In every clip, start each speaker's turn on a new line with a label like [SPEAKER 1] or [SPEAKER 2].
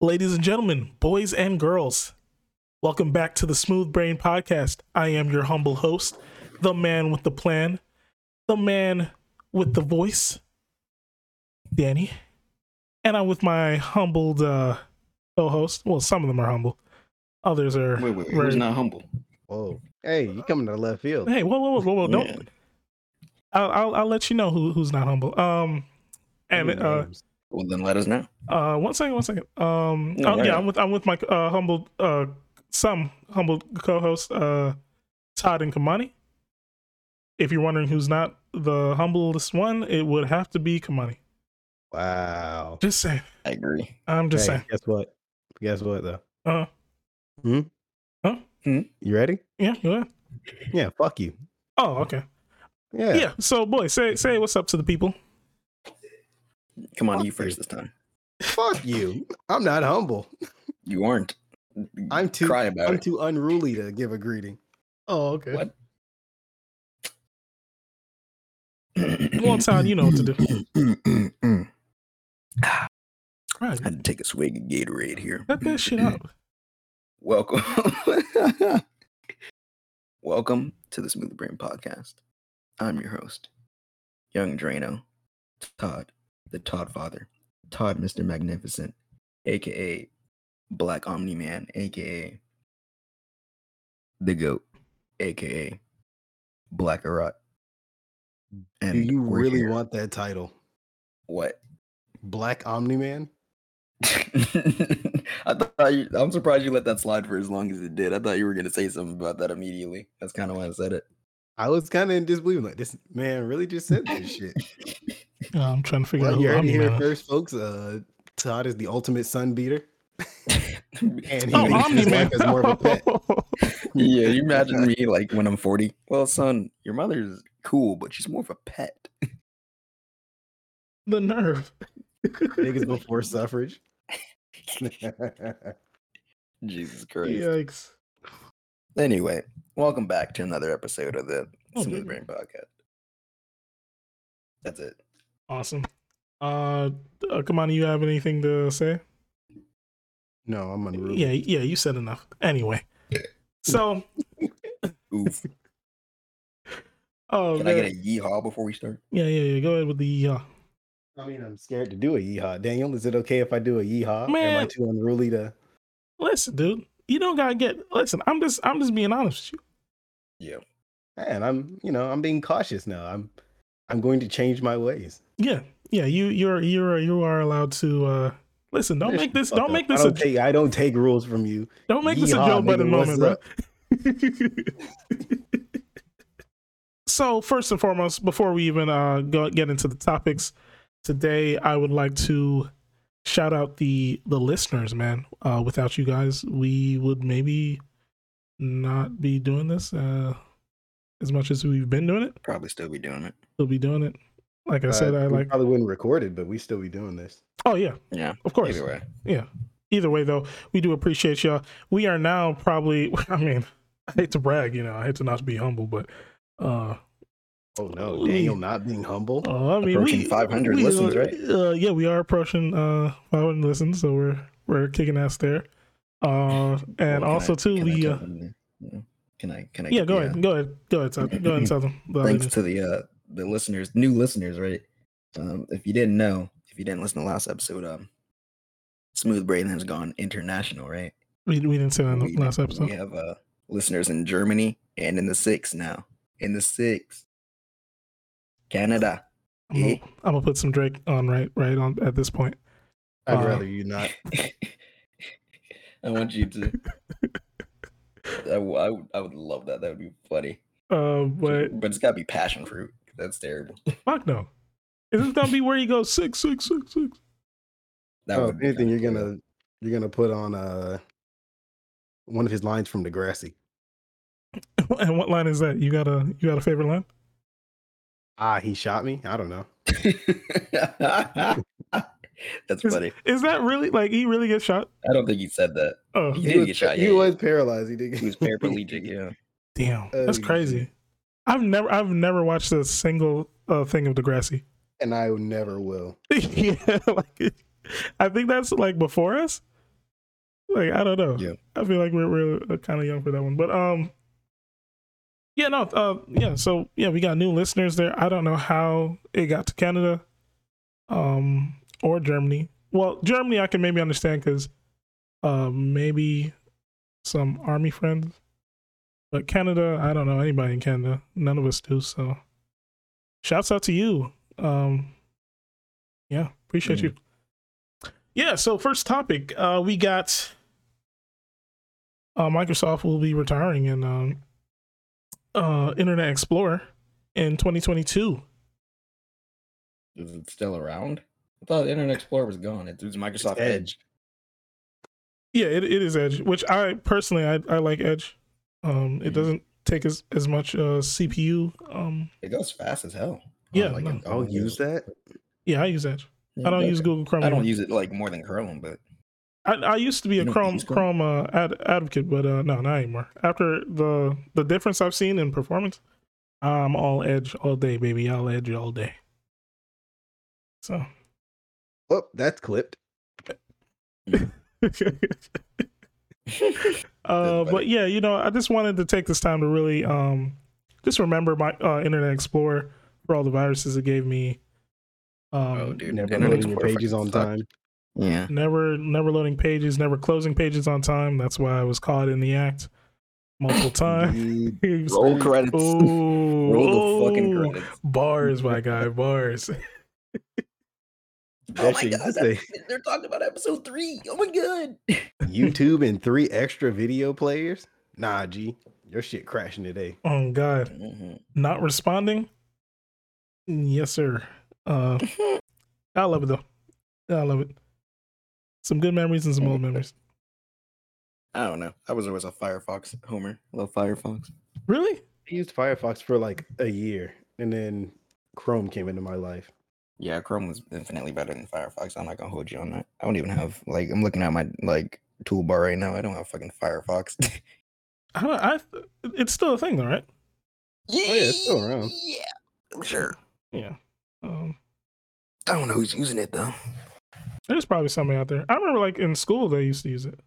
[SPEAKER 1] Ladies and gentlemen, boys and girls, welcome back to the Smooth Brain Podcast. I am your humble host, the man with the plan, the man with the voice, Danny. And I'm with my humbled uh, co host. Well, some of them are humble, others are.
[SPEAKER 2] Wait, wait,
[SPEAKER 1] very-
[SPEAKER 2] who's not humble?
[SPEAKER 3] Whoa. Hey, you coming to left field.
[SPEAKER 1] Hey, whoa, whoa, whoa, whoa, whoa! Don't.
[SPEAKER 2] Yeah.
[SPEAKER 1] I'll, I'll I'll let you know who who's not humble. Um, and
[SPEAKER 3] Ooh,
[SPEAKER 1] uh,
[SPEAKER 3] names.
[SPEAKER 2] Well, then let us know.
[SPEAKER 1] uh, one second, one second. Um,
[SPEAKER 2] No,
[SPEAKER 1] oh,
[SPEAKER 2] right.
[SPEAKER 1] yeah, I'm with I'm with my uh humble uh some humble co-host uh Todd and Kamani. If you're wondering who's not the humblest one, it would have to be Kamani.
[SPEAKER 3] Wow.
[SPEAKER 1] Just saying.
[SPEAKER 2] I agree.
[SPEAKER 1] I'm just
[SPEAKER 3] Hey,
[SPEAKER 1] saying.
[SPEAKER 3] guess what? Guess what though?
[SPEAKER 1] Uh,
[SPEAKER 3] Hmm?
[SPEAKER 1] Hmm?
[SPEAKER 3] You ready?
[SPEAKER 1] yeah, you are.
[SPEAKER 3] Yeah, fuck you.
[SPEAKER 1] Oh, okay.
[SPEAKER 3] Yeah.
[SPEAKER 1] Yeah. So, boy, say say what's up to the people.
[SPEAKER 2] Come on,
[SPEAKER 3] Fuck
[SPEAKER 2] you first
[SPEAKER 3] you.
[SPEAKER 2] this time.
[SPEAKER 3] Fuck you. I'm not humble.
[SPEAKER 2] You aren't.
[SPEAKER 3] I'm too
[SPEAKER 2] Cry about
[SPEAKER 3] I'm
[SPEAKER 2] it.
[SPEAKER 3] too unruly to give a greeting.
[SPEAKER 1] Oh, okay.
[SPEAKER 2] What?
[SPEAKER 1] Well, Todd, you know what to do.
[SPEAKER 2] do.
[SPEAKER 1] Right.
[SPEAKER 2] I had to take a swig of Gatorade here.
[SPEAKER 1] Cut that shit up.
[SPEAKER 2] Welcome. Welcome to the Smooth Brain Podcast. I'm your host, Young Drano, Todd, the Todd Father, Todd Mr. Magnificent, aka Black Omni Man, aka The Goat, aka Black Arot.
[SPEAKER 3] Do you
[SPEAKER 2] we're
[SPEAKER 3] really
[SPEAKER 2] here-
[SPEAKER 3] want that title?
[SPEAKER 2] what?
[SPEAKER 3] Black Omni Man?
[SPEAKER 2] I thought you, I'm surprised you let that slide for as long as it did. I thought you were gonna say something about that immediately. That's kind of why I said it.
[SPEAKER 3] I was kind of in disbelief. Like this man really just said this shit.
[SPEAKER 1] Yeah, I'm trying to figure
[SPEAKER 3] Well,
[SPEAKER 1] out who
[SPEAKER 3] you heard
[SPEAKER 1] I'm
[SPEAKER 3] it here
[SPEAKER 1] mad at.
[SPEAKER 3] first, folks. Uh, Todd is the ultimate sun beater, and he
[SPEAKER 1] Oh,
[SPEAKER 3] thinks
[SPEAKER 1] Omni
[SPEAKER 3] his
[SPEAKER 1] Man.
[SPEAKER 3] wife is more of a pet.
[SPEAKER 2] yeah, you imagine me like when I'm 40. Well, son, your mother's cool, but she's more of a pet.
[SPEAKER 1] the nerve.
[SPEAKER 3] Niggas before suffrage.
[SPEAKER 2] Jesus Christ.
[SPEAKER 1] Yikes.
[SPEAKER 2] Anyway, welcome back to another episode of the
[SPEAKER 1] Oh,
[SPEAKER 2] Smooth
[SPEAKER 1] goodness.
[SPEAKER 2] Brain Podcast. That's it.
[SPEAKER 1] Awesome. Uh, uh Kamani, you have anything to say?
[SPEAKER 3] no, I'm unruly.
[SPEAKER 1] Yeah, yeah, you said enough. Anyway. So
[SPEAKER 2] Oof.
[SPEAKER 1] oh
[SPEAKER 2] Can I
[SPEAKER 1] man.
[SPEAKER 2] get a yeehaw before we start?
[SPEAKER 1] oh, yeah, yeah, yeah. Go ahead with the uh
[SPEAKER 3] I mean, I'm scared to do a yeehaw. Daniel, is it okay if I do a yeehaw? Am I
[SPEAKER 1] Man.
[SPEAKER 3] too unruly to?
[SPEAKER 1] listen, dude. You don't gotta get listen, I'm just I'm just being honest with
[SPEAKER 2] Yeah.
[SPEAKER 3] Man, I'm, you know, I'm being cautious now. I'm, I'm going to change my ways.
[SPEAKER 1] you. Yeah, yeah, you you're you're you are allowed to uh listen, don't
[SPEAKER 3] Finish
[SPEAKER 1] make this
[SPEAKER 3] Fuck
[SPEAKER 1] don't
[SPEAKER 3] up.
[SPEAKER 1] make
[SPEAKER 3] I
[SPEAKER 1] this a
[SPEAKER 3] don't, take, I don't take rules from you.
[SPEAKER 1] don't make this a
[SPEAKER 3] Yeehaw,
[SPEAKER 1] Joe Budden
[SPEAKER 3] nigga, what's
[SPEAKER 1] moment, bro. so first and foremost, before we even uh, go get into the topics today, I would like to shout out the the listeners, man. Uh, without you guys, we would maybe not be doing this uh, as much as we've been doing it.
[SPEAKER 2] Probably still be doing it.
[SPEAKER 1] We'll be doing it. Like I said,
[SPEAKER 3] Uh,
[SPEAKER 1] I
[SPEAKER 3] we
[SPEAKER 1] like.
[SPEAKER 3] probably wouldn't record it, but we still be doing this.
[SPEAKER 1] Oh yeah,
[SPEAKER 2] Yeah.
[SPEAKER 1] of course.
[SPEAKER 2] Either way.
[SPEAKER 1] either way though we do appreciate y'all we are now probably i mean i hate to brag you know i hate to not be humble but uh,
[SPEAKER 3] Oh no,
[SPEAKER 1] Ooh.
[SPEAKER 3] Daniel not being humble.
[SPEAKER 1] uh i mean we,
[SPEAKER 2] Approaching 500
[SPEAKER 1] we-
[SPEAKER 2] listens, right?
[SPEAKER 1] uh, yeah we are approaching uh 500 listens so we're we're kicking ass there uh and
[SPEAKER 2] Well, can
[SPEAKER 1] also
[SPEAKER 2] I-
[SPEAKER 1] too
[SPEAKER 2] can I
[SPEAKER 1] we
[SPEAKER 2] tell
[SPEAKER 1] uh
[SPEAKER 2] them the- yeah. Can I? Can I?
[SPEAKER 1] yeah
[SPEAKER 2] get
[SPEAKER 1] go
[SPEAKER 2] the,
[SPEAKER 1] ahead go ahead go ahead Todd. go ahead and tell them the
[SPEAKER 2] uh,
[SPEAKER 1] other
[SPEAKER 2] Thanks
[SPEAKER 1] news.
[SPEAKER 2] to the uh the listeners, new listeners, right? Um, if you didn't know, if you didn't listen to last episode, um, Smooth Brain has gone international, right?
[SPEAKER 1] we, we didn't say that in Uh, the
[SPEAKER 2] we,
[SPEAKER 1] last episode
[SPEAKER 2] we have uh listeners in Germany and in the six now, in the six, Canada.
[SPEAKER 1] I'm, gonna, I'm gonna put some drake on right right on at this point
[SPEAKER 3] I'd
[SPEAKER 1] Uh,
[SPEAKER 3] rather you not.
[SPEAKER 2] I want you to. I, w- I would- I would love that. That would be funny.
[SPEAKER 1] uh but
[SPEAKER 2] but it's got to be passion fruit. That's terrible.
[SPEAKER 1] fuck no is this gonna be where you go six six six six
[SPEAKER 2] That
[SPEAKER 3] oh,
[SPEAKER 2] would
[SPEAKER 3] if
[SPEAKER 2] be
[SPEAKER 3] anything,
[SPEAKER 2] kinda
[SPEAKER 3] you're
[SPEAKER 2] cool.
[SPEAKER 3] gonna, you're gonna put on uh, one of his lines from Degrassi.
[SPEAKER 1] And what line is that? You got a you got a favorite line?
[SPEAKER 3] Ah, he shot me. I don't know.
[SPEAKER 2] That's funny.
[SPEAKER 1] Is that really like he really gets shot?
[SPEAKER 2] I don't think he said that.
[SPEAKER 1] Oh
[SPEAKER 2] He did get shot.
[SPEAKER 3] He
[SPEAKER 2] Yeah, yeah.
[SPEAKER 3] was paralyzed. He did.
[SPEAKER 2] he was paraplegic. Yeah,
[SPEAKER 1] damn,
[SPEAKER 3] Oh,
[SPEAKER 1] that's crazy. I've never I've never watched a single uh, thing of Degrassi.
[SPEAKER 3] and I never will.
[SPEAKER 1] yeah, like I think that's like before us. Like I don't know.
[SPEAKER 2] Yeah.
[SPEAKER 1] I feel like we're we're kind of young for that one, but um, yeah, no, uh, yeah. So yeah, we got new listeners there. I don't know how it got to Canada, um, or Germany. Well, Germany, I can maybe understand because, uh, maybe some army friends, but Canada, I don't know anybody in Canada. None of us do. So, shouts out to you. Um, yeah, appreciate
[SPEAKER 2] Mhm.
[SPEAKER 1] you. Yeah. So first topic, uh, we got uh, Microsoft will be retiring in um, uh, Internet Explorer in 2022.
[SPEAKER 2] Is it still around? I thought Internet Explorer was gone. It was Microsoft Edge.
[SPEAKER 3] Edge.
[SPEAKER 1] Yeah, it, it is Edge, which I personally I, I like Edge. Um, it
[SPEAKER 2] Mhm.
[SPEAKER 1] doesn't take as as much uh, CPU. Um,
[SPEAKER 2] It goes fast as hell.
[SPEAKER 1] Yeah,
[SPEAKER 2] like
[SPEAKER 1] no.
[SPEAKER 2] it-
[SPEAKER 3] I'll use that.
[SPEAKER 1] yeah, I use Edge. I don't
[SPEAKER 2] Yeah,
[SPEAKER 1] use
[SPEAKER 2] okay.
[SPEAKER 1] Google Chrome.
[SPEAKER 2] I don't
[SPEAKER 1] either.
[SPEAKER 2] use it like more than Chrome, but
[SPEAKER 1] I, I used to be a
[SPEAKER 2] You don't
[SPEAKER 1] Chrome
[SPEAKER 2] use Chrome?
[SPEAKER 1] Chrome uh, ad, advocate, but uh, no, not anymore. After the the difference I've seen in performance, I'm all Edge all day, baby. I'll Edge all day. So.
[SPEAKER 3] Oh, that's clipped.
[SPEAKER 2] Oh,
[SPEAKER 1] Uh,
[SPEAKER 2] That's
[SPEAKER 1] but yeah, you know, I just wanted to take this time to really um, just remember my uh, Internet Explorer for all the viruses it gave me. Um,
[SPEAKER 2] oh, dude,
[SPEAKER 3] Never
[SPEAKER 2] Internet
[SPEAKER 3] loading your
[SPEAKER 2] Explorer
[SPEAKER 3] pages
[SPEAKER 2] fucking
[SPEAKER 3] on
[SPEAKER 2] sucked.
[SPEAKER 3] time.
[SPEAKER 2] Yeah,
[SPEAKER 1] never never loading pages, never closing pages on time. That's why I was caught in the act multiple times.
[SPEAKER 3] You-
[SPEAKER 2] roll credits.
[SPEAKER 3] "Oh,
[SPEAKER 1] Ooh,
[SPEAKER 2] Roll the fucking
[SPEAKER 1] ooh,
[SPEAKER 2] credits.
[SPEAKER 1] Bars, my guy, bars.
[SPEAKER 2] Oh
[SPEAKER 3] that
[SPEAKER 2] my
[SPEAKER 3] shit,
[SPEAKER 2] god,
[SPEAKER 3] Oh they-
[SPEAKER 2] that- they're talking about episode three. Oh my god.
[SPEAKER 3] YouTube and three extra video players. Nah, G, your shit crashing today.
[SPEAKER 1] Oh God,
[SPEAKER 2] Mhm.
[SPEAKER 1] not responding. Yes, sir. Uh, I love it though. I love it. Some good memories and some old memories.
[SPEAKER 2] I don't know. I was always a Firefox homer. I love Firefox.
[SPEAKER 1] Really?
[SPEAKER 3] I used Firefox for like a year, and then Chrome came into my life.
[SPEAKER 2] Yeah, Chrome was infinitely better than Firefox. I'm not gonna hold you on that. I don't even have like I'm looking at my like toolbar right now. I don't have fucking Firefox.
[SPEAKER 3] Oh,
[SPEAKER 1] I, don't- I it's still a thing though, right?
[SPEAKER 2] yeah,
[SPEAKER 3] it's still around.
[SPEAKER 2] Yeah, I'm sure.
[SPEAKER 1] Yeah. Um,
[SPEAKER 2] I don't know who's using it though.
[SPEAKER 1] there's probably somebody out there. I remember like in school they used to use it.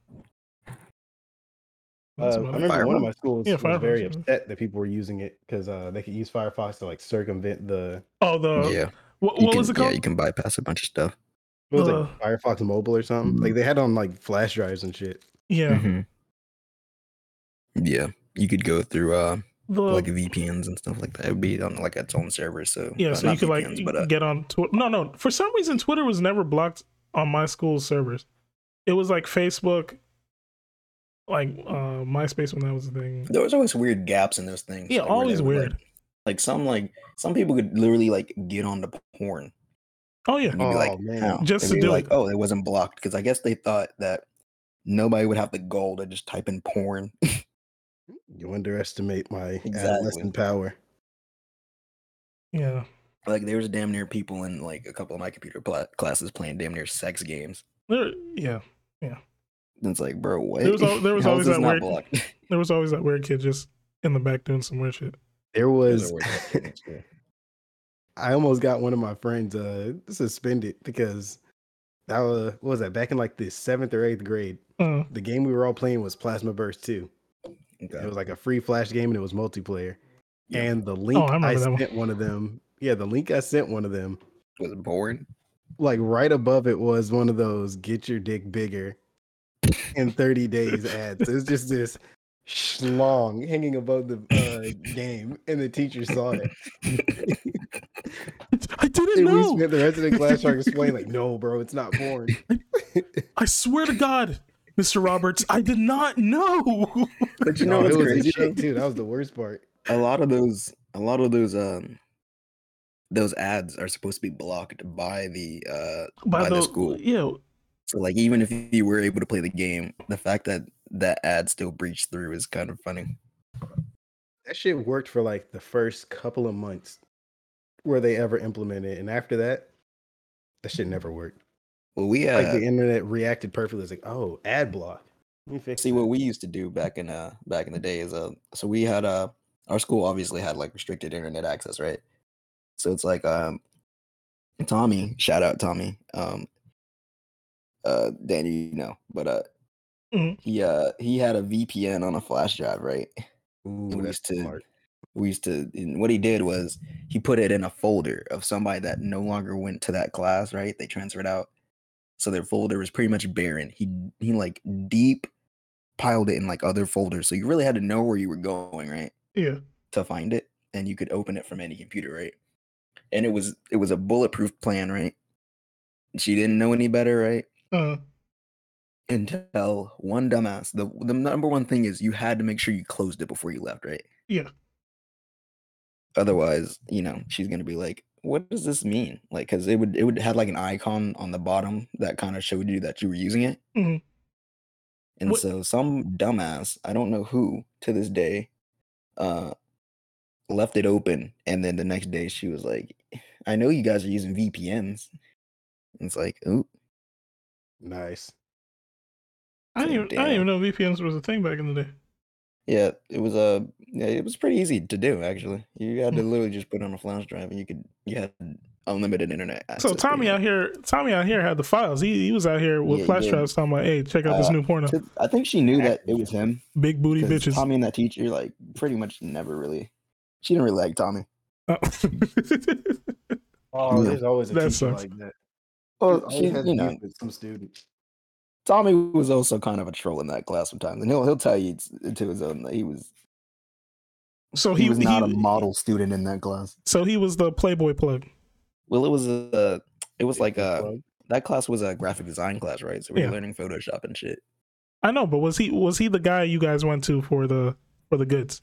[SPEAKER 1] That's
[SPEAKER 3] Uh, I
[SPEAKER 1] about it.
[SPEAKER 3] remember one of my schools
[SPEAKER 1] Yeah,
[SPEAKER 3] was very
[SPEAKER 1] Firefox, yeah.
[SPEAKER 3] upset that people were using it because uh, they could use Firefox to like circumvent the
[SPEAKER 1] oh, the
[SPEAKER 2] yeah,
[SPEAKER 1] what,
[SPEAKER 2] you
[SPEAKER 1] what
[SPEAKER 2] can,
[SPEAKER 1] was it
[SPEAKER 2] Yeah, you
[SPEAKER 1] called?
[SPEAKER 2] can bypass a bunch of stuff.
[SPEAKER 3] it was
[SPEAKER 1] Uh.
[SPEAKER 3] like Firefox Mobile or something.
[SPEAKER 2] Mm.
[SPEAKER 3] Like they had on like flash drives and shit.
[SPEAKER 1] Yeah,
[SPEAKER 2] Mhm. Yeah, you could go through uh
[SPEAKER 1] the
[SPEAKER 2] like VPNs and stuff like that. It would be on like its own server. So
[SPEAKER 1] yeah.
[SPEAKER 2] uh,
[SPEAKER 1] So you
[SPEAKER 2] not
[SPEAKER 1] could like
[SPEAKER 2] VPNs, but, uh,
[SPEAKER 1] get on Twitter. No, no. For some reason, Twitter was never blocked on my school's servers. It was like Facebook, like uh, MySpace when that was a thing.
[SPEAKER 2] there was always weird gaps in those things.
[SPEAKER 1] Yeah,
[SPEAKER 2] like, where they
[SPEAKER 1] always
[SPEAKER 2] would,
[SPEAKER 1] weird.
[SPEAKER 2] Like, like some like some people could literally like get onto porn
[SPEAKER 1] oh yeah,
[SPEAKER 2] And you'd be like,
[SPEAKER 3] Oh, man.
[SPEAKER 2] "How?"
[SPEAKER 1] Just
[SPEAKER 2] And
[SPEAKER 1] to
[SPEAKER 2] they'd be
[SPEAKER 1] do
[SPEAKER 2] like,
[SPEAKER 1] it.
[SPEAKER 2] oh, it wasn't blocked because I guess they thought that nobody would have the goal to just type in porn.
[SPEAKER 3] You underestimate my
[SPEAKER 2] Exactly.
[SPEAKER 3] adolescent power.
[SPEAKER 1] yeah.
[SPEAKER 2] like there was damn near people in like a couple of my computer pla- classes playing damn near sex games.
[SPEAKER 1] There, yeah.
[SPEAKER 2] And it's like, bro, what?
[SPEAKER 1] There was al- there was
[SPEAKER 2] How
[SPEAKER 1] always
[SPEAKER 2] is this
[SPEAKER 1] that
[SPEAKER 2] not
[SPEAKER 1] weird-
[SPEAKER 2] blocked?
[SPEAKER 1] There was always that weird kid just in the back doing some weird shit.
[SPEAKER 3] There
[SPEAKER 2] There's
[SPEAKER 3] was
[SPEAKER 2] a weird fucking thing, too.
[SPEAKER 3] I almost got one of my friends uh suspended because that was what was that back in like the seventh or eighth grade.
[SPEAKER 1] Uh,
[SPEAKER 3] The game we were all playing was Plasma Burst 2. It
[SPEAKER 2] Okay.
[SPEAKER 3] was like a free flash game and it was multiplayer.
[SPEAKER 2] Yeah.
[SPEAKER 3] And the link
[SPEAKER 1] remember
[SPEAKER 3] I,
[SPEAKER 1] that one.
[SPEAKER 3] sent one of them. Yeah, the link I sent one of them.
[SPEAKER 2] Was it porn?
[SPEAKER 3] Like right above it was one of those get your dick bigger in 30 days ads. It was just this schlong hanging above the uh, game and the teacher saw it.
[SPEAKER 1] I didn't
[SPEAKER 3] And we
[SPEAKER 1] know.
[SPEAKER 3] spent the rest of the class trying to explain, like, no, bro, it's not porn.
[SPEAKER 1] I swear to God, Mr. Roberts, I did not know.
[SPEAKER 2] But
[SPEAKER 3] No, it
[SPEAKER 2] what's
[SPEAKER 3] was a
[SPEAKER 2] though?
[SPEAKER 3] chick too. That was the worst part.
[SPEAKER 2] a lot of those a lot of those um those ads are supposed to be blocked by the uh By the school.
[SPEAKER 1] Yeah.
[SPEAKER 2] so like even if you were able to play the game the fact that that ad still breached through is kind of funny
[SPEAKER 3] That shit worked for like the first couple of months where they ever implemented it. And after that, that shit never worked.
[SPEAKER 2] well we uh
[SPEAKER 3] Like the internet reacted perfectly. It's like, oh, ad block. Let me fix
[SPEAKER 2] see
[SPEAKER 3] that.
[SPEAKER 2] what we used to do back in uh back in the day is uh so we had uh our school obviously had like restricted internet access right so it's like um tommy shout out tommy um uh danny you know but uh
[SPEAKER 1] Mhm.
[SPEAKER 2] He uh he had a VPN on a flash drive, right?
[SPEAKER 3] Ooh,
[SPEAKER 2] we
[SPEAKER 3] that's
[SPEAKER 2] used to-
[SPEAKER 3] smart.
[SPEAKER 2] we used to and what he did was he put it in a folder of somebody that no longer went to that class right they transferred out so their folder was pretty much barren he he like deep piled it in like other folders so you really had to know where you were going right
[SPEAKER 1] Yeah.
[SPEAKER 2] to find it and you could open it from any computer right and it was it was a bulletproof plan right she didn't know any better right
[SPEAKER 1] Uh,
[SPEAKER 2] until one dumbass the the number one thing is you had to make sure you closed it before you left right
[SPEAKER 1] Yeah.
[SPEAKER 2] otherwise you know she's gonna be like what does this mean like because it would it would have like an icon on the bottom that kind of showed you that you were using it
[SPEAKER 1] Mhm.
[SPEAKER 2] and
[SPEAKER 1] What-
[SPEAKER 2] so some dumbass i don't know who to this day uh left it open and then the next day she was like i know you guys are using vpns and it's like oh
[SPEAKER 3] Nice.
[SPEAKER 1] I didn't.
[SPEAKER 2] So
[SPEAKER 1] Even, I didn't even know VPNs was a thing back in the day.
[SPEAKER 2] Yeah, it was uh, yeah, it was pretty easy to do actually. You had to
[SPEAKER 1] Hmm.
[SPEAKER 2] literally just put it on a flash drive, and you could you had unlimited internet. Access
[SPEAKER 1] So
[SPEAKER 2] pretty
[SPEAKER 1] Tommy out
[SPEAKER 2] much.
[SPEAKER 1] here, Tommy out here had the files. He he was out here with
[SPEAKER 2] Yeah, he
[SPEAKER 1] flash
[SPEAKER 2] did.
[SPEAKER 1] drives talking about, hey, check out this
[SPEAKER 2] Uh,
[SPEAKER 1] new porno,
[SPEAKER 2] Th- I think she knew that it was him.
[SPEAKER 1] big booty
[SPEAKER 2] 'cause
[SPEAKER 1] bitches.
[SPEAKER 2] Tommy and that teacher like pretty much never really. She didn't really like Tommy.
[SPEAKER 1] Oh.
[SPEAKER 3] Oh,
[SPEAKER 2] Yeah.
[SPEAKER 3] there's always a
[SPEAKER 1] That
[SPEAKER 3] teacher
[SPEAKER 1] sucks.
[SPEAKER 3] like that.
[SPEAKER 2] Well,
[SPEAKER 3] Always
[SPEAKER 2] she,
[SPEAKER 3] has
[SPEAKER 2] you
[SPEAKER 3] beef
[SPEAKER 2] know,
[SPEAKER 3] with some students.
[SPEAKER 2] Tommy was also kind of a troll in that class sometimes, and he'll he'll tell you it's- to his own that he was
[SPEAKER 1] so
[SPEAKER 2] he,
[SPEAKER 1] Oh, he
[SPEAKER 2] was not
[SPEAKER 1] he-
[SPEAKER 2] a model student in that class.
[SPEAKER 1] So he was the Playboy plug.
[SPEAKER 2] Well, it was uh, it was like uh,
[SPEAKER 3] Plug.
[SPEAKER 2] that class was a graphic design class, right? So we were
[SPEAKER 1] Yeah.
[SPEAKER 2] learning Photoshop and shit.
[SPEAKER 1] I know, but was he was he the guy you guys went to for the for the goods?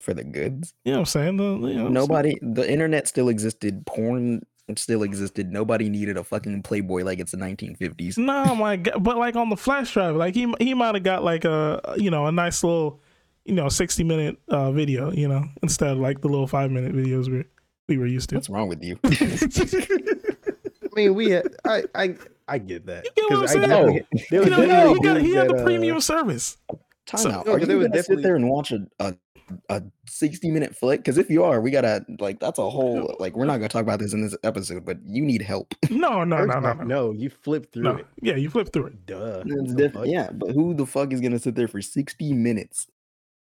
[SPEAKER 2] For the goods,
[SPEAKER 1] You know what I'm saying? The, you know what I'm
[SPEAKER 2] Nobody, the internet still existed. Porn still existed. Nobody needed a fucking Playboy like it's the 1950s.
[SPEAKER 1] saying? No, my god! But like on the flash drive, like he he might have got like a you know a nice little you know 60 minute uh, video, you know, instead of like the little five minute videos we we were used to.
[SPEAKER 2] What's wrong with you?
[SPEAKER 3] I mean, we had, I, I, I get that.
[SPEAKER 1] You get what
[SPEAKER 3] 'cause
[SPEAKER 1] I'm
[SPEAKER 3] I
[SPEAKER 1] saying?
[SPEAKER 3] definitely- there was
[SPEAKER 1] You know, he,
[SPEAKER 3] definitely
[SPEAKER 1] he got, he
[SPEAKER 3] dudes
[SPEAKER 1] had
[SPEAKER 3] that,
[SPEAKER 1] the
[SPEAKER 3] uh,
[SPEAKER 1] premium service.
[SPEAKER 2] Time
[SPEAKER 1] So-
[SPEAKER 2] out.
[SPEAKER 3] No,
[SPEAKER 2] are
[SPEAKER 3] 'cause
[SPEAKER 2] you
[SPEAKER 3] they were
[SPEAKER 2] gonna sit
[SPEAKER 3] definitely-
[SPEAKER 2] there and watch a, a a 60 minute flick? Because if you are, we gotta like that's a whole like we're not gonna talk about this in this episode, but you need help.
[SPEAKER 1] No, no,
[SPEAKER 3] first
[SPEAKER 1] no, no,
[SPEAKER 3] off,
[SPEAKER 1] no,
[SPEAKER 3] no, you flip through
[SPEAKER 1] no.
[SPEAKER 3] it.
[SPEAKER 1] Yeah, you flip through it.
[SPEAKER 3] Duh.
[SPEAKER 2] It's
[SPEAKER 3] The fuck?
[SPEAKER 2] different, yeah. But who the fuck is gonna sit there for 60 minutes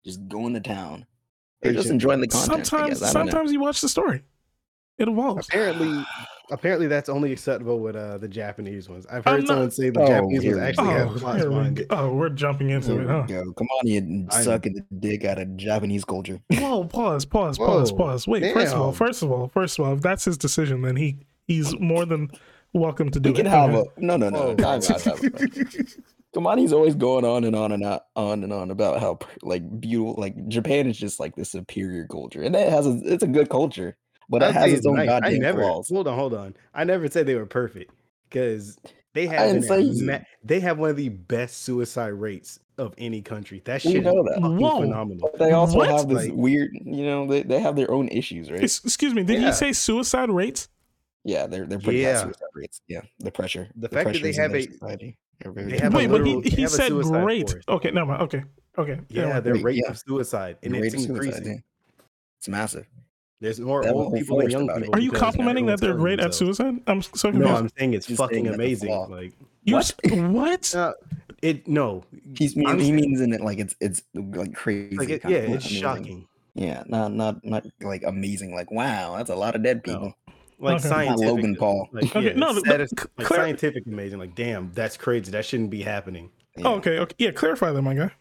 [SPEAKER 2] just going to town? They're just
[SPEAKER 3] Patient.
[SPEAKER 2] enjoying the content. I guess.
[SPEAKER 1] Sometimes,
[SPEAKER 2] I don't know.
[SPEAKER 1] sometimes you watch the story. It evolves.
[SPEAKER 3] Apparently, apparently that's only acceptable with uh, the Japanese ones. I've
[SPEAKER 1] I'm not-
[SPEAKER 3] heard someone say the
[SPEAKER 2] Oh,
[SPEAKER 3] Japanese
[SPEAKER 2] here
[SPEAKER 3] ones
[SPEAKER 2] we
[SPEAKER 3] actually
[SPEAKER 1] Oh,
[SPEAKER 3] have plots
[SPEAKER 1] here we
[SPEAKER 3] behind
[SPEAKER 1] go.
[SPEAKER 3] it.
[SPEAKER 1] oh, we're jumping into
[SPEAKER 2] There
[SPEAKER 1] it,
[SPEAKER 2] we
[SPEAKER 1] huh?
[SPEAKER 2] go. Come on in and
[SPEAKER 3] I-
[SPEAKER 2] sucking the dick out of Japanese culture.
[SPEAKER 1] Whoa, pause, pause, pause,
[SPEAKER 3] Whoa,
[SPEAKER 1] pause. Wait, first of all,
[SPEAKER 3] damn.
[SPEAKER 1] first of all, first of all, if that's his decision, then he he's more than welcome to do
[SPEAKER 2] We
[SPEAKER 1] it.
[SPEAKER 2] can have a no, no, no.
[SPEAKER 3] Whoa.
[SPEAKER 2] time out, time out, time out. Kamani's always going on and on and on, on and on about how pr- like beautiful, like Japan is just like this superior culture, and it has a, it's a good culture, but
[SPEAKER 3] I
[SPEAKER 2] it
[SPEAKER 3] would
[SPEAKER 2] has
[SPEAKER 3] say
[SPEAKER 2] its own
[SPEAKER 3] nice. I
[SPEAKER 2] goddamn
[SPEAKER 3] never,
[SPEAKER 2] flaws.
[SPEAKER 3] Hold on, hold on. I never said they were perfect because they have
[SPEAKER 2] didn't
[SPEAKER 3] an
[SPEAKER 2] say
[SPEAKER 3] ama-
[SPEAKER 2] you-
[SPEAKER 3] they have one of the best suicide rates of any country. That
[SPEAKER 2] We
[SPEAKER 3] shit is
[SPEAKER 2] know that,
[SPEAKER 3] fucking
[SPEAKER 1] Whoa.
[SPEAKER 3] phenomenal.
[SPEAKER 2] but they also
[SPEAKER 1] What?
[SPEAKER 2] have this
[SPEAKER 3] Like-
[SPEAKER 2] weird, you know, they, they have their own issues, right?
[SPEAKER 1] Ex- Excuse me, did
[SPEAKER 3] Yeah.
[SPEAKER 1] you say suicide rates?
[SPEAKER 2] yeah, they're they're pretty high
[SPEAKER 3] Yeah.
[SPEAKER 2] suicide rates. Yeah, the pressure,
[SPEAKER 3] The fact that they
[SPEAKER 2] pressures in
[SPEAKER 3] have
[SPEAKER 2] their
[SPEAKER 3] a-
[SPEAKER 2] society are very
[SPEAKER 3] they
[SPEAKER 2] big.
[SPEAKER 3] have a
[SPEAKER 1] Wait, but he,
[SPEAKER 3] literal- they
[SPEAKER 1] he
[SPEAKER 3] have a
[SPEAKER 1] said
[SPEAKER 3] suicide
[SPEAKER 1] great.
[SPEAKER 3] force.
[SPEAKER 1] Okay, never mind. Okay, okay.
[SPEAKER 3] Yeah,
[SPEAKER 1] never mind.
[SPEAKER 3] their
[SPEAKER 2] rate,
[SPEAKER 3] rate
[SPEAKER 2] yeah.
[SPEAKER 3] of suicide and
[SPEAKER 2] The rate
[SPEAKER 3] it's
[SPEAKER 2] of suicide,
[SPEAKER 3] increasing.
[SPEAKER 2] yeah. it's massive.
[SPEAKER 3] There's more
[SPEAKER 2] They have a
[SPEAKER 3] old
[SPEAKER 2] whole
[SPEAKER 3] people than
[SPEAKER 2] forest
[SPEAKER 3] young
[SPEAKER 2] about it.
[SPEAKER 3] people.
[SPEAKER 1] Are you
[SPEAKER 3] because
[SPEAKER 1] complimenting that
[SPEAKER 3] everyone's
[SPEAKER 1] they're
[SPEAKER 3] killing
[SPEAKER 1] great at
[SPEAKER 3] themselves.
[SPEAKER 1] suicide? I'm s- so
[SPEAKER 3] No,
[SPEAKER 1] confused.
[SPEAKER 3] I'm saying it's
[SPEAKER 2] Just saying
[SPEAKER 3] fucking
[SPEAKER 2] that's a
[SPEAKER 3] amazing.
[SPEAKER 2] flaw.
[SPEAKER 3] Like
[SPEAKER 1] you
[SPEAKER 2] what?
[SPEAKER 1] s- what?
[SPEAKER 3] Uh, it, no,
[SPEAKER 2] He's mean,
[SPEAKER 3] I'm
[SPEAKER 2] he
[SPEAKER 3] saying-
[SPEAKER 2] means in it like it's it's like crazy.
[SPEAKER 3] like it,
[SPEAKER 2] kind
[SPEAKER 3] yeah,
[SPEAKER 2] of- not
[SPEAKER 3] it's
[SPEAKER 2] amazing.
[SPEAKER 3] shocking.
[SPEAKER 2] Yeah, not not not like amazing. Like wow, that's a lot of dead
[SPEAKER 3] No.
[SPEAKER 2] people.
[SPEAKER 3] Like
[SPEAKER 1] Okay. Not
[SPEAKER 2] Not
[SPEAKER 3] scientific,
[SPEAKER 2] Logan Paul.
[SPEAKER 3] Like,
[SPEAKER 1] Okay,
[SPEAKER 3] yeah,
[SPEAKER 1] no,
[SPEAKER 3] it's
[SPEAKER 1] but
[SPEAKER 3] satis-
[SPEAKER 1] c-
[SPEAKER 3] like
[SPEAKER 1] clar-
[SPEAKER 3] scientific amazing. Like damn, that's crazy. That shouldn't be happening.
[SPEAKER 2] Yeah,
[SPEAKER 1] Oh, okay, okay. Yeah, clarify that, my guy.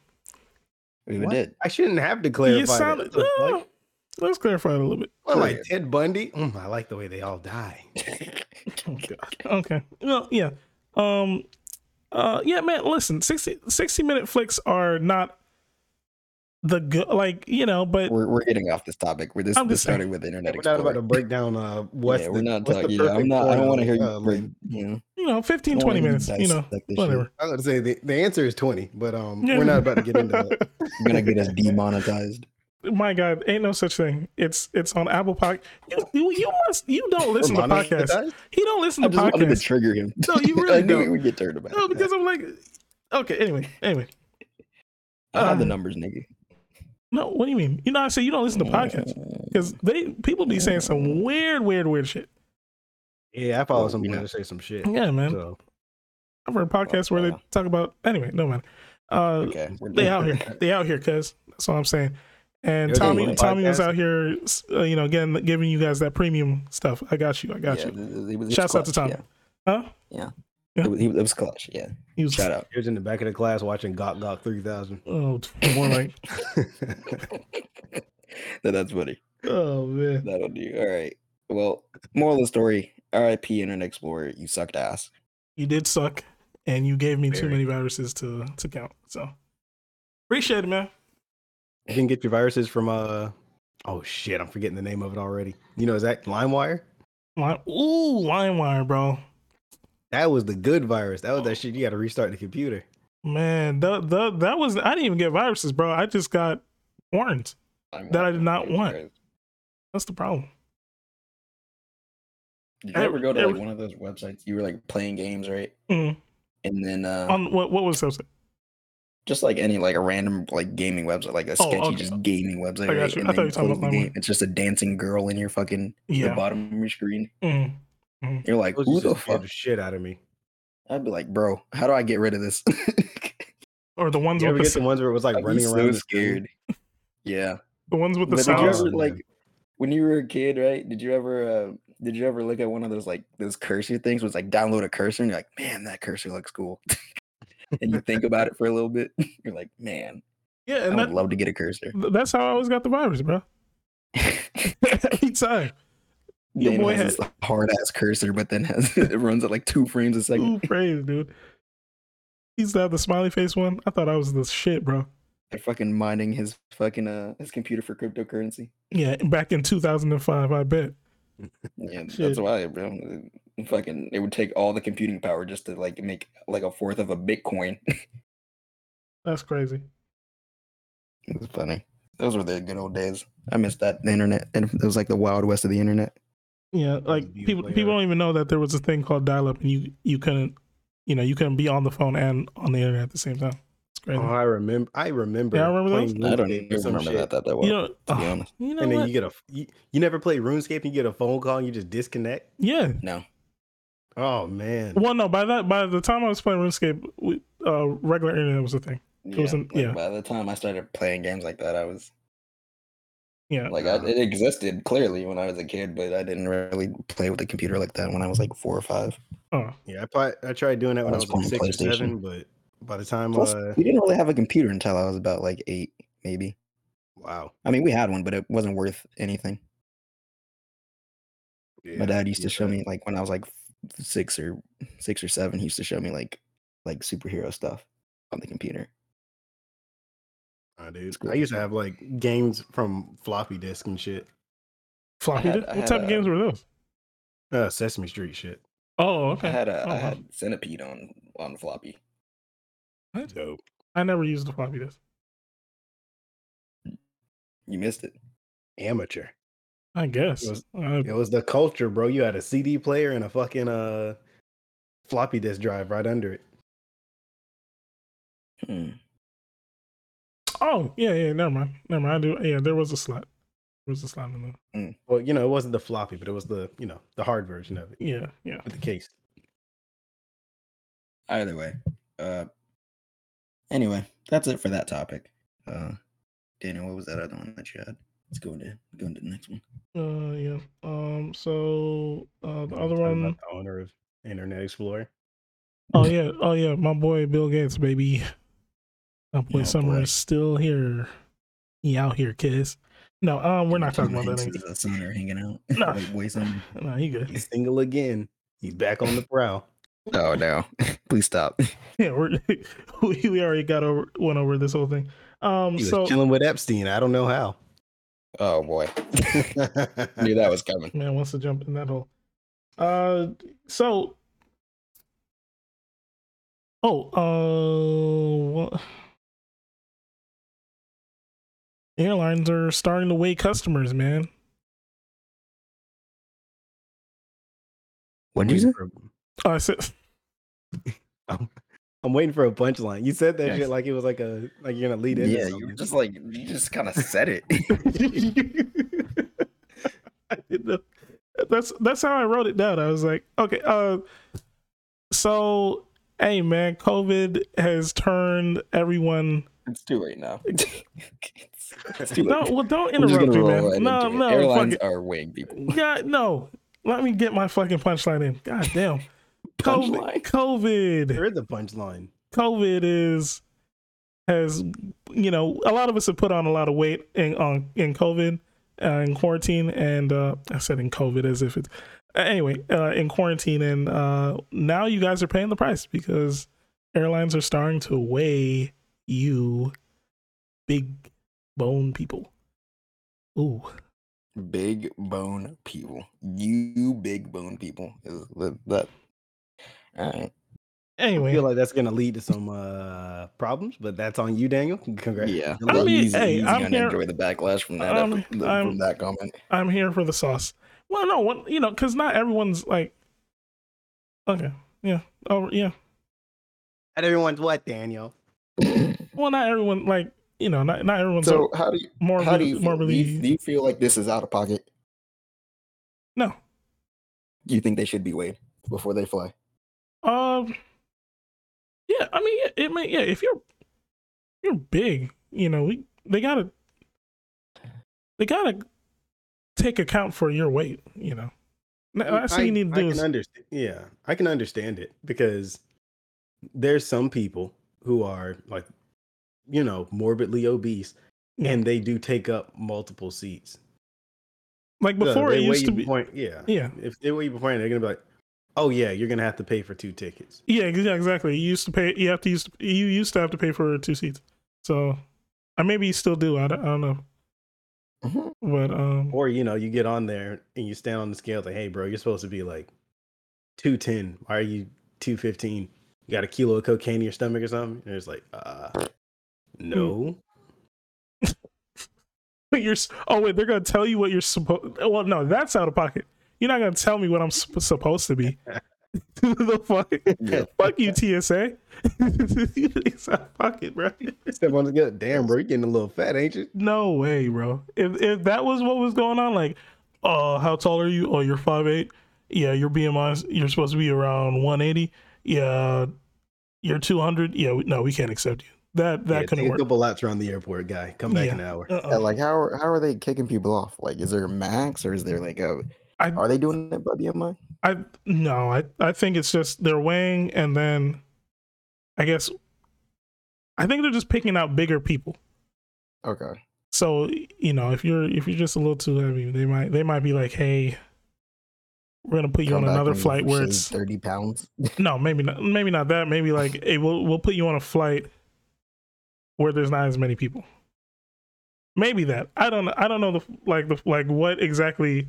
[SPEAKER 2] we
[SPEAKER 3] What?
[SPEAKER 2] did.
[SPEAKER 3] I shouldn't have to
[SPEAKER 1] You
[SPEAKER 3] clarify. that.
[SPEAKER 1] sounded.
[SPEAKER 3] What the
[SPEAKER 1] uh,
[SPEAKER 3] fuck?
[SPEAKER 1] let's clarify it a little bit.
[SPEAKER 3] What, like Ted Bundy. Mm, I like the way they all die.
[SPEAKER 1] Oh, God. Okay. Well, yeah. Um uh yeah, man, listen, 60, 60 minute flicks are not the good like, you know, but
[SPEAKER 2] We're, we're getting off this topic. We're just,
[SPEAKER 1] I'm
[SPEAKER 2] this
[SPEAKER 1] just saying.
[SPEAKER 2] started with Internet
[SPEAKER 3] We're not
[SPEAKER 2] Explorer.
[SPEAKER 3] about to break down uh, what's
[SPEAKER 2] yeah,
[SPEAKER 3] the,
[SPEAKER 2] we're not
[SPEAKER 3] what's the
[SPEAKER 2] talking. Yeah, I'm
[SPEAKER 3] perfect
[SPEAKER 2] not. I don't want to hear
[SPEAKER 3] porno,
[SPEAKER 2] you.
[SPEAKER 3] uh,
[SPEAKER 2] break,
[SPEAKER 3] link.
[SPEAKER 2] you know,
[SPEAKER 1] you know,
[SPEAKER 2] I
[SPEAKER 1] 15
[SPEAKER 2] don't wanna
[SPEAKER 1] 20
[SPEAKER 2] hear
[SPEAKER 1] minutes, you know,
[SPEAKER 2] dissect this shit.
[SPEAKER 1] whatever.
[SPEAKER 3] I was gonna say the, the answer is twenty, but um, we're not about to get into that.
[SPEAKER 2] You're gonna get us demonetized.
[SPEAKER 1] My god, ain't no such thing. It's it's on Apple Podcast. You, you you must you don't listen to
[SPEAKER 3] We're
[SPEAKER 1] podcasts.
[SPEAKER 3] monetized?
[SPEAKER 1] He don't listen
[SPEAKER 2] I
[SPEAKER 1] to
[SPEAKER 2] just wanted to
[SPEAKER 1] podcasts.
[SPEAKER 2] trigger him.
[SPEAKER 1] No, you really
[SPEAKER 2] I knew
[SPEAKER 1] don't.
[SPEAKER 2] we would get turned about.
[SPEAKER 1] No, because I'm like okay, anyway, anyway.
[SPEAKER 2] I have the
[SPEAKER 1] uh,
[SPEAKER 2] numbers, nigga.
[SPEAKER 1] No, what do you mean? You know, I say you don't listen to podcasts
[SPEAKER 2] Mm.
[SPEAKER 1] because they people be saying some weird, weird, weird shit.
[SPEAKER 3] Yeah, I follow
[SPEAKER 2] Well,
[SPEAKER 3] some
[SPEAKER 2] you
[SPEAKER 3] people
[SPEAKER 2] know.
[SPEAKER 3] that say some shit.
[SPEAKER 1] Yeah, man.
[SPEAKER 3] So
[SPEAKER 1] I've heard podcasts where they
[SPEAKER 2] Okay.
[SPEAKER 1] talk about anyway. No matter. Uh,
[SPEAKER 2] Okay. we're
[SPEAKER 1] they
[SPEAKER 2] good.
[SPEAKER 1] out here. They out here, cuz that's what I'm saying. And
[SPEAKER 4] Yo, they
[SPEAKER 1] Tommy,
[SPEAKER 2] want
[SPEAKER 1] Tommy was
[SPEAKER 4] podcasts.
[SPEAKER 1] out here, s- uh, you know, again giving you guys that premium stuff. I got you. I got
[SPEAKER 2] Yeah,
[SPEAKER 1] you.
[SPEAKER 2] th- th- it was- it's
[SPEAKER 1] Shouts out to
[SPEAKER 2] clutch,
[SPEAKER 1] Tommy. Huh?
[SPEAKER 2] Yeah.
[SPEAKER 1] Yeah.
[SPEAKER 2] It, was, he- it was clutch. Yeah.
[SPEAKER 1] He was
[SPEAKER 2] Shout out.
[SPEAKER 3] He was in the back of the class watching Gok Gok 3000.
[SPEAKER 1] oh, more like
[SPEAKER 2] no, that's funny.
[SPEAKER 1] oh man.
[SPEAKER 2] That'll do. All right. Well, moral of the story: R.I.P. Internet Explorer. You sucked ass.
[SPEAKER 1] you did suck, and you gave me too
[SPEAKER 3] Very.
[SPEAKER 1] many viruses to to count. So appreciate it, man.
[SPEAKER 3] You can get your viruses from, uh, oh shit, I'm forgetting the name of it already. You know, is that LimeWire?
[SPEAKER 1] Lime, ooh, LimeWire, bro.
[SPEAKER 3] That was the good virus. That was
[SPEAKER 2] Oh.
[SPEAKER 3] that shit you got to restart the computer.
[SPEAKER 1] Man, the the that was I didn't even get viruses, bro. I just got warned. That I did not want. That's the problem.
[SPEAKER 2] Did you ever go to
[SPEAKER 1] Every-
[SPEAKER 2] like one of those websites? You were like playing games, right?
[SPEAKER 1] Mm. Um,
[SPEAKER 2] And then uh,
[SPEAKER 1] On what what was that?
[SPEAKER 2] just like any like a random like gaming website, like a
[SPEAKER 1] Oh,
[SPEAKER 2] sketchy
[SPEAKER 1] okay.
[SPEAKER 2] just gaming website.
[SPEAKER 1] I got
[SPEAKER 2] right?
[SPEAKER 1] you.
[SPEAKER 2] And
[SPEAKER 1] I thought
[SPEAKER 2] then
[SPEAKER 1] you were talking
[SPEAKER 2] close
[SPEAKER 1] about
[SPEAKER 2] the
[SPEAKER 1] my
[SPEAKER 2] game,
[SPEAKER 1] one.
[SPEAKER 2] It's just a dancing girl in your fucking the
[SPEAKER 1] Yeah.
[SPEAKER 2] bottom of your screen.
[SPEAKER 1] Mm.
[SPEAKER 2] You're like,
[SPEAKER 3] Those
[SPEAKER 2] who
[SPEAKER 3] used to
[SPEAKER 2] the
[SPEAKER 3] scare
[SPEAKER 2] fuck?
[SPEAKER 3] shit out of me.
[SPEAKER 2] I'd be like, bro, how do I get rid of this?
[SPEAKER 1] Or the ones
[SPEAKER 3] You
[SPEAKER 1] with
[SPEAKER 3] ever
[SPEAKER 1] the,
[SPEAKER 3] get the
[SPEAKER 1] s-
[SPEAKER 3] ones where it was like
[SPEAKER 2] I'd be
[SPEAKER 3] running
[SPEAKER 2] so
[SPEAKER 3] around? the screen?
[SPEAKER 2] scared. Yeah.
[SPEAKER 1] the ones with the
[SPEAKER 2] But did you
[SPEAKER 3] sounds-
[SPEAKER 1] sounds.
[SPEAKER 2] ever
[SPEAKER 3] Yeah.
[SPEAKER 2] like when you were a kid, right? Did you ever uh did you ever look at one of those like those cursor things where it's like download a cursor and you're like, man, that cursor looks cool. and you think about it for a little bit, you're like, man,
[SPEAKER 1] Yeah,
[SPEAKER 2] I
[SPEAKER 1] and
[SPEAKER 2] would
[SPEAKER 1] that,
[SPEAKER 2] love to get a cursor.
[SPEAKER 1] that's how I always got the virus, bro. Every time. Your
[SPEAKER 2] Your
[SPEAKER 1] boy
[SPEAKER 2] boy has this hard ass cursor, but then has it runs at like two frames a second.
[SPEAKER 1] Ooh, praise, dude. He used to have the smiley face one. I thought I was the shit, bro.
[SPEAKER 2] They're fucking mining his fucking uh his computer for cryptocurrency.
[SPEAKER 1] Yeah, back in 2005, I bet.
[SPEAKER 2] Yeah,
[SPEAKER 1] Shit.
[SPEAKER 2] that's why, bro. It- Fucking, it would take all the computing power just to like make like a fourth of a Bitcoin.
[SPEAKER 1] That's crazy.
[SPEAKER 2] It's funny. Those were the good old days. I missed that the internet, and it was like the wild west of the internet.
[SPEAKER 1] Yeah,
[SPEAKER 3] was a
[SPEAKER 1] like people
[SPEAKER 3] beautiful
[SPEAKER 1] people
[SPEAKER 3] era.
[SPEAKER 1] don't even know that there was a thing called dial up and you you couldn't you know, you couldn't be on the phone and on the internet at the same time. It's crazy.
[SPEAKER 3] Oh, I remember. I remember.
[SPEAKER 1] Yeah, I remember those.
[SPEAKER 3] playing
[SPEAKER 2] I don't
[SPEAKER 3] RuneScape
[SPEAKER 2] even
[SPEAKER 3] or some
[SPEAKER 2] remember that
[SPEAKER 3] shit.
[SPEAKER 2] that that well.
[SPEAKER 1] you know,
[SPEAKER 2] to be
[SPEAKER 1] oh,
[SPEAKER 2] honest,
[SPEAKER 1] you know
[SPEAKER 3] And then
[SPEAKER 1] what?
[SPEAKER 3] you get a you, you never play RuneScape. and You get a phone call and you just disconnect.
[SPEAKER 1] yeah.
[SPEAKER 2] no.
[SPEAKER 3] Oh man,
[SPEAKER 1] Well, no, by that by the time I was playing RuneScape, we, uh regular internet was a thing.
[SPEAKER 2] Yeah,
[SPEAKER 1] wasn't-
[SPEAKER 2] like,
[SPEAKER 1] yeah.
[SPEAKER 2] By the time I started playing games like that, I was
[SPEAKER 1] Yeah.
[SPEAKER 2] like, I, it existed clearly when I was a kid, but I didn't really play with a computer like that when I was like four or five.
[SPEAKER 1] Oh.
[SPEAKER 3] yeah. I probably, I tried doing that when
[SPEAKER 2] I
[SPEAKER 3] I
[SPEAKER 2] was
[SPEAKER 3] was like
[SPEAKER 2] playing
[SPEAKER 3] six or
[SPEAKER 2] PlayStation.
[SPEAKER 3] seven, but by the time
[SPEAKER 2] Plus,
[SPEAKER 3] uh,
[SPEAKER 2] we didn't really have a computer until I was about like eight, maybe.
[SPEAKER 3] wow,
[SPEAKER 2] I mean, we had one, but it wasn't worth anything.
[SPEAKER 3] Yeah,
[SPEAKER 2] my dad used to show
[SPEAKER 3] yeah.
[SPEAKER 2] me like when I was like f- six or six or seven. He used to show me like like superhero stuff on the computer.
[SPEAKER 3] Nah, dude.
[SPEAKER 2] It's cool.
[SPEAKER 3] I used to have like games from floppy disk and shit.
[SPEAKER 1] Floppy
[SPEAKER 2] had-
[SPEAKER 1] disk?
[SPEAKER 2] I
[SPEAKER 1] What
[SPEAKER 2] had
[SPEAKER 1] type of
[SPEAKER 2] a-
[SPEAKER 1] games were those?
[SPEAKER 3] Uh, Sesame Street shit.
[SPEAKER 1] Oh, okay.
[SPEAKER 2] I had a I
[SPEAKER 1] Oh, wow.
[SPEAKER 2] had Centipede on on floppy.
[SPEAKER 1] What?
[SPEAKER 3] Dope.
[SPEAKER 1] I never used the floppy disk.
[SPEAKER 2] You missed it.
[SPEAKER 3] Amateur.
[SPEAKER 1] I guess. Uh,
[SPEAKER 3] It was-
[SPEAKER 1] I-
[SPEAKER 3] It was the culture, bro. You had a CD player and a fucking uh floppy disk drive right under it.
[SPEAKER 2] Hmm.
[SPEAKER 1] Oh, yeah, yeah, never mind. Never mind. I do yeah, there was a slot. There was a slot in the
[SPEAKER 3] Well, you know, it wasn't the floppy, but it was the you know the hard version of it
[SPEAKER 1] Yeah, yeah.
[SPEAKER 3] with the case.
[SPEAKER 2] Either way, uh, anyway, that's it for that topic. Uh, Daniel, what was that other one that you had? Let's go into go into the next one.
[SPEAKER 1] Uh yeah. Um. So uh, the
[SPEAKER 3] Wanna
[SPEAKER 1] other
[SPEAKER 3] talk about
[SPEAKER 1] one
[SPEAKER 3] the owner of Internet Explorer.
[SPEAKER 1] oh yeah. Oh yeah. My boy Bill Gates, baby. My boy
[SPEAKER 2] Oh,
[SPEAKER 1] Summer
[SPEAKER 2] boy.
[SPEAKER 1] is still here. He out here, kids. No. Um. We're not
[SPEAKER 2] Tom
[SPEAKER 1] talking about that.
[SPEAKER 2] Hanks
[SPEAKER 1] nigga.
[SPEAKER 2] is a son are hanging out.
[SPEAKER 1] Nah.
[SPEAKER 2] Wait, boy, son.
[SPEAKER 1] No, he good.
[SPEAKER 3] He's single again. He's back on the prowl.
[SPEAKER 2] Oh no! Please stop.
[SPEAKER 1] Yeah. We're we we already got over went over this whole thing. Um.
[SPEAKER 3] He was
[SPEAKER 1] So
[SPEAKER 3] chilling with Epstein. I don't know how.
[SPEAKER 2] Oh boy, knew that was coming.
[SPEAKER 1] man wants to jump in that hole. Uh. So. Oh. Uh. What? airlines are starting to weigh customers, man.
[SPEAKER 2] What did you say?
[SPEAKER 3] for a-
[SPEAKER 1] Oh, I said,
[SPEAKER 3] I'm waiting for a punchline. You said that
[SPEAKER 2] Yes.
[SPEAKER 3] shit like it was like a like you're gonna lead into
[SPEAKER 2] Yeah, you were
[SPEAKER 3] something.
[SPEAKER 2] just like you just kind of said it.
[SPEAKER 1] I didn't know. that's that's how I wrote it down. I was like, okay, uh, so Hey man, COVID has turned everyone.
[SPEAKER 2] It's too late now. it's, it's too late.
[SPEAKER 1] No, well, don't
[SPEAKER 2] I'm just
[SPEAKER 1] interrupt me,
[SPEAKER 2] gonna roll
[SPEAKER 1] man.
[SPEAKER 2] right into
[SPEAKER 1] no,
[SPEAKER 2] it.
[SPEAKER 1] no,
[SPEAKER 2] Airlines
[SPEAKER 1] fuck it.
[SPEAKER 2] are weighing people.
[SPEAKER 1] Yeah, no. Let me get my fucking punchline in. God damn. COVID,
[SPEAKER 2] Punchline?
[SPEAKER 1] COVID,
[SPEAKER 3] There is a punchline.
[SPEAKER 1] COVID is has you know a lot of us have put on a lot of weight in on in COVID, uh, in quarantine, and uh, I said in COVID as if it's uh, anyway uh, in quarantine, and uh, now you guys are paying the price because airlines are starting to weigh you, big bone people. Ooh,
[SPEAKER 2] Big bone people. You big bone people. Is that, that. All right.
[SPEAKER 1] anyway,
[SPEAKER 3] I feel like that's gonna lead to some uh problems, but that's on you, Daniel. Congrats.
[SPEAKER 2] Yeah.
[SPEAKER 3] I
[SPEAKER 2] Well,
[SPEAKER 1] mean,
[SPEAKER 2] he's,
[SPEAKER 1] hey,
[SPEAKER 2] he's
[SPEAKER 1] I'm
[SPEAKER 2] gonna
[SPEAKER 1] here-
[SPEAKER 2] enjoy the backlash from that
[SPEAKER 1] I'm-
[SPEAKER 2] effort- the-
[SPEAKER 1] I'm-
[SPEAKER 2] from that comment.
[SPEAKER 1] I'm here for the sauce. Well, no, one, you know, because not everyone's like, okay, yeah, oh yeah.
[SPEAKER 3] Not everyone's what, Daniel?
[SPEAKER 1] Well, not everyone like, you know, not not everyone's
[SPEAKER 2] So
[SPEAKER 1] like,
[SPEAKER 2] how do you
[SPEAKER 1] more
[SPEAKER 2] how do you, feel? do
[SPEAKER 1] morbidly.
[SPEAKER 2] you do you feel like this is out of pocket?
[SPEAKER 1] no,
[SPEAKER 2] You think they should be weighed before they fly?
[SPEAKER 1] um, yeah, I mean, it, it may, yeah, if you're you're big, you know, we they gotta they gotta take account for your weight, you know. No, that's what you need to
[SPEAKER 3] I
[SPEAKER 1] do
[SPEAKER 3] can
[SPEAKER 1] is
[SPEAKER 3] understand. Yeah, I can understand it because there's some people who are like, you know, morbidly obese,
[SPEAKER 1] Yeah.
[SPEAKER 3] and they do take up multiple seats.
[SPEAKER 1] like
[SPEAKER 3] So
[SPEAKER 1] before
[SPEAKER 3] they
[SPEAKER 1] it
[SPEAKER 3] weigh
[SPEAKER 1] used
[SPEAKER 3] you
[SPEAKER 1] to be,
[SPEAKER 3] Point, yeah,
[SPEAKER 1] yeah.
[SPEAKER 3] If they weigh you beforehand, they're gonna be like, "Oh yeah, you're gonna have to pay for two tickets."
[SPEAKER 1] Yeah, ex- yeah, exactly. You used to pay. You have to use. You used to have to pay for two seats. So, or maybe you still do. I don't, I don't know.
[SPEAKER 2] Mhm.
[SPEAKER 1] But um,
[SPEAKER 3] Or you know, you get on there and you stand on the scale like, "Hey, bro, you're supposed to be like two ten. Why are you two fifteen? You got a kilo of cocaine in your stomach or something?" And it's like, "Uh,
[SPEAKER 1] Hmm.
[SPEAKER 3] no."
[SPEAKER 1] you're. s- Oh wait, they're gonna tell you what you're supposed. Well, no, that's out of pocket. You're not gonna tell me what I'm sup- supposed to be. the fuck,
[SPEAKER 2] Yeah.
[SPEAKER 1] fuck you, TSA. it's out of pocket, bro.
[SPEAKER 3] Step on the scale. Damn, bro, you're getting a little fat, ain't you?
[SPEAKER 1] No way, bro. If if that was what was going on, like, uh, how tall are you? Oh, you're five eight. Yeah, your BMI, 's- you're supposed to be around one eighty. Yeah, you're two hundred. Yeah, we, no, we can't accept you. That that
[SPEAKER 3] Yeah,
[SPEAKER 1] couldn't
[SPEAKER 3] take
[SPEAKER 1] work.
[SPEAKER 3] A couple laps around the airport, guy. Come back
[SPEAKER 1] Yeah.
[SPEAKER 3] in an hour.
[SPEAKER 1] Uh-uh.
[SPEAKER 2] Yeah, like how are how are they kicking people off? Like, is there a max or is there like a?
[SPEAKER 1] I-
[SPEAKER 2] are they doing it by BMI?
[SPEAKER 1] I no, I I think it's just they're weighing and then, I guess, I think they're just picking out bigger people.
[SPEAKER 2] Okay,
[SPEAKER 1] So you know, if you're if you're just a little too heavy, they might they might be like, hey, we're gonna put you
[SPEAKER 2] Come
[SPEAKER 1] on
[SPEAKER 2] back
[SPEAKER 1] another
[SPEAKER 2] when you
[SPEAKER 1] flight where
[SPEAKER 2] shave
[SPEAKER 1] it's
[SPEAKER 2] thirty pounds.
[SPEAKER 1] No, maybe not. Maybe not that. Maybe like hey, we'll we'll put you on a flight where there's not as many people. Maybe that. I don't. I don't know the like the like what exactly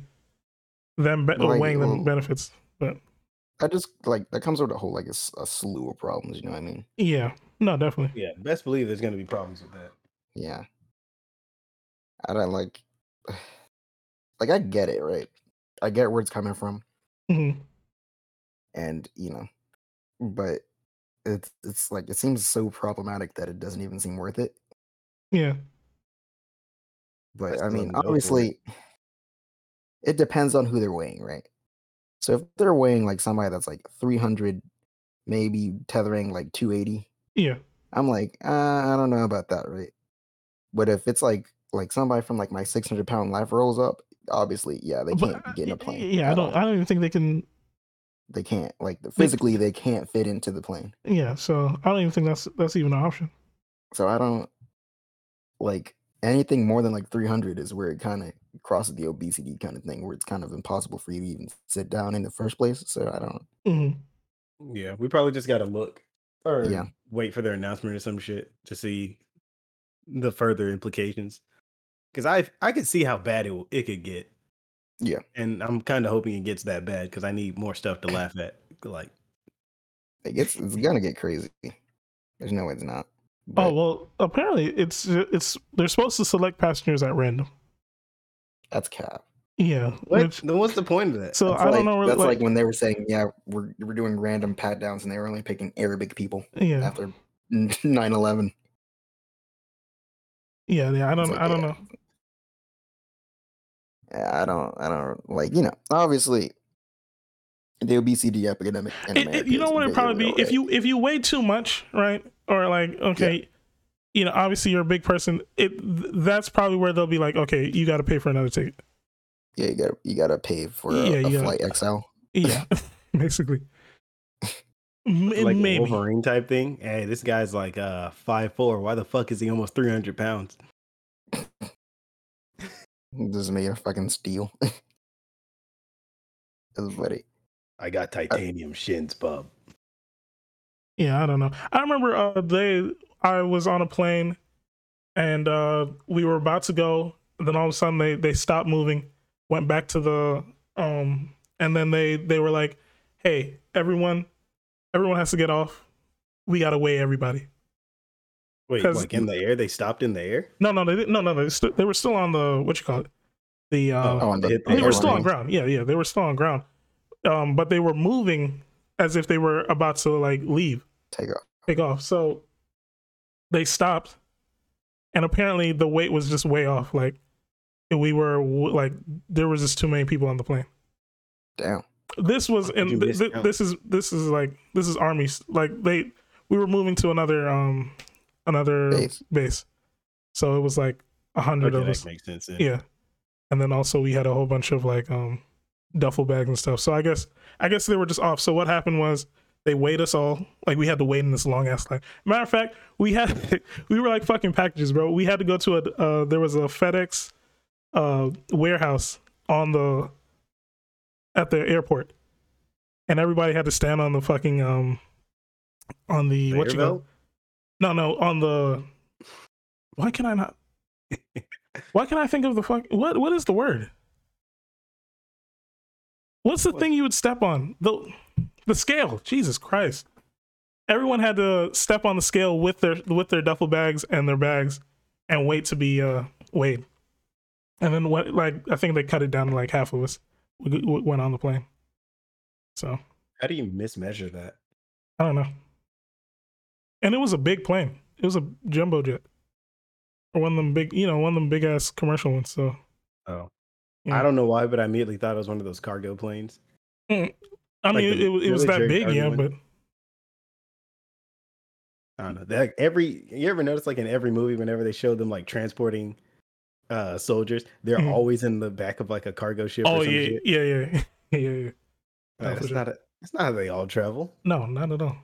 [SPEAKER 1] them be-
[SPEAKER 2] Like,
[SPEAKER 1] weighing them
[SPEAKER 2] well-
[SPEAKER 1] benefits.
[SPEAKER 2] I just like that comes with a whole like a, s- a slew of problems. You know what I mean?
[SPEAKER 1] Yeah. No, definitely.
[SPEAKER 3] Yeah, best believe there's gonna be problems with that.
[SPEAKER 2] Yeah. I don't like. Like I get it, right? I get where it's coming from.
[SPEAKER 1] hmm
[SPEAKER 2] and you know but it's it's like it seems so problematic that it doesn't even seem worth it
[SPEAKER 1] Yeah.
[SPEAKER 2] but
[SPEAKER 3] That's
[SPEAKER 2] i
[SPEAKER 3] still
[SPEAKER 2] mean
[SPEAKER 3] gonna go for it.
[SPEAKER 2] obviously it depends on who they're weighing right so if they're weighing like somebody that's like 300 maybe tethering like 280
[SPEAKER 1] Yeah.
[SPEAKER 2] i'm like uh, i don't know about that right but if it's like like somebody from like my 600 pound life rolls up obviously yeah they can't get in a plane
[SPEAKER 1] Yeah. I
[SPEAKER 2] at
[SPEAKER 1] don't.
[SPEAKER 2] all.
[SPEAKER 1] I don't even think they can.
[SPEAKER 2] they can't like physically they can't fit into the plane
[SPEAKER 1] Yeah. So I don't even think that's that's even an option.
[SPEAKER 2] So I don't like anything more than like 300 is where it kind of crosses the obesity kind of thing, where it's kind of impossible for you to even sit down in the first place. So I don't.
[SPEAKER 1] hmm
[SPEAKER 3] Yeah, we probably just gotta look or
[SPEAKER 2] Yeah.
[SPEAKER 3] wait for their announcement or some shit to see the further implications. Because I I could see how bad it w- it could get.
[SPEAKER 2] Yeah.
[SPEAKER 3] and I'm kind of hoping it gets that bad because I need more stuff to laugh at. Like,
[SPEAKER 2] It gets it's gonna get crazy. There's no way it's not.
[SPEAKER 1] Oh
[SPEAKER 2] But
[SPEAKER 1] well. Apparently, it's it's they're supposed to select passengers at random.
[SPEAKER 2] that's cap.
[SPEAKER 1] Yeah.
[SPEAKER 3] what?
[SPEAKER 1] which-
[SPEAKER 3] Then what's the point of that?
[SPEAKER 1] so
[SPEAKER 2] That's
[SPEAKER 1] I
[SPEAKER 2] like-
[SPEAKER 1] don't know.
[SPEAKER 2] That's like, when they were saying, yeah, we're we're doing random pat downs, and they were only picking Arabic people
[SPEAKER 1] yeah.
[SPEAKER 2] after 9/11.
[SPEAKER 1] Yeah, yeah, I don't,
[SPEAKER 2] like,
[SPEAKER 1] I don't
[SPEAKER 2] yeah.
[SPEAKER 1] know.
[SPEAKER 2] Yeah, I don't, I don't like, you know, obviously The obesity epidemic. and
[SPEAKER 1] It, it- you know
[SPEAKER 2] America is
[SPEAKER 1] what
[SPEAKER 2] really
[SPEAKER 1] it'd probably
[SPEAKER 2] real,
[SPEAKER 1] be if
[SPEAKER 2] right?
[SPEAKER 1] you if you weigh too much, right? Or like okay, you know, obviously you're a big person. It th- that's probably where they'll be like, okay, you got to pay for another ticket.
[SPEAKER 2] yeah you gotta you gotta pay for a,
[SPEAKER 1] Yeah,
[SPEAKER 2] a
[SPEAKER 1] yeah.
[SPEAKER 2] flight XL.
[SPEAKER 1] Yeah, basically. M-
[SPEAKER 3] like
[SPEAKER 1] maybe.
[SPEAKER 3] Wolverine type thing. Hey, this guy's like uh five four. Why the fuck is he almost three hundred pounds?
[SPEAKER 2] This is made of fucking steel. That's funny.
[SPEAKER 3] I got titanium shins, bub.
[SPEAKER 1] Yeah, I don't know. I remember uh they I was on a plane and uh we were about to go, then all of a sudden they they stopped moving, went back to the um and then they they were like, "Hey, everyone everyone has to get off. We got to weigh everybody."
[SPEAKER 3] Wait,
[SPEAKER 1] 'Cause-
[SPEAKER 3] like in the air? They stopped in the air.
[SPEAKER 1] No, no, they didn't. No, no, they st- they were still on the what you call it? The uh
[SPEAKER 2] Oh, on
[SPEAKER 3] they
[SPEAKER 2] the-
[SPEAKER 3] hit the
[SPEAKER 1] they were still on
[SPEAKER 2] airlines.
[SPEAKER 1] ground. Yeah, yeah, they were still on ground. Um but they were moving as if they were about to like leave.
[SPEAKER 2] Take off.
[SPEAKER 1] take off. So they stopped, and apparently the weight was just way off. Like we were w- like there was just too many people on the plane.
[SPEAKER 2] Damn.
[SPEAKER 1] This was
[SPEAKER 3] How could you
[SPEAKER 1] and th-
[SPEAKER 3] miss
[SPEAKER 1] th-
[SPEAKER 3] count?
[SPEAKER 1] this is this is like this is army s- like they we were moving to another um another base,
[SPEAKER 2] Base.
[SPEAKER 1] so it was like a hundred
[SPEAKER 3] Okay,
[SPEAKER 1] of us.
[SPEAKER 3] that makes sense. then.
[SPEAKER 1] Yeah, and then also we had a whole bunch of like um duffel bags and stuff. So I guess I guess they were just off. So what happened was they weighed us all. Like we had to wait in this long ass line. Matter of fact, we had we were like fucking packages, bro. We had to go to a uh, there was a FedEx uh warehouse on the at the airport, and everybody had to stand on the fucking um on the what you call
[SPEAKER 3] Conveyor
[SPEAKER 1] no no on the why can I not why can I think of the fuck what what is the word what's the
[SPEAKER 3] What?
[SPEAKER 1] thing you would step on the the scale Jesus Christ everyone had to step on the scale with their with their duffel bags and their bags and wait to be uh weighed and then what like I think they cut it down to like half of us w- w- went on the plane so
[SPEAKER 3] How do you mismeasure that?
[SPEAKER 1] I don't know. And it was a big plane. It was a jumbo jet, or one of them big, you know, one of them big ass commercial ones. So
[SPEAKER 3] Oh,
[SPEAKER 1] Yeah.
[SPEAKER 3] I don't know why, but I immediately thought it was one of those cargo planes.
[SPEAKER 1] I
[SPEAKER 3] Like
[SPEAKER 1] mean,
[SPEAKER 3] the
[SPEAKER 1] it, was- it was that
[SPEAKER 3] military
[SPEAKER 1] big, yeah.
[SPEAKER 3] cargo
[SPEAKER 1] But
[SPEAKER 3] one? I don't know. That every you ever notice like in every movie, whenever they show them like transporting uh soldiers, they're
[SPEAKER 1] Mhm.
[SPEAKER 3] always in the back of like a cargo ship.
[SPEAKER 1] oh
[SPEAKER 3] or some
[SPEAKER 1] yeah,
[SPEAKER 3] shit.
[SPEAKER 1] yeah, yeah, yeah, yeah.
[SPEAKER 3] Uh,
[SPEAKER 1] no, for
[SPEAKER 3] that's
[SPEAKER 1] sure.
[SPEAKER 3] not a, that's not how they all travel.
[SPEAKER 1] No, not at all.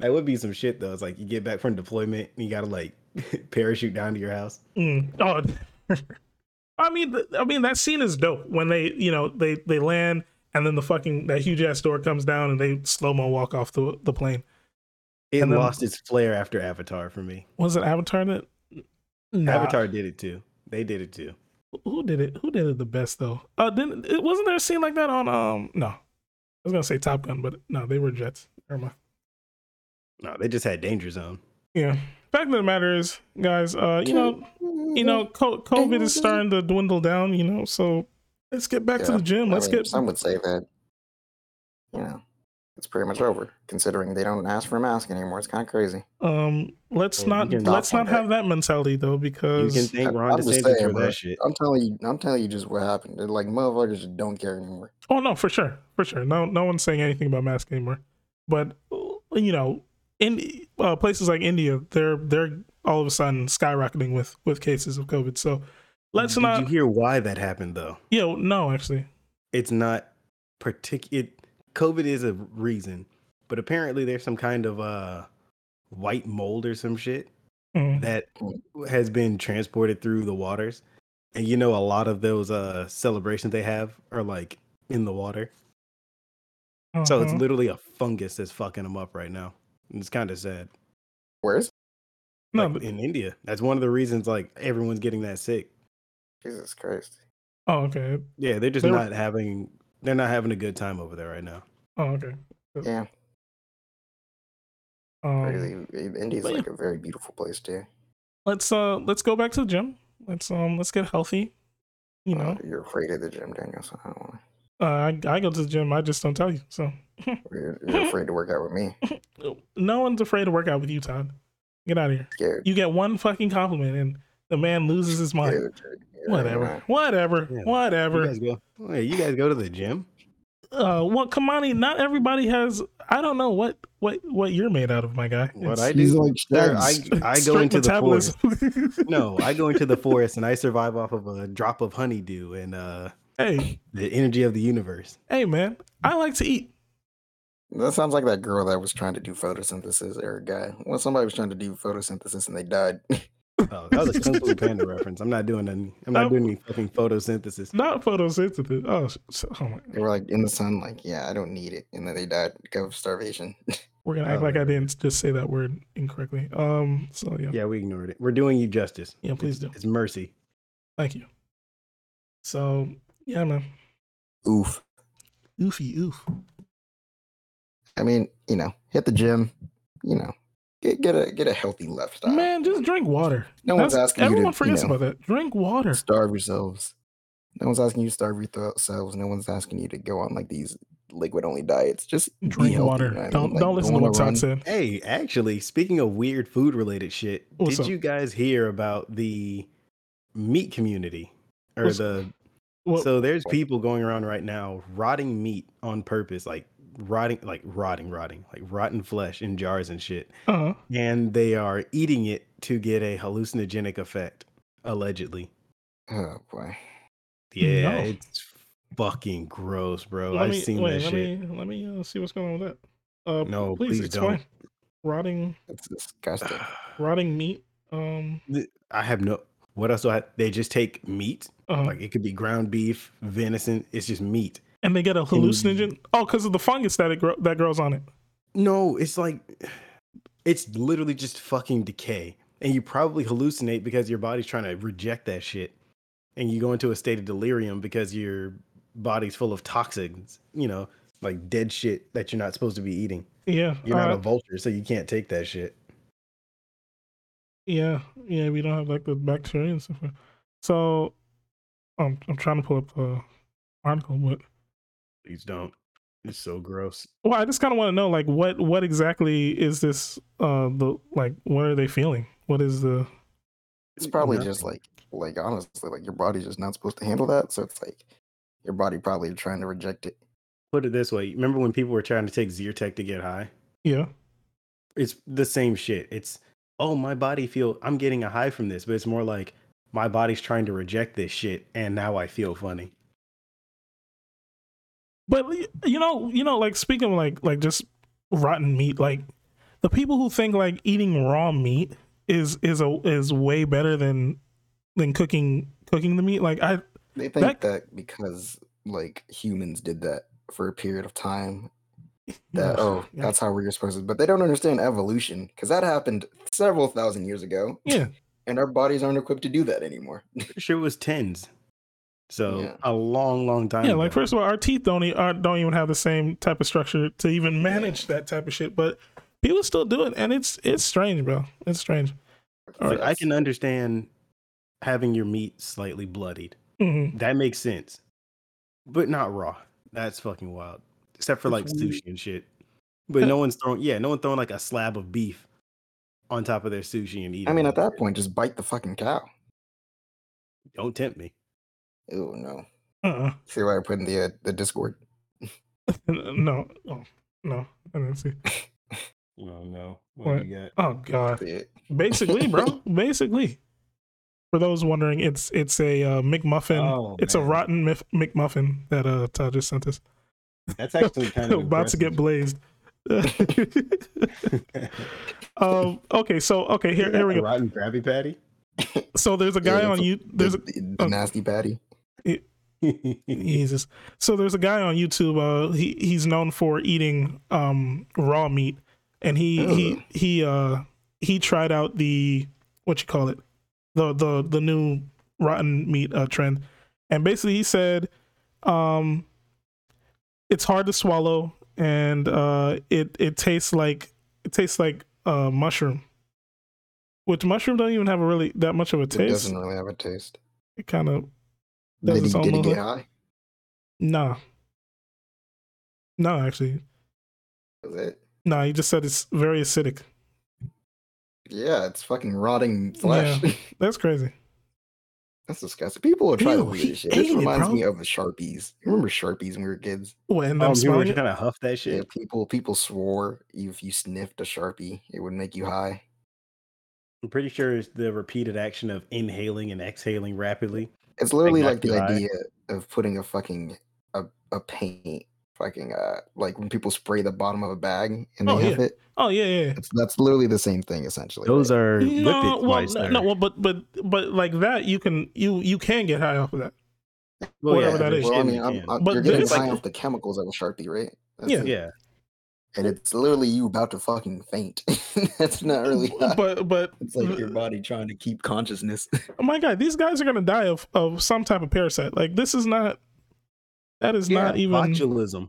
[SPEAKER 3] That would be some shit though. It's like you get back from deployment and you gotta like parachute down to your house.
[SPEAKER 1] Mm. Oh, I mean, th- I mean that scene is dope when they, you know, they they land and then the fucking that huge ass door comes down and they slow mo walk off the the plane.
[SPEAKER 3] It
[SPEAKER 1] And then-
[SPEAKER 3] lost its flair after Avatar for me.
[SPEAKER 1] Was it Avatar that? Nah.
[SPEAKER 3] Avatar did it too. They did it too.
[SPEAKER 1] who did it? Who did it the best though? Uh, didn't it wasn't there a scene like that on um? No, I was gonna say Top Gun, but no, they were jets. Never mind.
[SPEAKER 3] No, they just had Danger Zone.
[SPEAKER 1] Yeah. Fact of the matter is, guys, uh, you know, you know, co- COVID is starting to dwindle down. You know, so let's get back to
[SPEAKER 2] Yeah,
[SPEAKER 1] the gym.
[SPEAKER 2] I
[SPEAKER 1] Let's
[SPEAKER 2] mean,
[SPEAKER 1] get.
[SPEAKER 2] Some would say that, you know, it's pretty much over. Considering they don't ask for a mask anymore, it's kind of crazy.
[SPEAKER 1] Um, let's
[SPEAKER 3] Well,
[SPEAKER 1] not
[SPEAKER 3] you can
[SPEAKER 1] let's
[SPEAKER 2] knock on
[SPEAKER 1] not have that mentality though,
[SPEAKER 3] You
[SPEAKER 1] because
[SPEAKER 3] can thank
[SPEAKER 2] I-
[SPEAKER 3] Ron
[SPEAKER 2] I'm just
[SPEAKER 3] DeSantis
[SPEAKER 2] saying,
[SPEAKER 3] for
[SPEAKER 2] bro.
[SPEAKER 3] that shit.
[SPEAKER 2] I'm telling you, I'm telling you just what happened. They're like motherfuckers just don't care anymore.
[SPEAKER 1] Oh no, for sure, for sure. No, no one's saying anything about masks anymore. But you know, in uh, places like India, they're they're all of a sudden skyrocketing with with cases of COVID. So let's
[SPEAKER 3] Did
[SPEAKER 1] not.
[SPEAKER 3] you hear why that happened though?
[SPEAKER 1] Yeah, no, actually,
[SPEAKER 3] It's not particular. COVID is a reason, but apparently there's some kind of uh white mold or some shit
[SPEAKER 1] Mm.
[SPEAKER 3] that has been transported through the waters. And you know, a lot of those uh celebrations they have are like in the water. So it's
[SPEAKER 1] Uh-huh.
[SPEAKER 3] literally a fungus that's fucking them up right now. And it's kind of sad.
[SPEAKER 2] Where is
[SPEAKER 1] no,
[SPEAKER 3] Like,
[SPEAKER 1] but-
[SPEAKER 3] in India, that's one of the reasons like everyone's getting that sick.
[SPEAKER 2] Jesus Christ?
[SPEAKER 1] oh okay,
[SPEAKER 3] Yeah, they're just
[SPEAKER 1] They were-
[SPEAKER 3] not having they're not having a good time over there right now.
[SPEAKER 1] oh okay,
[SPEAKER 2] Yeah,
[SPEAKER 1] um,
[SPEAKER 2] crazy. India's
[SPEAKER 1] but yeah.
[SPEAKER 2] like a very beautiful place too.
[SPEAKER 1] Let's uh, let's go back to the gym. Let's um, let's get healthy. You
[SPEAKER 2] Uh,
[SPEAKER 1] know,
[SPEAKER 2] you're afraid of the gym, Daniel. So I don't want
[SPEAKER 1] uh, I, I go to the gym. I just don't tell you. So
[SPEAKER 2] to. You're, you're afraid to work out with me.
[SPEAKER 1] no one's afraid to work out with you, Todd. Get out of here.
[SPEAKER 2] Scared.
[SPEAKER 1] You get one fucking compliment, and the man loses his mind.
[SPEAKER 2] scared, scared,
[SPEAKER 1] Whatever.
[SPEAKER 2] man.
[SPEAKER 1] Whatever.
[SPEAKER 3] Yeah. You
[SPEAKER 1] Whatever.
[SPEAKER 3] guys go, hey, you guys go to the gym?
[SPEAKER 1] uh well Kamani, not everybody has I don't know what what what you're made out of, my guy.
[SPEAKER 3] What
[SPEAKER 1] It's-
[SPEAKER 3] I
[SPEAKER 5] He's
[SPEAKER 3] do,
[SPEAKER 5] like,
[SPEAKER 3] sir, I,
[SPEAKER 5] "That's-
[SPEAKER 3] I go
[SPEAKER 1] straight
[SPEAKER 3] into the forest.
[SPEAKER 1] metabolism.
[SPEAKER 3] No, I go into the forest and I survive off of a drop of honeydew and uh
[SPEAKER 1] hey,
[SPEAKER 3] the energy of the universe.
[SPEAKER 1] hey man, I like to eat.
[SPEAKER 2] That sounds like that girl that was trying to do photosynthesis or a guy. Well, somebody was trying to do photosynthesis and they died.
[SPEAKER 3] Oh, that was a Kung Fu Panda reference. I'm not doing any. I'm
[SPEAKER 1] Oh.
[SPEAKER 3] not doing any fucking photosynthesis.
[SPEAKER 1] Not photosynthesis. Oh, s- s- oh my
[SPEAKER 2] they were like in the sun, like, yeah, I don't need it. And then they died of starvation.
[SPEAKER 1] We're gonna act
[SPEAKER 3] Oh,
[SPEAKER 1] like I
[SPEAKER 3] man.
[SPEAKER 1] didn't just say that word incorrectly. Um. So yeah.
[SPEAKER 3] Yeah, we ignored it. We're doing you justice.
[SPEAKER 1] Yeah, please
[SPEAKER 3] It's-
[SPEAKER 1] do.
[SPEAKER 3] It's mercy.
[SPEAKER 1] Thank you. So yeah, man.
[SPEAKER 2] Oof.
[SPEAKER 1] Oofy oof.
[SPEAKER 2] I mean, you know, hit the gym, you know, get get a get a healthy lifestyle.
[SPEAKER 1] Man, just drink water.
[SPEAKER 2] no one's
[SPEAKER 1] That's-
[SPEAKER 2] asking
[SPEAKER 1] Everyone
[SPEAKER 2] you to
[SPEAKER 1] forgets
[SPEAKER 2] you know,
[SPEAKER 1] about that. Drink water.
[SPEAKER 2] starve yourselves. No one's asking you to starve yourselves. No one's asking you to go on like these liquid only diets. Just be
[SPEAKER 1] Drink
[SPEAKER 2] healthy,
[SPEAKER 1] water.
[SPEAKER 2] man.
[SPEAKER 1] Don't
[SPEAKER 2] Like,
[SPEAKER 1] don't listen to
[SPEAKER 2] go on
[SPEAKER 1] what
[SPEAKER 2] a
[SPEAKER 1] Todd
[SPEAKER 2] run.
[SPEAKER 1] said.
[SPEAKER 3] Hey, actually, speaking of weird food related shit,
[SPEAKER 1] What's
[SPEAKER 3] did
[SPEAKER 1] up?
[SPEAKER 3] you guys hear about the meat community or
[SPEAKER 1] What's-
[SPEAKER 3] the
[SPEAKER 1] Well,
[SPEAKER 3] so there's people going around right now rotting meat on purpose, like rotting, like rotting, rotting, like rotten flesh in jars and shit,
[SPEAKER 1] uh,
[SPEAKER 3] and they are eating it to get a hallucinogenic effect, allegedly.
[SPEAKER 2] Oh boy.
[SPEAKER 3] Yeah,
[SPEAKER 1] No.
[SPEAKER 3] it's fucking gross, bro.
[SPEAKER 1] let
[SPEAKER 3] I've
[SPEAKER 1] me
[SPEAKER 3] seen
[SPEAKER 1] wait.
[SPEAKER 3] that
[SPEAKER 1] Let
[SPEAKER 3] shit.
[SPEAKER 1] me let me uh, see what's going on with that. Uh,
[SPEAKER 3] No,
[SPEAKER 1] please,
[SPEAKER 3] please
[SPEAKER 1] explain.
[SPEAKER 3] don't.
[SPEAKER 1] Rotting
[SPEAKER 2] That's disgusting.
[SPEAKER 1] rotting meat. Um.
[SPEAKER 3] I have no. What else do I? They just take meat.
[SPEAKER 1] uh,
[SPEAKER 3] Like it could be ground beef, venison. It's just meat.
[SPEAKER 1] and they get a hallucinogen. Oh, because of the fungus that it grow, that grows on it.
[SPEAKER 3] No, it's like it's literally just fucking decay. And you probably hallucinate because your body's trying to reject that shit. And you go into a state of delirium because your body's full of toxins, you know, like dead shit that you're not supposed to be eating.
[SPEAKER 1] Yeah.
[SPEAKER 3] You're not
[SPEAKER 1] uh,
[SPEAKER 3] a vulture, so you can't take that shit.
[SPEAKER 1] Yeah, yeah, we don't have like the bacteria and stuff. So, um, I'm trying to pull up the article, but
[SPEAKER 3] Please don't. It's so gross.
[SPEAKER 1] well, I just kind of want to know like what what exactly is this? Uh, the like, what are they feeling? What is the?
[SPEAKER 2] It's probably
[SPEAKER 3] Nothing.
[SPEAKER 2] just like like honestly, like your body's just not supposed to handle that. So it's like your body probably trying to reject it.
[SPEAKER 3] Put it this way. Remember when people were trying to take Zyrtec to get high?
[SPEAKER 1] Yeah,
[SPEAKER 3] it's the same shit. It's oh my body feel I'm getting a high from this, but it's more like my body's trying to reject this shit and now I feel funny.
[SPEAKER 1] but y- you know, you know, like speaking of like like just rotten meat, like the people who think like eating raw meat is is a is way better than than cooking cooking the meat. Like I
[SPEAKER 2] They think
[SPEAKER 1] That-
[SPEAKER 2] that, because like humans did that for a period of time. That oh,
[SPEAKER 1] yeah.
[SPEAKER 2] that's how we're supposed to. But they don't understand evolution because that happened several thousand years ago.
[SPEAKER 1] yeah.
[SPEAKER 2] and our bodies aren't equipped to do that anymore.
[SPEAKER 3] Pretty sure it was tens. So
[SPEAKER 2] Yeah.
[SPEAKER 3] a long, long time.
[SPEAKER 1] Yeah, like
[SPEAKER 3] ago.
[SPEAKER 1] first of all, our teeth don't e- are, don't even have the same type of structure to even manage that type of shit. But people still do it, and it's it's strange, bro. It's strange. All
[SPEAKER 3] Like,
[SPEAKER 1] right. uh,
[SPEAKER 3] I can understand having your meat slightly bloodied.
[SPEAKER 1] Mhm.
[SPEAKER 3] That makes sense. But not raw. That's fucking wild. Except for like
[SPEAKER 1] It's weird.
[SPEAKER 3] sushi and shit. But no one's throwing yeah, no one throwing like a slab of beef on top of their sushi and eating.
[SPEAKER 2] I mean,
[SPEAKER 3] it.
[SPEAKER 2] at that point, just bite the fucking cow.
[SPEAKER 3] don't tempt me.
[SPEAKER 2] Oh no!
[SPEAKER 1] Uh-uh.
[SPEAKER 2] See why I put in the uh, the Discord.
[SPEAKER 1] No, oh, no, I didn't see.
[SPEAKER 3] Oh no.
[SPEAKER 1] What?
[SPEAKER 3] you got?
[SPEAKER 1] Oh god.
[SPEAKER 2] See it.
[SPEAKER 1] Basically, bro. Basically, for those wondering, it's it's a uh, McMuffin.
[SPEAKER 3] Oh,
[SPEAKER 1] it's a
[SPEAKER 3] man.
[SPEAKER 1] rotten Mif- McMuffin that uh Todd just sent us.
[SPEAKER 3] That's actually kind of
[SPEAKER 1] about to get
[SPEAKER 3] aggressive.
[SPEAKER 1] blazed. um. Okay. So okay. Here. Here we
[SPEAKER 3] A
[SPEAKER 1] go.
[SPEAKER 3] Rotten Krabby Patty.
[SPEAKER 1] So there's a
[SPEAKER 2] Yeah,
[SPEAKER 1] guy
[SPEAKER 2] that's
[SPEAKER 1] on
[SPEAKER 2] a-
[SPEAKER 1] you. There's a,
[SPEAKER 2] the, the- the
[SPEAKER 1] oh.
[SPEAKER 2] nasty patty.
[SPEAKER 1] Jesus. So there's a guy on YouTube. Uh, he he's known for eating um raw meat, and he he he uh he tried out the what you call it, the the the new rotten meat uh, trend, and basically he said, um, it's hard to swallow, and uh, it it tastes like it tastes like uh mushroom, which mushroom don't even have a really that much of a
[SPEAKER 2] It
[SPEAKER 1] taste.
[SPEAKER 2] doesn't really have a taste.
[SPEAKER 1] It kind of Does
[SPEAKER 2] Did he,
[SPEAKER 1] its own
[SPEAKER 2] did he
[SPEAKER 1] little-
[SPEAKER 2] get high?
[SPEAKER 1] Nah. No, actually.
[SPEAKER 2] Is it?
[SPEAKER 1] No, he just said it's very acidic.
[SPEAKER 2] Yeah, it's fucking rotting flesh.
[SPEAKER 1] That's crazy.
[SPEAKER 2] That's disgusting. People will try the
[SPEAKER 1] Ew, he
[SPEAKER 2] weirdest shit. This
[SPEAKER 1] ate it,
[SPEAKER 2] reminds
[SPEAKER 1] bro.
[SPEAKER 2] me of the Sharpies. You remember Sharpies when we were kids?
[SPEAKER 1] When
[SPEAKER 3] Um,
[SPEAKER 1] I'm
[SPEAKER 3] you were
[SPEAKER 1] smiling,
[SPEAKER 3] trying to huff that
[SPEAKER 2] Yeah,
[SPEAKER 3] shit.
[SPEAKER 2] people people swore if you sniffed a Sharpie, it would make you high.
[SPEAKER 3] I'm pretty sure it's the repeated action of inhaling and exhaling rapidly.
[SPEAKER 2] It's literally
[SPEAKER 3] not
[SPEAKER 2] like the
[SPEAKER 3] too high.
[SPEAKER 2] idea of putting a fucking a, a paint fucking uh like when people spray the bottom of a bag and they
[SPEAKER 1] Oh,
[SPEAKER 2] have it.
[SPEAKER 1] oh yeah, yeah, yeah.
[SPEAKER 2] It's, that's literally the same thing essentially.
[SPEAKER 5] Those are
[SPEAKER 1] No,
[SPEAKER 5] lipid
[SPEAKER 1] well,
[SPEAKER 5] flights
[SPEAKER 1] no,
[SPEAKER 5] there.
[SPEAKER 1] no, well, but but but like that, you can you you can get high off of that.
[SPEAKER 3] Well,
[SPEAKER 1] whatever that
[SPEAKER 3] there's
[SPEAKER 1] is.
[SPEAKER 2] Well, I
[SPEAKER 3] shit you
[SPEAKER 2] mean, I'm,
[SPEAKER 3] can.
[SPEAKER 2] I'm,
[SPEAKER 1] But
[SPEAKER 2] you're getting
[SPEAKER 1] this-
[SPEAKER 2] high off the chemicals of a sharpie, right? That's
[SPEAKER 1] Yeah.
[SPEAKER 2] it.
[SPEAKER 5] yeah,
[SPEAKER 2] and it's literally you about to fucking faint. that's not really.
[SPEAKER 1] But but
[SPEAKER 2] it's body trying to keep consciousness.
[SPEAKER 1] my God, these guys are gonna die of of some type of parasite. Like this is not. That is not even
[SPEAKER 3] botulism.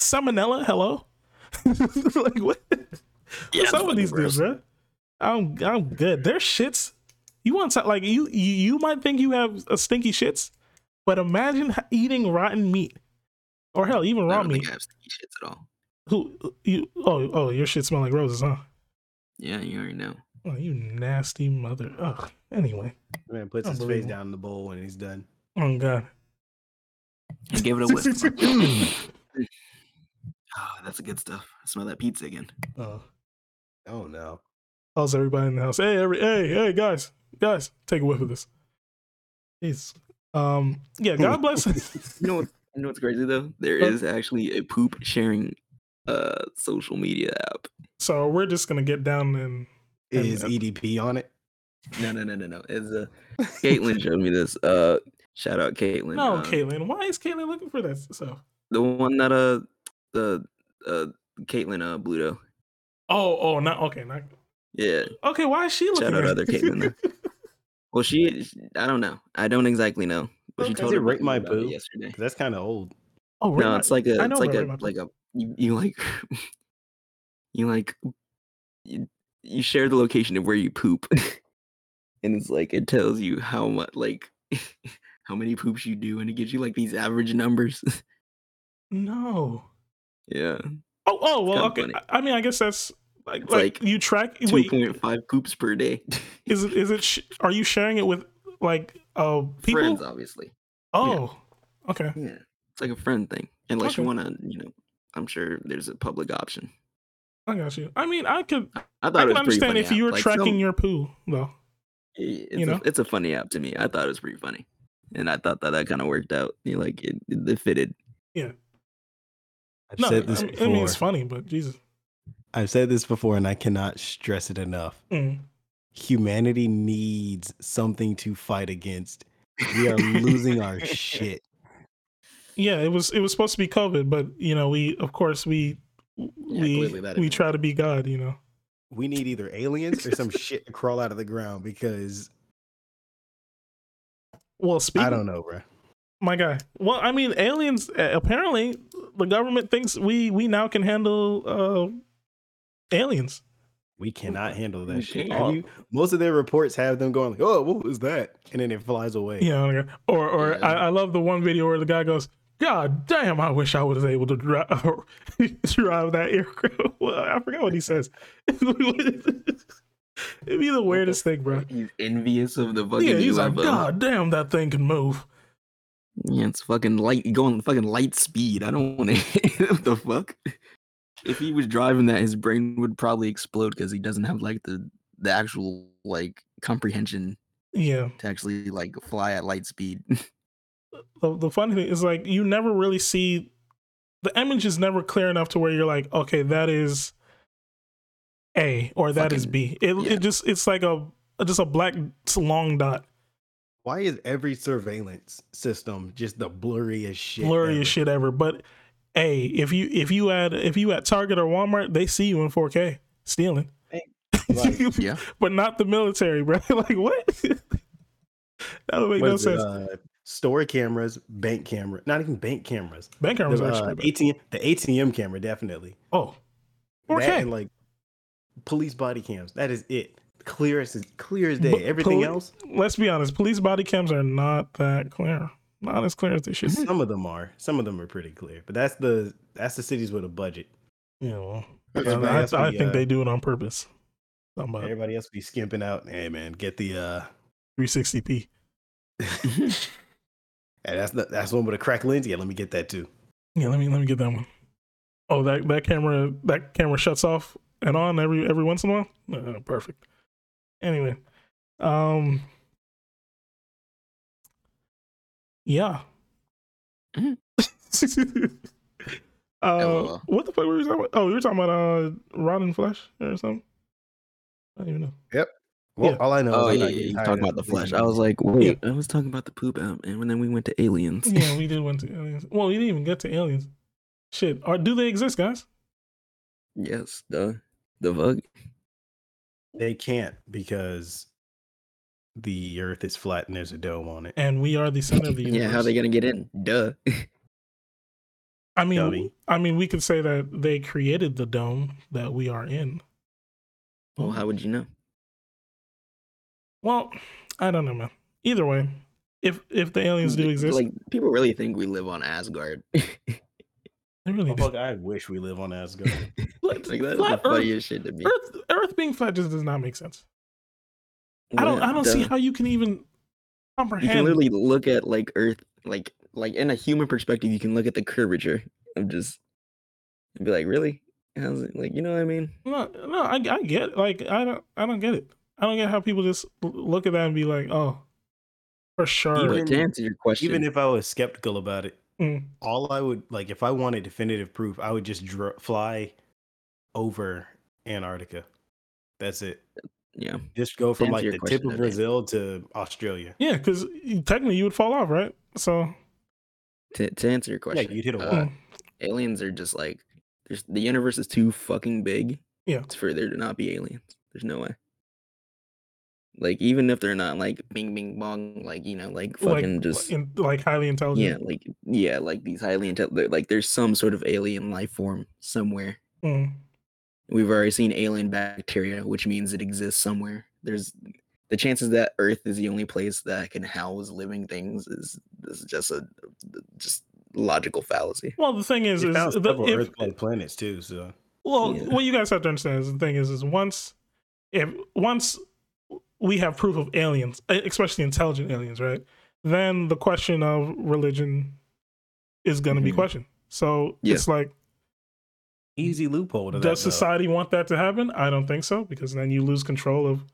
[SPEAKER 1] salmonella. Hello, like what? What's up with these dudes, bro? I'm I'm good. Their shits. You want to, like you, you you might think you have a stinky shits, but imagine h- eating rotten meat, or hell, even raw meat.
[SPEAKER 4] have sticky shits at all.
[SPEAKER 1] Who you? Oh oh, your shit smell like roses, huh?
[SPEAKER 4] Yeah, you already know.
[SPEAKER 1] Oh, you nasty mother. Ugh. Anyway.
[SPEAKER 3] Man puts his face
[SPEAKER 1] Unbelievable.
[SPEAKER 3] down in the bowl when he's done.
[SPEAKER 1] Oh god.
[SPEAKER 4] I gave it a whiff. Ah, that's the good stuff. I smell that pizza again.
[SPEAKER 1] oh,
[SPEAKER 3] Oh no.
[SPEAKER 1] how's everybody in the house? Hey, every, hey, hey, guys, guys, take a whiff of this. Jeez. Um. Yeah. God bless.
[SPEAKER 4] You know, what- you know what's crazy though? There
[SPEAKER 1] Huh?
[SPEAKER 4] is actually a poop sharing uh social media app.
[SPEAKER 1] so we're just gonna get down and And- uh,
[SPEAKER 3] Is EDP on it?
[SPEAKER 4] No, no, no, no, no. It's a Caitlin showed me this. Uh, shout out Caitlin.
[SPEAKER 1] no,
[SPEAKER 4] um,
[SPEAKER 1] Caitlin. Why is Caitlin looking for this stuff?
[SPEAKER 4] The one that uh the uh Caitlin uh Bluto.
[SPEAKER 1] Oh, oh, not okay, not
[SPEAKER 4] Yeah.
[SPEAKER 1] okay. Why is she looking?
[SPEAKER 4] Shout out
[SPEAKER 1] at-
[SPEAKER 4] other Caitlin. Well, she. sh- I don't know. I don't exactly know. But she
[SPEAKER 1] Okay.
[SPEAKER 4] told
[SPEAKER 1] Is
[SPEAKER 3] it
[SPEAKER 4] her
[SPEAKER 3] Rate
[SPEAKER 4] rate
[SPEAKER 3] My Boo?
[SPEAKER 4] yesterday.
[SPEAKER 3] 'Cause That's kind of old.
[SPEAKER 1] oh,
[SPEAKER 4] No,
[SPEAKER 1] right.
[SPEAKER 4] it's like a.
[SPEAKER 1] I know
[SPEAKER 4] It's like
[SPEAKER 1] about Rate
[SPEAKER 4] a.
[SPEAKER 1] My Boo.
[SPEAKER 4] Like a. You, you like. You like. You, you share the location of where you poop, and it's like it tells you how much like. How many poops you do, and it gives you like these average numbers.
[SPEAKER 1] no.
[SPEAKER 4] yeah,
[SPEAKER 1] Oh, oh,
[SPEAKER 4] kinda
[SPEAKER 1] well, okay.
[SPEAKER 4] funny.
[SPEAKER 1] I, I mean, I guess that's like
[SPEAKER 4] It's
[SPEAKER 1] like,
[SPEAKER 4] like
[SPEAKER 1] you track.
[SPEAKER 4] two
[SPEAKER 1] Wait,
[SPEAKER 4] point five poops per day.
[SPEAKER 1] is it is it? Sh- are you sharing it with like uh people?
[SPEAKER 4] Friends, obviously.
[SPEAKER 1] oh, okay.
[SPEAKER 4] Yeah, it's like a friend thing, unless you
[SPEAKER 1] Okay.
[SPEAKER 4] want to. You know, I'm sure there's a public option.
[SPEAKER 1] I got you. I mean, I could
[SPEAKER 4] I thought
[SPEAKER 1] I
[SPEAKER 4] it
[SPEAKER 1] can
[SPEAKER 4] was pretty
[SPEAKER 1] understand
[SPEAKER 4] funny
[SPEAKER 1] if you
[SPEAKER 4] app.
[SPEAKER 1] were
[SPEAKER 4] Like,
[SPEAKER 1] tracking
[SPEAKER 4] some-
[SPEAKER 1] your poo though.
[SPEAKER 4] i- it's,
[SPEAKER 1] you know?
[SPEAKER 4] a, it's a funny app to me. I thought it was pretty funny, and I thought that that kind of worked out. You know, like it, it, it fitted.
[SPEAKER 3] I've
[SPEAKER 1] No,
[SPEAKER 3] said this
[SPEAKER 1] I, mean,
[SPEAKER 3] before.
[SPEAKER 1] I mean it's funny, but Jesus.
[SPEAKER 3] I've said this before, and I cannot stress it enough.
[SPEAKER 1] Mm.
[SPEAKER 3] Humanity needs something to fight against. We are losing our shit.
[SPEAKER 1] Yeah, it was it was supposed to be COVID, but you know we of course we we
[SPEAKER 2] clearly that
[SPEAKER 1] we
[SPEAKER 2] didn't
[SPEAKER 1] try to be God, you know.
[SPEAKER 3] We need either aliens or some shit to crawl out of the ground because
[SPEAKER 1] Well,
[SPEAKER 3] I
[SPEAKER 1] speaking
[SPEAKER 3] don't know, bro.
[SPEAKER 1] my guy. Well, I mean, aliens. uh, Apparently, the government thinks we we now can handle uh aliens.
[SPEAKER 3] We
[SPEAKER 1] Oh,
[SPEAKER 3] cannot handle that
[SPEAKER 4] We
[SPEAKER 3] shit.
[SPEAKER 4] can't.
[SPEAKER 3] Have you- most of their reports have them going like, "Oh, what was that?" and then it flies away.
[SPEAKER 1] You know, like, or or
[SPEAKER 4] Yeah.
[SPEAKER 1] I, I love the one video where the guy goes, "God damn, I wish I was able to drive drive that aircraft." Well, I forgot what he says. It'd be the weirdest thing, bro.
[SPEAKER 4] He's envious of the fucking
[SPEAKER 1] Yeah, he's like,
[SPEAKER 4] UFO.
[SPEAKER 1] "God damn, that thing can move."
[SPEAKER 4] Yeah, it's fucking light. you Going fucking light speed. I don't want to. what the fuck? If he was driving that, his brain would probably explode because he doesn't have like the the actual like comprehension
[SPEAKER 1] Yeah.
[SPEAKER 4] to actually like fly at light speed.
[SPEAKER 1] the, the funny thing is like you never really see the image is never clear enough to where you're like okay that is a or that is
[SPEAKER 4] Fucking-
[SPEAKER 1] b it,
[SPEAKER 4] yeah.
[SPEAKER 1] it just it's like a just a black long dot
[SPEAKER 3] Why is every surveillance system just the blurriest shit?
[SPEAKER 1] blurry
[SPEAKER 3] ever?
[SPEAKER 1] as shit ever but a if you if you at if you at target or walmart they see you in 4k stealing
[SPEAKER 3] Like,
[SPEAKER 4] yeah.
[SPEAKER 1] but not the military bro like what that would make
[SPEAKER 3] what
[SPEAKER 1] no
[SPEAKER 3] is it,
[SPEAKER 1] sense
[SPEAKER 3] uh, store cameras, bank camera, not even bank cameras.
[SPEAKER 1] bank
[SPEAKER 3] The,
[SPEAKER 1] cameras are
[SPEAKER 3] uh,
[SPEAKER 1] actually bad.
[SPEAKER 3] ATM, the ATM camera, definitely.
[SPEAKER 1] oh
[SPEAKER 3] That
[SPEAKER 1] 4k
[SPEAKER 3] and, like police body cams. That is it. Clear as clear as day.
[SPEAKER 1] But
[SPEAKER 3] Everything
[SPEAKER 1] poli-
[SPEAKER 3] else,
[SPEAKER 1] let's be honest police body cams are not that clear not as clear as they should be
[SPEAKER 3] some of them are. Some of them are pretty clear. But that's the that's the cities with a budget.
[SPEAKER 1] Yeah, well,
[SPEAKER 3] That's
[SPEAKER 1] yeah,
[SPEAKER 3] what
[SPEAKER 1] I,
[SPEAKER 3] that's
[SPEAKER 1] I
[SPEAKER 3] the,
[SPEAKER 1] think
[SPEAKER 3] uh,
[SPEAKER 1] they do it on purpose. Something about
[SPEAKER 3] Everybody else be skimping out. Hey man, get the uh
[SPEAKER 1] 360p.
[SPEAKER 3] hey, that's the, that's one with a cracked lens. Yeah, let me get that too.
[SPEAKER 1] Yeah, let me let me get that one. Oh, that that camera that camera shuts off and on every every once in a while. Uh, perfect. Anyway, um, yeah.
[SPEAKER 2] Mhm.
[SPEAKER 1] uh,
[SPEAKER 5] LOL.
[SPEAKER 1] what the fuck were we talking about? Oh, we were talking about uh, rod and flesh or something. I don't even know.
[SPEAKER 3] Well,
[SPEAKER 1] Yeah.
[SPEAKER 3] all I know.
[SPEAKER 2] Oh
[SPEAKER 3] is I'm
[SPEAKER 2] yeah,
[SPEAKER 3] not
[SPEAKER 2] yeah,
[SPEAKER 3] getting
[SPEAKER 2] you
[SPEAKER 3] tired
[SPEAKER 2] talk
[SPEAKER 3] of
[SPEAKER 2] about the
[SPEAKER 3] it.
[SPEAKER 2] flesh. I was like, wait, I was talking about the poop out, and then we went to aliens.
[SPEAKER 1] Yeah, we did went to aliens. Well, we didn't even get to aliens. Shit, or do they exist, guys?
[SPEAKER 2] yes, the the bug.
[SPEAKER 3] they can't because the Earth is flat and there's a dome on it.
[SPEAKER 1] And we are the center of the universe.
[SPEAKER 2] Yeah, how they gonna get in? Duh.
[SPEAKER 1] I mean,
[SPEAKER 3] Dummy.
[SPEAKER 1] I mean, we could say that they created the dome that we are in.
[SPEAKER 2] well, how would you know?
[SPEAKER 1] Well, I don't know, man. Either way, if if the aliens do
[SPEAKER 2] Like,
[SPEAKER 1] exist,
[SPEAKER 2] Like people really think we live on Asgard.
[SPEAKER 1] they really do.
[SPEAKER 3] Oh, Fuck, I wish we live on Asgard.
[SPEAKER 2] Like, that's the
[SPEAKER 1] flat Earth.
[SPEAKER 2] funniest shit to me.
[SPEAKER 1] Earth Earth being flat just does not make sense. I don't I
[SPEAKER 2] Yeah,
[SPEAKER 1] don't see
[SPEAKER 2] duh.
[SPEAKER 1] how you can even
[SPEAKER 2] you can
[SPEAKER 1] comprehend.
[SPEAKER 2] literally look at like Earth, like like in a human perspective, you can look at the curvature of just and be like, really? How's it like? You know what I mean?
[SPEAKER 1] No, no, I, I get it. like I don't I don't get it. I don't get how people just l- look at that and be like, oh, for sure.
[SPEAKER 2] But to
[SPEAKER 3] Even-
[SPEAKER 2] answer your question,
[SPEAKER 3] Even if I was skeptical about it,
[SPEAKER 1] Mm.
[SPEAKER 3] all I would like if I wanted definitive proof, I would just dr- fly over Antarctica. That's it.
[SPEAKER 2] yeah,
[SPEAKER 3] Just go from
[SPEAKER 2] answer
[SPEAKER 3] like
[SPEAKER 2] your
[SPEAKER 3] the
[SPEAKER 2] question,
[SPEAKER 3] tip of
[SPEAKER 2] I think.
[SPEAKER 3] Brazil to Australia.
[SPEAKER 1] Yeah, because technically you would fall off, right? So mm,
[SPEAKER 2] to, to answer your question,
[SPEAKER 3] you'd hit a wall.
[SPEAKER 2] uh, aliens are just like there's the universe is too fucking big.
[SPEAKER 1] Yeah.
[SPEAKER 2] it's for there to not be aliens. There's no way. Like even if they're not like bing bing bong, like you know, like
[SPEAKER 1] like
[SPEAKER 2] fucking just
[SPEAKER 1] in, like highly intelligent.
[SPEAKER 2] yeah, like yeah, like these highly intelligent, like there's some sort of alien life form somewhere.
[SPEAKER 1] Mm.
[SPEAKER 2] We've already seen alien bacteria, which means it exists somewhere. There's the chances that Earth is the only place that can house living things is is just a just logical fallacy.
[SPEAKER 1] Well, the thing is,
[SPEAKER 3] They
[SPEAKER 1] is
[SPEAKER 3] found
[SPEAKER 1] the-
[SPEAKER 3] several
[SPEAKER 1] if-
[SPEAKER 3] Earth-like planets too. So
[SPEAKER 1] well,
[SPEAKER 2] Yeah.
[SPEAKER 1] what you guys have to understand is the thing is, is once if once we have proof of aliens, e- especially intelligent aliens, right? Then the question of religion is going to be
[SPEAKER 3] Hmm.
[SPEAKER 2] Mhm.
[SPEAKER 1] questioned. So
[SPEAKER 2] Yeah.
[SPEAKER 1] it's like,
[SPEAKER 3] easy loophole to that.
[SPEAKER 1] does
[SPEAKER 3] though.
[SPEAKER 1] society want that to happen? I don't think so, because then you lose control of.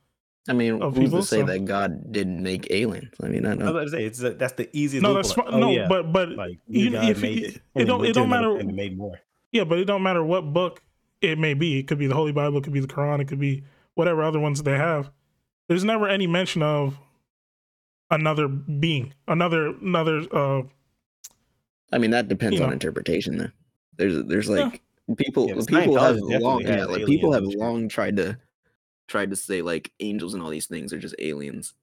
[SPEAKER 2] I mean,
[SPEAKER 1] Of
[SPEAKER 2] who's people,
[SPEAKER 1] people,
[SPEAKER 2] to say
[SPEAKER 1] so-
[SPEAKER 2] that God didn't make aliens? I mean, I
[SPEAKER 3] I was
[SPEAKER 2] don't.
[SPEAKER 3] about to say it's the- that's the easy.
[SPEAKER 1] no,
[SPEAKER 3] loophole.
[SPEAKER 1] that's
[SPEAKER 3] like,
[SPEAKER 1] fine.
[SPEAKER 3] oh,
[SPEAKER 1] no,
[SPEAKER 3] yeah,
[SPEAKER 1] but but
[SPEAKER 3] like
[SPEAKER 1] you-
[SPEAKER 3] you God
[SPEAKER 1] if
[SPEAKER 3] made
[SPEAKER 1] you-
[SPEAKER 3] it,
[SPEAKER 1] it
[SPEAKER 3] and then
[SPEAKER 1] don't-
[SPEAKER 3] went
[SPEAKER 1] it
[SPEAKER 3] to
[SPEAKER 1] don't
[SPEAKER 3] another
[SPEAKER 1] matter-
[SPEAKER 3] planet and made more.
[SPEAKER 1] Yeah, but it don't matter what book it may be. It could be the Holy Bible, it could be the Quran, it could be whatever other ones they have. There's never any mention of another being, another another uh
[SPEAKER 2] I mean, that depends
[SPEAKER 1] You
[SPEAKER 2] on
[SPEAKER 1] know.
[SPEAKER 2] interpretation, though. There's there's
[SPEAKER 1] Yeah.
[SPEAKER 2] like people
[SPEAKER 3] Yeah,
[SPEAKER 2] people have
[SPEAKER 3] Scientology
[SPEAKER 2] long
[SPEAKER 3] definitely
[SPEAKER 2] yeah
[SPEAKER 3] has
[SPEAKER 2] like people
[SPEAKER 3] aliens
[SPEAKER 2] have
[SPEAKER 3] and shit.
[SPEAKER 2] long tried to tried to say like angels and all these things are just aliens.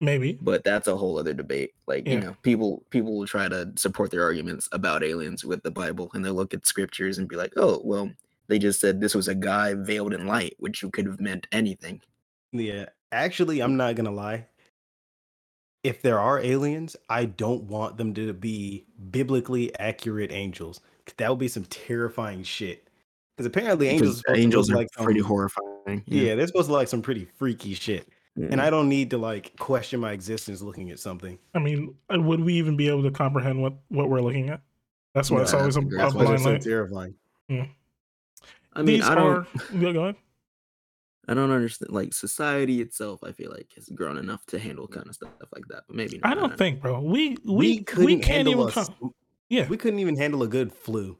[SPEAKER 1] maybe.
[SPEAKER 2] but that's a whole other debate like
[SPEAKER 1] Yeah.
[SPEAKER 2] you know people people will try to support their arguments about aliens with the bible and they'll look at scriptures and be like oh well they just said this was a guy veiled in light which could have meant anything
[SPEAKER 3] Yeah, actually, I'm not gonna lie. If there are aliens, I don't want them to be biblically accurate angels. 'cause That would be some terrifying shit. Because apparently,
[SPEAKER 2] angels,
[SPEAKER 3] angels, supposed to look
[SPEAKER 2] angels are
[SPEAKER 3] like
[SPEAKER 2] pretty
[SPEAKER 3] some-
[SPEAKER 2] horrifying
[SPEAKER 3] Yeah. they're supposed to like some pretty freaky shit, and I don't need to like question my existence looking at something.
[SPEAKER 1] I mean, would we even be able to comprehend what what we're looking at? That's why it's
[SPEAKER 2] No,
[SPEAKER 1] always a, a
[SPEAKER 2] that's
[SPEAKER 3] That's why they're
[SPEAKER 1] blind
[SPEAKER 3] so
[SPEAKER 1] light.
[SPEAKER 3] terrifying.
[SPEAKER 2] i mean
[SPEAKER 1] These
[SPEAKER 2] i don't
[SPEAKER 1] are yeah, go ahead.
[SPEAKER 2] i don't understand like society itself i feel like has grown enough to handle kind of stuff like that but maybe not,
[SPEAKER 1] I don't
[SPEAKER 2] know.
[SPEAKER 1] think, bro. We we
[SPEAKER 3] We,
[SPEAKER 1] we,
[SPEAKER 3] couldn't
[SPEAKER 1] can't
[SPEAKER 3] handle
[SPEAKER 1] even
[SPEAKER 3] us.
[SPEAKER 1] com- Yeah.
[SPEAKER 3] we couldn't even handle a good flu.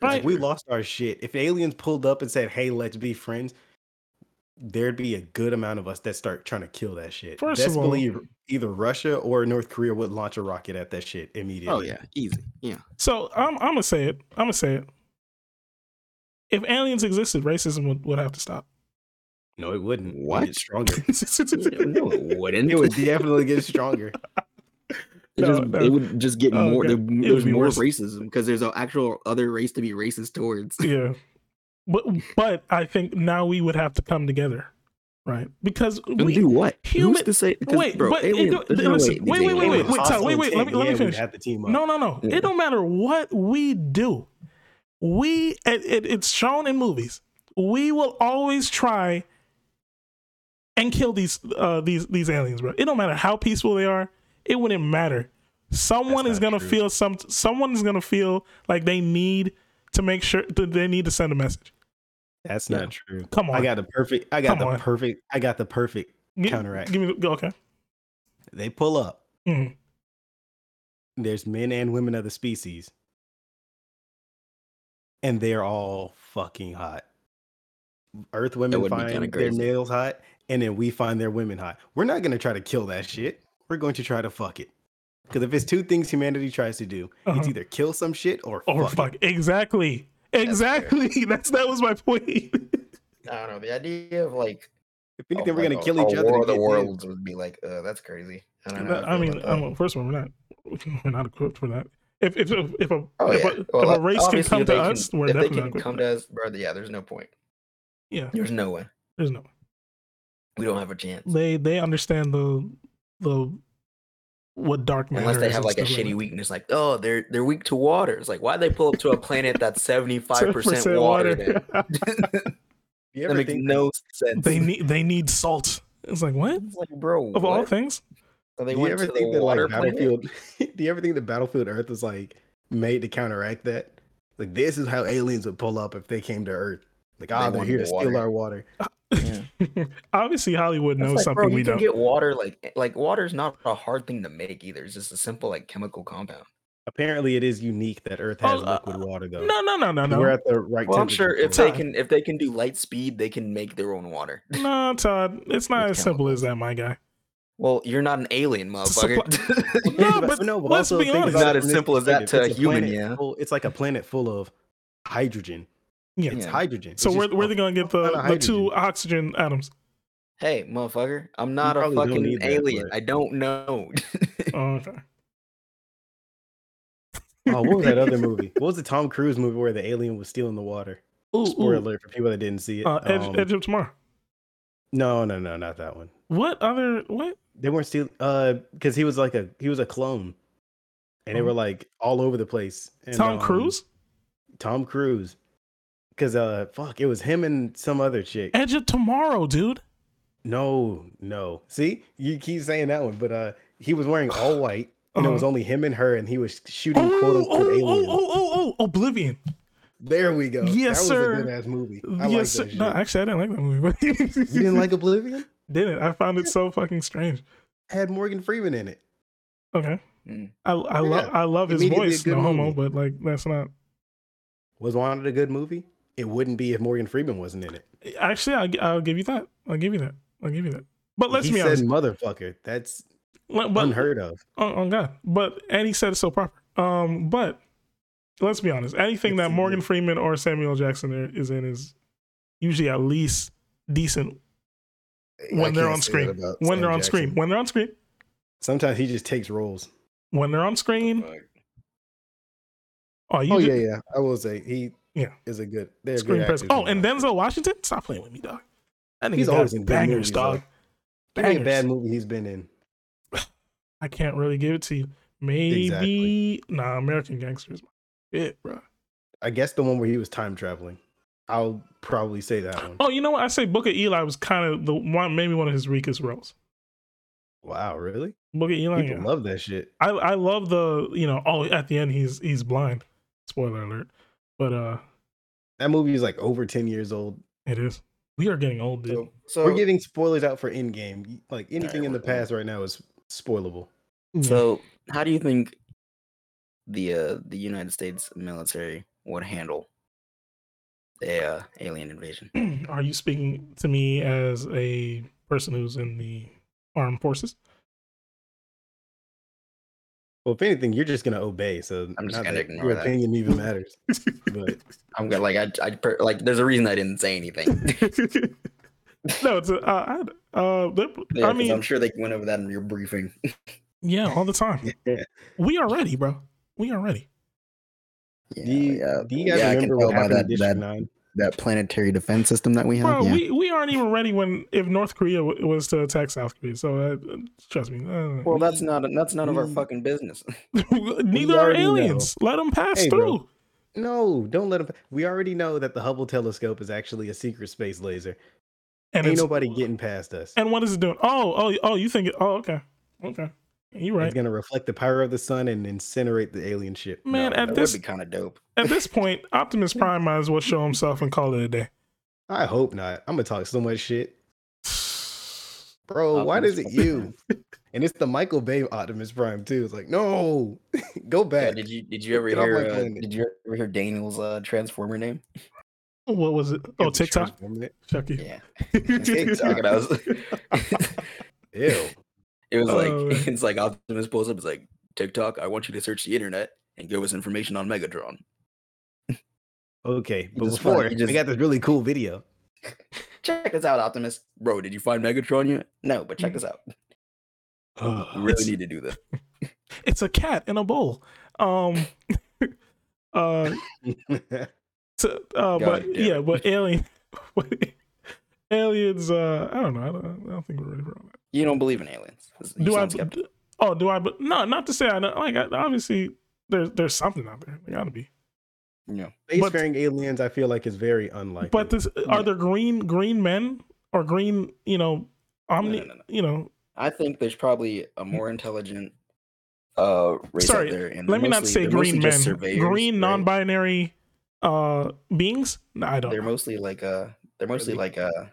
[SPEAKER 1] Right.
[SPEAKER 3] Like, we lost our shit. If aliens pulled up and said, "Hey, let's be friends," there'd be a good amount of us that start trying to kill that shit.
[SPEAKER 1] First
[SPEAKER 3] Best
[SPEAKER 1] of all-
[SPEAKER 3] believe either Russia or North Korea would launch a rocket at that shit immediately.
[SPEAKER 2] oh yeah easy yeah
[SPEAKER 1] So I'm I'm gonna say it. I'm gonna say it. If aliens existed, racism would, would have to stop.
[SPEAKER 3] no, it wouldn't. It'd
[SPEAKER 2] What?
[SPEAKER 3] get stronger.
[SPEAKER 2] Yeah, no it wouldn't
[SPEAKER 3] it would definitely get stronger.
[SPEAKER 2] It,
[SPEAKER 1] No,
[SPEAKER 2] just,
[SPEAKER 1] no.
[SPEAKER 2] it would just get
[SPEAKER 1] Oh,
[SPEAKER 2] more.
[SPEAKER 1] okay.
[SPEAKER 2] There,
[SPEAKER 1] It would
[SPEAKER 2] there's
[SPEAKER 1] be
[SPEAKER 2] more
[SPEAKER 1] worse.
[SPEAKER 2] racism because there's an actual other race to be racist towards.
[SPEAKER 1] yeah but but i think now we would have to come together right because
[SPEAKER 2] And
[SPEAKER 1] we
[SPEAKER 2] do what?
[SPEAKER 1] human-
[SPEAKER 2] Who's to say? 'cause,
[SPEAKER 1] wait,
[SPEAKER 2] bro,
[SPEAKER 1] but it
[SPEAKER 2] alien-
[SPEAKER 1] don't-
[SPEAKER 2] there's
[SPEAKER 1] th-
[SPEAKER 2] no
[SPEAKER 1] listen,
[SPEAKER 2] way these
[SPEAKER 1] wait, wait, wait,
[SPEAKER 2] aliens-
[SPEAKER 1] wait, wait, Todd,
[SPEAKER 3] Hostile
[SPEAKER 1] wait, wait, let me-
[SPEAKER 3] intent,
[SPEAKER 1] let me
[SPEAKER 3] yeah, we'd
[SPEAKER 1] finish.
[SPEAKER 3] Have to team up.
[SPEAKER 1] no no no
[SPEAKER 2] Yeah.
[SPEAKER 1] it don't matter what we do we it, it, it's shown in movies we will always try and kill these uh these these aliens bro it don't matter how peaceful they are it wouldn't matter. Someone
[SPEAKER 2] That's
[SPEAKER 1] is
[SPEAKER 2] not
[SPEAKER 1] gonna
[SPEAKER 2] true.
[SPEAKER 1] feel some. Someone is gonna feel like they need to make sure that they need to send a message.
[SPEAKER 3] That's
[SPEAKER 4] Yeah.
[SPEAKER 3] not true.
[SPEAKER 1] Come on,
[SPEAKER 3] I got the perfect. I got
[SPEAKER 1] Come
[SPEAKER 3] the
[SPEAKER 1] on.
[SPEAKER 3] perfect. I got the perfect.
[SPEAKER 1] Gi-
[SPEAKER 3] counteract.
[SPEAKER 1] Give me the, okay.
[SPEAKER 3] They pull up.
[SPEAKER 1] Mhm.
[SPEAKER 3] There's men and women of the species, and they're all fucking hot. Earth women
[SPEAKER 2] would be kinda
[SPEAKER 3] find their
[SPEAKER 2] crazy.
[SPEAKER 3] nails hot, and then we find their women hot. We're not gonna try to kill that shit. We're going to try to fuck it. Because if it's two things humanity tries to do, it's
[SPEAKER 1] Uh-huh.
[SPEAKER 3] either kill some shit or
[SPEAKER 1] Or
[SPEAKER 3] fuck.
[SPEAKER 1] Oh,
[SPEAKER 3] it.
[SPEAKER 1] fuck. Exactly.
[SPEAKER 2] fair.
[SPEAKER 1] Exactly. That's that was my point.
[SPEAKER 2] I don't know. The idea of like
[SPEAKER 3] If anything,
[SPEAKER 2] of,
[SPEAKER 3] we're
[SPEAKER 2] like,
[SPEAKER 3] gonna
[SPEAKER 2] a-
[SPEAKER 3] kill
[SPEAKER 2] Oh a
[SPEAKER 3] each other.
[SPEAKER 2] War
[SPEAKER 3] to
[SPEAKER 2] of the
[SPEAKER 3] get dead.
[SPEAKER 2] worlds would be like, uh, that's crazy. I don't know. how I
[SPEAKER 1] I
[SPEAKER 2] feel
[SPEAKER 1] mean,
[SPEAKER 2] about that.
[SPEAKER 1] I'm a, first of all, we're not we're not equipped for that. If if if, if a
[SPEAKER 2] Oh,
[SPEAKER 1] if,
[SPEAKER 2] yeah.
[SPEAKER 1] a, if
[SPEAKER 2] Well,
[SPEAKER 1] a race can
[SPEAKER 2] obviously,
[SPEAKER 1] come
[SPEAKER 2] if they
[SPEAKER 1] to us, we're
[SPEAKER 2] if they
[SPEAKER 1] definitely not
[SPEAKER 2] can
[SPEAKER 1] equipped.
[SPEAKER 2] come
[SPEAKER 1] for that.
[SPEAKER 2] to us, brother. Yeah, there's no point.
[SPEAKER 1] Yeah,
[SPEAKER 2] There's no way.
[SPEAKER 1] there's no.
[SPEAKER 2] We don't have a chance
[SPEAKER 1] They they understand the the what dark matter
[SPEAKER 2] unless they
[SPEAKER 1] is
[SPEAKER 2] have
[SPEAKER 1] and
[SPEAKER 2] like a
[SPEAKER 1] stuff
[SPEAKER 2] shitty
[SPEAKER 1] that.
[SPEAKER 2] weakness. Like, oh, they're they're weak to water. It's like, why they pull up to a planet that's seventy five percent
[SPEAKER 1] 10%
[SPEAKER 2] water? then?
[SPEAKER 3] You
[SPEAKER 2] that
[SPEAKER 3] ever
[SPEAKER 2] makes
[SPEAKER 3] think
[SPEAKER 2] no sense.
[SPEAKER 1] they need they need salt. It's like what
[SPEAKER 2] It's like, bro,
[SPEAKER 1] of all
[SPEAKER 2] what?
[SPEAKER 1] things?
[SPEAKER 2] So they
[SPEAKER 3] do you
[SPEAKER 2] went
[SPEAKER 3] ever
[SPEAKER 2] to
[SPEAKER 3] think
[SPEAKER 2] the
[SPEAKER 3] that
[SPEAKER 2] water
[SPEAKER 3] like
[SPEAKER 2] planet?
[SPEAKER 3] battlefield do you ever think the battlefield earth was like made to counteract that like this is how aliens would pull up if they came to earth like
[SPEAKER 2] They
[SPEAKER 3] ah they're
[SPEAKER 2] wanted
[SPEAKER 3] here
[SPEAKER 2] the
[SPEAKER 3] to steal
[SPEAKER 2] water.
[SPEAKER 3] our water
[SPEAKER 1] Obviously, Hollywood knows
[SPEAKER 2] It's like,
[SPEAKER 1] something
[SPEAKER 2] bro, you
[SPEAKER 1] we
[SPEAKER 2] can
[SPEAKER 1] don't.
[SPEAKER 2] get water like eh, like water's not a hard thing to make either. It's just a simple like chemical compound.
[SPEAKER 3] apparently it is unique that earth
[SPEAKER 1] Oh,
[SPEAKER 3] has
[SPEAKER 1] uh,
[SPEAKER 3] liquid water though
[SPEAKER 1] no, no, no, no,
[SPEAKER 3] we're
[SPEAKER 1] no,
[SPEAKER 3] at the right
[SPEAKER 2] Well, I'm
[SPEAKER 3] temperature
[SPEAKER 2] sure if
[SPEAKER 3] for
[SPEAKER 2] they
[SPEAKER 3] it.
[SPEAKER 1] Todd.
[SPEAKER 2] can if they can do light speed, they can make their own water.
[SPEAKER 1] no, Todd. It's not
[SPEAKER 2] With
[SPEAKER 1] as simple as that, my guy.
[SPEAKER 2] Well, you're not an alien, motherfucker.
[SPEAKER 1] No,
[SPEAKER 3] Yeah,
[SPEAKER 1] but
[SPEAKER 3] no, but
[SPEAKER 1] let's
[SPEAKER 3] also
[SPEAKER 1] be
[SPEAKER 3] think
[SPEAKER 1] honest.
[SPEAKER 3] about
[SPEAKER 2] Not
[SPEAKER 3] it
[SPEAKER 2] as
[SPEAKER 3] from this
[SPEAKER 2] simple as that
[SPEAKER 3] perspective.
[SPEAKER 2] to
[SPEAKER 3] It's
[SPEAKER 2] a human,
[SPEAKER 3] planet
[SPEAKER 2] yeah.
[SPEAKER 3] full- it's like a planet full of hydrogen
[SPEAKER 1] Yeah.
[SPEAKER 3] it's
[SPEAKER 2] Yeah.
[SPEAKER 3] hydrogen
[SPEAKER 1] So
[SPEAKER 3] It's
[SPEAKER 1] where
[SPEAKER 3] just
[SPEAKER 1] where
[SPEAKER 3] a
[SPEAKER 1] they gonna get
[SPEAKER 3] ton
[SPEAKER 1] the,
[SPEAKER 3] of
[SPEAKER 1] the two
[SPEAKER 3] hydrogen.
[SPEAKER 1] oxygen atoms?
[SPEAKER 2] hey, motherfucker, I'm not a
[SPEAKER 3] probably don't
[SPEAKER 2] fucking
[SPEAKER 3] need that,
[SPEAKER 2] alien.
[SPEAKER 3] but-
[SPEAKER 2] I don't know.
[SPEAKER 1] Oh, okay.
[SPEAKER 3] oh what was that other movie what was the tom cruise movie where the alien was stealing the water
[SPEAKER 1] Ooh,
[SPEAKER 3] spoiler
[SPEAKER 1] ooh.
[SPEAKER 3] alert for people that didn't see it
[SPEAKER 1] Uh, Edge,
[SPEAKER 3] Um,
[SPEAKER 1] Edge of Tomorrow.
[SPEAKER 3] no no no not that one
[SPEAKER 1] What other what?
[SPEAKER 3] They weren't stealing uh because he was like a he was a clone. And they were
[SPEAKER 1] Oh.
[SPEAKER 3] like all over the place. And,
[SPEAKER 1] Tom
[SPEAKER 3] um,
[SPEAKER 1] Cruise?
[SPEAKER 3] Tom Cruise. Cause uh fuck, it was him and some other chick.
[SPEAKER 1] Edge of Tomorrow, dude.
[SPEAKER 3] No, no. See, you keep saying that one, but uh he was wearing all white and it was
[SPEAKER 1] Uh-huh.
[SPEAKER 3] only him and her and he was shooting
[SPEAKER 1] Oh,
[SPEAKER 3] quote
[SPEAKER 1] oh,
[SPEAKER 3] unquote
[SPEAKER 1] oh,
[SPEAKER 3] aliens.
[SPEAKER 1] oh, oh, oh, Oblivion.
[SPEAKER 3] There we go.
[SPEAKER 1] Yes,
[SPEAKER 3] that
[SPEAKER 1] sir.
[SPEAKER 3] was a good ass movie. I
[SPEAKER 1] yes, sir.
[SPEAKER 3] like that
[SPEAKER 1] no,
[SPEAKER 3] shit.
[SPEAKER 1] actually, I didn't like that movie. But
[SPEAKER 3] You didn't like Oblivion?
[SPEAKER 1] didn't. I found it so fucking strange.
[SPEAKER 3] It had Morgan Freeman in it.
[SPEAKER 1] Okay.
[SPEAKER 2] Mm.
[SPEAKER 1] I I love
[SPEAKER 3] Yeah.
[SPEAKER 1] I love his
[SPEAKER 3] Immediately a
[SPEAKER 1] voice,
[SPEAKER 3] good
[SPEAKER 1] no homo,
[SPEAKER 3] movie.
[SPEAKER 1] but like that's not.
[SPEAKER 3] Was Wanted a good movie? It wouldn't be if Morgan Freeman wasn't in it.
[SPEAKER 1] Actually, I'll, gi- I'll give you that. I'll give you that. I'll give you that. But let's
[SPEAKER 3] he
[SPEAKER 1] be
[SPEAKER 3] said
[SPEAKER 1] honest.
[SPEAKER 3] motherfucker. That's
[SPEAKER 1] Let- But
[SPEAKER 3] unheard of.
[SPEAKER 1] on, on Oh, God. But and he said it so proper. Um, but let's be honest. Anything
[SPEAKER 3] It's
[SPEAKER 1] that Morgan
[SPEAKER 3] indeed.
[SPEAKER 1] Freeman or Samuel Jackson are- is in is usually at least decent when they're on screen. When they're on screen. When they're on screen.
[SPEAKER 3] Sometimes he just takes roles.
[SPEAKER 1] When they're on screen. Oh, you
[SPEAKER 3] oh
[SPEAKER 1] ju-
[SPEAKER 3] yeah, yeah. I will say he
[SPEAKER 1] Yeah.
[SPEAKER 3] is a good they're
[SPEAKER 1] screen
[SPEAKER 3] good
[SPEAKER 1] presence.
[SPEAKER 3] actors
[SPEAKER 1] Oh,
[SPEAKER 3] in
[SPEAKER 1] and
[SPEAKER 3] that.
[SPEAKER 1] Denzel Washington. Stop playing with me, dog. That nigga
[SPEAKER 3] He's
[SPEAKER 1] got
[SPEAKER 3] always in good
[SPEAKER 1] bangers,
[SPEAKER 3] movies,
[SPEAKER 1] dog.
[SPEAKER 3] Give me a bad
[SPEAKER 1] Bangers.
[SPEAKER 3] movie he's been in.
[SPEAKER 1] I can't really give it to you. Maybe nah. American Gangster is my shit, bro.
[SPEAKER 3] I guess the one where he was time traveling. I'll probably say that one.
[SPEAKER 1] Oh, you know what? I say Booker Eli was kind of the one, maybe one of his weakest roles.
[SPEAKER 3] Wow, really?
[SPEAKER 1] Booker Eli.
[SPEAKER 3] People
[SPEAKER 1] Oh, yeah.
[SPEAKER 3] love that shit.
[SPEAKER 1] I I love the you know oh at the end he's he's blind. Spoiler alert, but uh
[SPEAKER 3] That movie is like over 10 years old.
[SPEAKER 1] it is. We are getting old, dude.
[SPEAKER 2] So, so
[SPEAKER 3] We're getting spoilers out for Endgame. Like anything in the
[SPEAKER 2] we're-
[SPEAKER 3] past right now is spoilable.
[SPEAKER 2] So, how do you think the uh, the United States military would handle a uh, alien invasion?
[SPEAKER 1] are you speaking to me as a person who's in the armed forces?
[SPEAKER 3] Well, if anything, you're just gonna obey. So
[SPEAKER 2] I'm just
[SPEAKER 3] not
[SPEAKER 2] gonna
[SPEAKER 3] that
[SPEAKER 2] ignore
[SPEAKER 3] your
[SPEAKER 2] that.
[SPEAKER 3] opinion even matters. but
[SPEAKER 2] I'm gonna like I, I per- like. There's a reason I didn't say anything.
[SPEAKER 1] no, it's uh, I, uh they're- I
[SPEAKER 2] Yeah, 'cause I'm
[SPEAKER 1] mean
[SPEAKER 2] sure they went over that in your briefing.
[SPEAKER 1] yeah, all the time.
[SPEAKER 3] Yeah.
[SPEAKER 1] We are ready, bro. We are ready.
[SPEAKER 2] Yeah, uh,
[SPEAKER 3] do you, do you guys
[SPEAKER 2] I can
[SPEAKER 3] remember
[SPEAKER 2] tell
[SPEAKER 3] what
[SPEAKER 2] by
[SPEAKER 3] happened
[SPEAKER 2] that,
[SPEAKER 3] in District
[SPEAKER 2] that,
[SPEAKER 3] Nine?
[SPEAKER 2] that planetary defense system that we have.
[SPEAKER 1] Bro,
[SPEAKER 2] yeah.
[SPEAKER 1] we, we aren't even ready when if North Korea w- was to attack South Korea. So uh, trust me, uh,
[SPEAKER 2] well, that's not that's none of our
[SPEAKER 3] we-
[SPEAKER 2] fucking business.
[SPEAKER 1] neither are
[SPEAKER 3] already know.
[SPEAKER 1] aliens. Let 'em Let them pass
[SPEAKER 3] Hey, bro.
[SPEAKER 1] through.
[SPEAKER 3] No, don't let him. We already know that the Hubble telescope is actually a secret space laser.
[SPEAKER 1] And
[SPEAKER 3] Ain't
[SPEAKER 1] it's-
[SPEAKER 3] nobody getting past us.
[SPEAKER 1] And what is it doing? Oh, oh, oh! You think? it- Oh, okay, okay. You're right.
[SPEAKER 3] It's gonna reflect the power of the sun and incinerate the alien ship.
[SPEAKER 1] Man,
[SPEAKER 2] No,
[SPEAKER 1] at
[SPEAKER 2] that
[SPEAKER 1] this
[SPEAKER 2] would be kind of dope.
[SPEAKER 1] at this point, Optimus Prime might as well show himself and call it a day.
[SPEAKER 3] I hope not. I'm gonna talk so much shit, bro. why
[SPEAKER 2] Optimus
[SPEAKER 3] does it
[SPEAKER 2] Prime.
[SPEAKER 3] you? and it's the Michael Bay Optimus Prime too. It's like, no, go
[SPEAKER 2] Yeah,
[SPEAKER 3] back.
[SPEAKER 2] did you did you ever
[SPEAKER 3] Get off my
[SPEAKER 2] hear uh,
[SPEAKER 3] planet.
[SPEAKER 2] did you ever hear Daniel's uh, transformer name?
[SPEAKER 1] What was it? Oh,
[SPEAKER 3] It's a
[SPEAKER 1] TikTok,
[SPEAKER 3] transformer.
[SPEAKER 1] Chucky.
[SPEAKER 2] Yeah, TikTok. And I was,
[SPEAKER 1] TikTok.
[SPEAKER 3] Ew.
[SPEAKER 2] it was like
[SPEAKER 1] Oh, man.
[SPEAKER 2] it's like Optimus pulls up. It's like TikTok. I want you to search the internet and give us information on Megatron.
[SPEAKER 3] Okay, but
[SPEAKER 2] just find-
[SPEAKER 3] before
[SPEAKER 2] you
[SPEAKER 3] we
[SPEAKER 2] just-
[SPEAKER 3] got this really cool video.
[SPEAKER 2] Check us out, Optimus. Bro, did you find Megatron yet? No, but check us out. We really need to do this.
[SPEAKER 1] It's a cat in a bowl. Um. uh. to, uh, but
[SPEAKER 2] damn
[SPEAKER 1] yeah,
[SPEAKER 2] it.
[SPEAKER 1] but alien, aliens. Uh, I don't know. I don't, I don't think we're ready for all that.
[SPEAKER 2] You don't believe in aliens. This- you
[SPEAKER 1] Do I?
[SPEAKER 2] sound skeptical.
[SPEAKER 1] d- Oh, do I? But no, not to say I know. Like, I, obviously, there's there's something out there. There gotta be.
[SPEAKER 2] No.
[SPEAKER 3] Spacefaring aliens, I feel like is very unlikely.
[SPEAKER 1] But this, are there green green men or green? You know, omni.
[SPEAKER 2] no, no, no.
[SPEAKER 1] You know,
[SPEAKER 2] I think there's probably a more intelligent uh race
[SPEAKER 1] Hmm. Sorry,
[SPEAKER 2] out there. And
[SPEAKER 1] let
[SPEAKER 2] they're
[SPEAKER 1] me not
[SPEAKER 2] mostly-
[SPEAKER 1] say
[SPEAKER 2] they're
[SPEAKER 1] green
[SPEAKER 2] mostly just
[SPEAKER 1] men.
[SPEAKER 2] surveyors,
[SPEAKER 1] Green
[SPEAKER 2] right?
[SPEAKER 1] non-binary uh beings. No, I don't.
[SPEAKER 2] They're
[SPEAKER 1] know.
[SPEAKER 2] mostly like uh they're mostly
[SPEAKER 3] Really?
[SPEAKER 2] like uh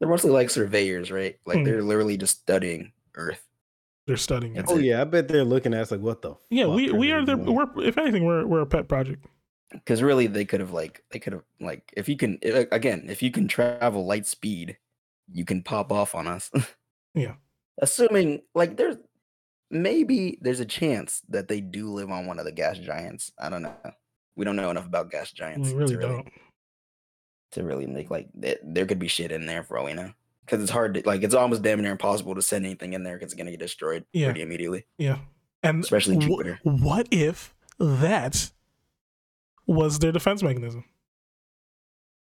[SPEAKER 2] they're mostly like surveyors, right? Like
[SPEAKER 1] Hmm.
[SPEAKER 2] they're literally just studying Earth.
[SPEAKER 1] They're studying. it.
[SPEAKER 2] That's
[SPEAKER 3] oh
[SPEAKER 2] it.
[SPEAKER 3] yeah, I bet they're looking at us like, what the?
[SPEAKER 1] Yeah,
[SPEAKER 3] fuck
[SPEAKER 1] we
[SPEAKER 3] are
[SPEAKER 1] we
[SPEAKER 3] they
[SPEAKER 1] are the
[SPEAKER 3] doing?
[SPEAKER 1] we're if anything we're we're a pet project.
[SPEAKER 2] because really they could have like they could have like if you can i- again if you can travel light speed you can pop off on us
[SPEAKER 1] Yeah.
[SPEAKER 2] assuming like there's maybe there's a chance that they do live on one of the gas giants i don't know we don't know enough about gas giants
[SPEAKER 1] We really
[SPEAKER 2] to really,
[SPEAKER 1] don't.
[SPEAKER 2] to really make like th- there could be shit in there for all we know because it's hard to like it's almost damn near impossible to send anything in there because it's gonna get destroyed
[SPEAKER 1] Yeah.
[SPEAKER 2] pretty immediately
[SPEAKER 1] Yeah. And
[SPEAKER 2] Especially
[SPEAKER 1] wh-
[SPEAKER 2] Jupiter.
[SPEAKER 1] what if that was their defense mechanism?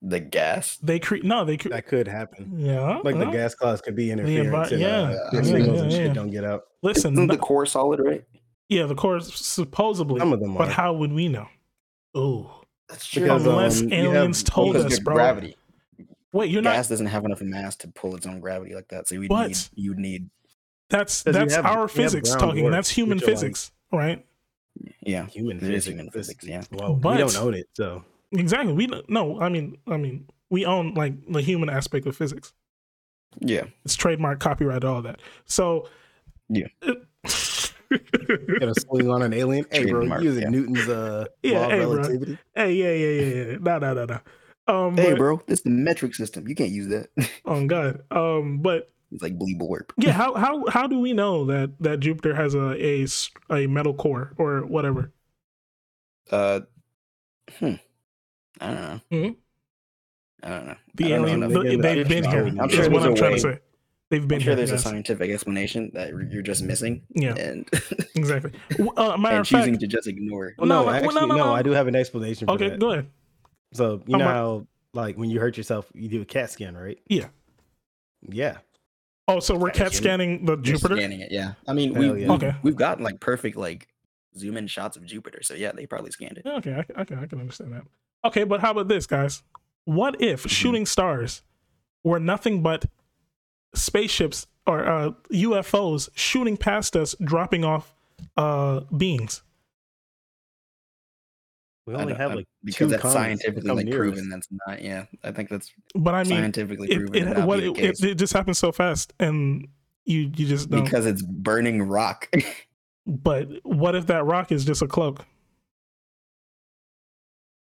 [SPEAKER 2] the gas
[SPEAKER 1] They create no, they cre-
[SPEAKER 3] That could happen.
[SPEAKER 1] yeah.
[SPEAKER 3] Like the
[SPEAKER 1] yeah.
[SPEAKER 3] gas clouds could be interference.
[SPEAKER 1] envi-
[SPEAKER 3] and,
[SPEAKER 1] yeah,
[SPEAKER 3] uh,
[SPEAKER 2] yeah,
[SPEAKER 3] signals and
[SPEAKER 1] yeah,
[SPEAKER 3] shit
[SPEAKER 1] yeah.
[SPEAKER 3] don't get out.
[SPEAKER 1] Listen,
[SPEAKER 2] isn't
[SPEAKER 1] no-
[SPEAKER 2] the core solid right
[SPEAKER 1] yeah, the core is supposedly,
[SPEAKER 3] Some of them
[SPEAKER 1] but
[SPEAKER 3] are.
[SPEAKER 1] how would we know? Oh,
[SPEAKER 2] that's
[SPEAKER 3] Because,
[SPEAKER 1] unless
[SPEAKER 3] um, you have-
[SPEAKER 1] aliens told
[SPEAKER 2] because
[SPEAKER 1] us,
[SPEAKER 2] there's
[SPEAKER 1] bro.
[SPEAKER 2] gravity
[SPEAKER 1] Wait, you're not.
[SPEAKER 2] gas doesn't have enough mass to pull its own gravity like that. So you
[SPEAKER 1] What?
[SPEAKER 2] need you need
[SPEAKER 1] That's
[SPEAKER 3] 'Cause you
[SPEAKER 1] that's
[SPEAKER 3] have- you
[SPEAKER 1] our
[SPEAKER 3] have
[SPEAKER 1] physics
[SPEAKER 3] ground
[SPEAKER 1] talking.
[SPEAKER 3] work,
[SPEAKER 1] that's human
[SPEAKER 3] which are like-
[SPEAKER 1] physics, right?
[SPEAKER 2] yeah.
[SPEAKER 3] Human
[SPEAKER 2] It is
[SPEAKER 3] physics.
[SPEAKER 2] human
[SPEAKER 3] this-
[SPEAKER 2] physics, yeah.
[SPEAKER 3] Well,
[SPEAKER 1] But-
[SPEAKER 3] we don't own it, so
[SPEAKER 1] Exactly. We don't- no. I mean, I mean, we own like the human aspect of physics.
[SPEAKER 2] Yeah.
[SPEAKER 1] It's trademark, copyright, all that. So
[SPEAKER 2] Yeah.
[SPEAKER 3] gonna swing on an alien. Hey, bro,
[SPEAKER 2] Trademark,
[SPEAKER 3] using
[SPEAKER 2] yeah.
[SPEAKER 3] Newton's uh,
[SPEAKER 1] Yeah,
[SPEAKER 3] law of
[SPEAKER 1] hey, bro.
[SPEAKER 3] relativity.
[SPEAKER 1] hey, yeah, yeah, yeah, yeah. No, no, no, no. Um,
[SPEAKER 2] Hey,
[SPEAKER 1] but-
[SPEAKER 2] bro, this is the metric system. You can't use that.
[SPEAKER 1] Oh God. Um, but
[SPEAKER 2] it's like bleep warp.
[SPEAKER 1] yeah, how how how do we know that that Jupiter has a a s- a metal core or whatever?
[SPEAKER 2] Uh, hmm. I don't know.
[SPEAKER 1] Hmm?
[SPEAKER 2] I don't know. I
[SPEAKER 1] The
[SPEAKER 2] don't know
[SPEAKER 1] alien,
[SPEAKER 2] nothing
[SPEAKER 1] the-
[SPEAKER 3] about
[SPEAKER 1] they've
[SPEAKER 3] it.
[SPEAKER 1] been here.
[SPEAKER 3] I'm
[SPEAKER 1] is what
[SPEAKER 3] sure
[SPEAKER 2] there's
[SPEAKER 1] I'm trying
[SPEAKER 2] a
[SPEAKER 1] to
[SPEAKER 2] way.
[SPEAKER 1] say. They've
[SPEAKER 2] I'm
[SPEAKER 1] been
[SPEAKER 2] sure
[SPEAKER 1] here.
[SPEAKER 2] there's a
[SPEAKER 1] yes.
[SPEAKER 2] scientific explanation that you're just missing.
[SPEAKER 1] Yeah.
[SPEAKER 2] And,
[SPEAKER 1] Exactly. W- Uh, matter
[SPEAKER 2] and
[SPEAKER 1] of
[SPEAKER 2] choosing
[SPEAKER 1] fact.
[SPEAKER 2] to just ignore.
[SPEAKER 3] Well,
[SPEAKER 1] No,
[SPEAKER 3] no,
[SPEAKER 1] like- well,
[SPEAKER 3] actually,
[SPEAKER 1] no,
[SPEAKER 3] no,
[SPEAKER 1] no, no.
[SPEAKER 3] I do have an explanation for
[SPEAKER 1] Okay,
[SPEAKER 3] that.
[SPEAKER 1] go ahead.
[SPEAKER 3] So you
[SPEAKER 1] I'm
[SPEAKER 3] know
[SPEAKER 1] right.
[SPEAKER 3] how, like, when you hurt yourself, you do a CAT scan, right?
[SPEAKER 1] Yeah.
[SPEAKER 3] Yeah.
[SPEAKER 1] Oh, so we're
[SPEAKER 2] That
[SPEAKER 1] cat
[SPEAKER 2] was
[SPEAKER 1] scanning the
[SPEAKER 2] Just
[SPEAKER 1] Jupiter.
[SPEAKER 2] Scanning it, yeah. I mean,
[SPEAKER 3] Hell
[SPEAKER 2] we,
[SPEAKER 3] yeah.
[SPEAKER 2] we,
[SPEAKER 1] Okay.
[SPEAKER 2] we've gotten like perfect like zoom in shots of Jupiter. So yeah, they probably scanned it.
[SPEAKER 1] Yeah, okay, I, can- I can I can understand that. Okay, but how about this, guys? What if
[SPEAKER 2] Mm-hmm.
[SPEAKER 1] shooting stars were nothing but spaceships or uh, UFOs shooting past us, dropping off uh, beings?
[SPEAKER 3] We
[SPEAKER 2] I
[SPEAKER 3] only
[SPEAKER 2] don't-
[SPEAKER 3] have
[SPEAKER 2] I-
[SPEAKER 3] like
[SPEAKER 2] because
[SPEAKER 3] two
[SPEAKER 2] that's
[SPEAKER 3] comets that
[SPEAKER 2] scientifically
[SPEAKER 3] come
[SPEAKER 2] like
[SPEAKER 3] near
[SPEAKER 2] proven.
[SPEAKER 3] us.
[SPEAKER 2] That's not. Yeah, I think that's
[SPEAKER 1] But I mean,
[SPEAKER 2] scientifically
[SPEAKER 1] it,
[SPEAKER 2] proven. to
[SPEAKER 1] it,
[SPEAKER 2] not
[SPEAKER 1] what
[SPEAKER 2] be the
[SPEAKER 1] it, it,
[SPEAKER 2] case
[SPEAKER 1] it just happened so fast, and you you just don't.
[SPEAKER 2] because it's burning rock.
[SPEAKER 1] but what if that rock is just a cloak?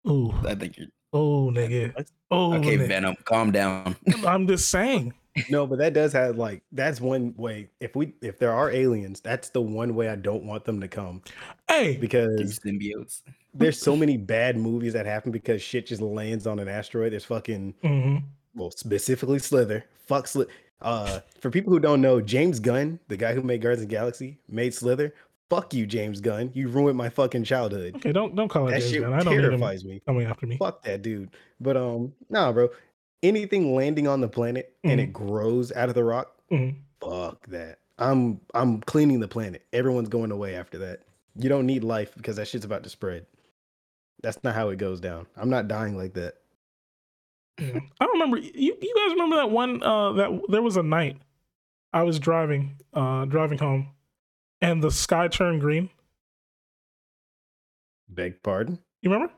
[SPEAKER 1] Ooh,
[SPEAKER 2] I think you're
[SPEAKER 1] oh, nigga, oh,
[SPEAKER 2] okay.
[SPEAKER 1] nigga.
[SPEAKER 2] Venom, calm down.
[SPEAKER 1] I'm just saying.
[SPEAKER 3] No, but that does have like that's one way. If we if there are aliens, that's the one way I don't want them to come
[SPEAKER 1] Hey,
[SPEAKER 2] You
[SPEAKER 3] because
[SPEAKER 2] symbiotes.
[SPEAKER 3] there's so many bad movies that happen because shit just lands on an asteroid. There's fucking
[SPEAKER 1] mhm.
[SPEAKER 3] well specifically Slither. Fuck Slither. Uh, for people who don't know, James Gunn, the guy who made Guardians of the Galaxy, made Slither. Fuck you, James Gunn. You ruined my fucking childhood.
[SPEAKER 1] okay, don't don't call it
[SPEAKER 3] That
[SPEAKER 1] Oh, James
[SPEAKER 3] shit
[SPEAKER 1] Gunn. I don't need him
[SPEAKER 3] terrifies me.
[SPEAKER 1] coming after me.
[SPEAKER 3] Fuck that dude. But um, nah, bro. Anything landing on the planet and it
[SPEAKER 1] Mm-hmm.
[SPEAKER 3] grows out of the rock,
[SPEAKER 1] Mhm.
[SPEAKER 3] fuck that. I'm I'm cleaning the planet. Everyone's going away after that. You don't need life because that shit's about to spread. That's not how it goes down. I'm not dying like that.
[SPEAKER 1] Yeah. I remember you. You guys remember that one? Uh, that there was a night I was driving, uh, driving home, and the sky turned green.
[SPEAKER 3] Beg pardon?
[SPEAKER 1] You remember?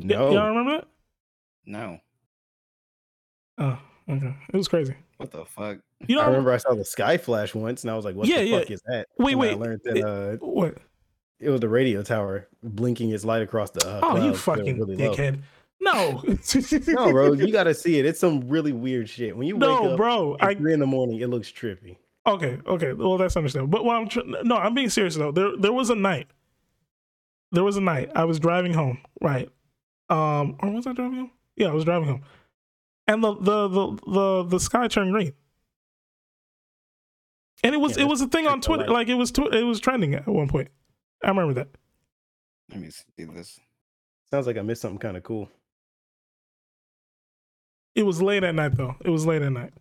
[SPEAKER 1] Y-
[SPEAKER 3] No.
[SPEAKER 1] y'all remember that?
[SPEAKER 2] No.
[SPEAKER 1] Oh, okay. It was crazy.
[SPEAKER 2] What the fuck?
[SPEAKER 1] You
[SPEAKER 3] I
[SPEAKER 1] don't
[SPEAKER 3] remember I saw the sky flash once and I was like, what
[SPEAKER 1] Yeah,
[SPEAKER 3] the
[SPEAKER 1] yeah.
[SPEAKER 3] fuck is that?
[SPEAKER 1] Wait,
[SPEAKER 3] And I
[SPEAKER 1] wait,
[SPEAKER 3] learned that
[SPEAKER 1] it-
[SPEAKER 3] uh,
[SPEAKER 1] what?
[SPEAKER 3] it was the radio tower blinking its light across the. Uh,
[SPEAKER 1] Oh, you
[SPEAKER 3] clouds, so it was
[SPEAKER 1] fucking
[SPEAKER 3] really low.
[SPEAKER 1] dickhead! No,
[SPEAKER 3] No, bro, you gotta see it. It's some really weird shit. When you wake
[SPEAKER 1] no,
[SPEAKER 3] up
[SPEAKER 1] bro.
[SPEAKER 3] at
[SPEAKER 1] I
[SPEAKER 3] three in the morning, it looks trippy.
[SPEAKER 1] Okay, okay. Well, that's understandable. But what I'm tr- no, I'm being serious though. There there was a night. There was a night I was driving home, right? Um, or was I driving home? Yeah, I was driving home, and the the the the, the sky turned green. And it was
[SPEAKER 3] Yeah,
[SPEAKER 1] it was a thing on
[SPEAKER 3] that's a
[SPEAKER 1] Twitter,
[SPEAKER 3] light.
[SPEAKER 1] like it was tw- it was trending at one point. I remember that.
[SPEAKER 2] Let me see this.
[SPEAKER 3] Sounds like I missed something kind of cool.
[SPEAKER 1] It was late at night though. It was late at night.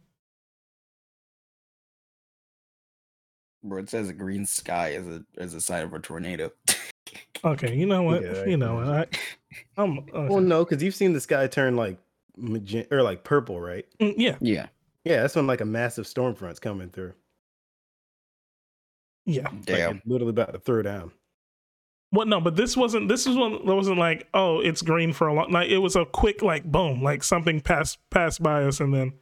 [SPEAKER 2] Bro, it says a green sky as a as a sign of a tornado.
[SPEAKER 1] Okay, you know what?
[SPEAKER 3] Yeah, I
[SPEAKER 1] you know what?
[SPEAKER 3] can
[SPEAKER 1] I, I'm okay.
[SPEAKER 3] Well, no, because you've seen the sky turn like magenta or like purple, right?
[SPEAKER 1] Mm, yeah,
[SPEAKER 2] yeah.
[SPEAKER 3] Yeah, that's when like a massive storm front's coming through.
[SPEAKER 1] yeah.
[SPEAKER 3] Like,
[SPEAKER 2] Damn.
[SPEAKER 3] it's literally about to throw down.
[SPEAKER 1] Well, no, but this wasn't. This was one. That wasn't like, oh, it's green for a long. Like it was a quick, like boom, like something passed passed by us, and then,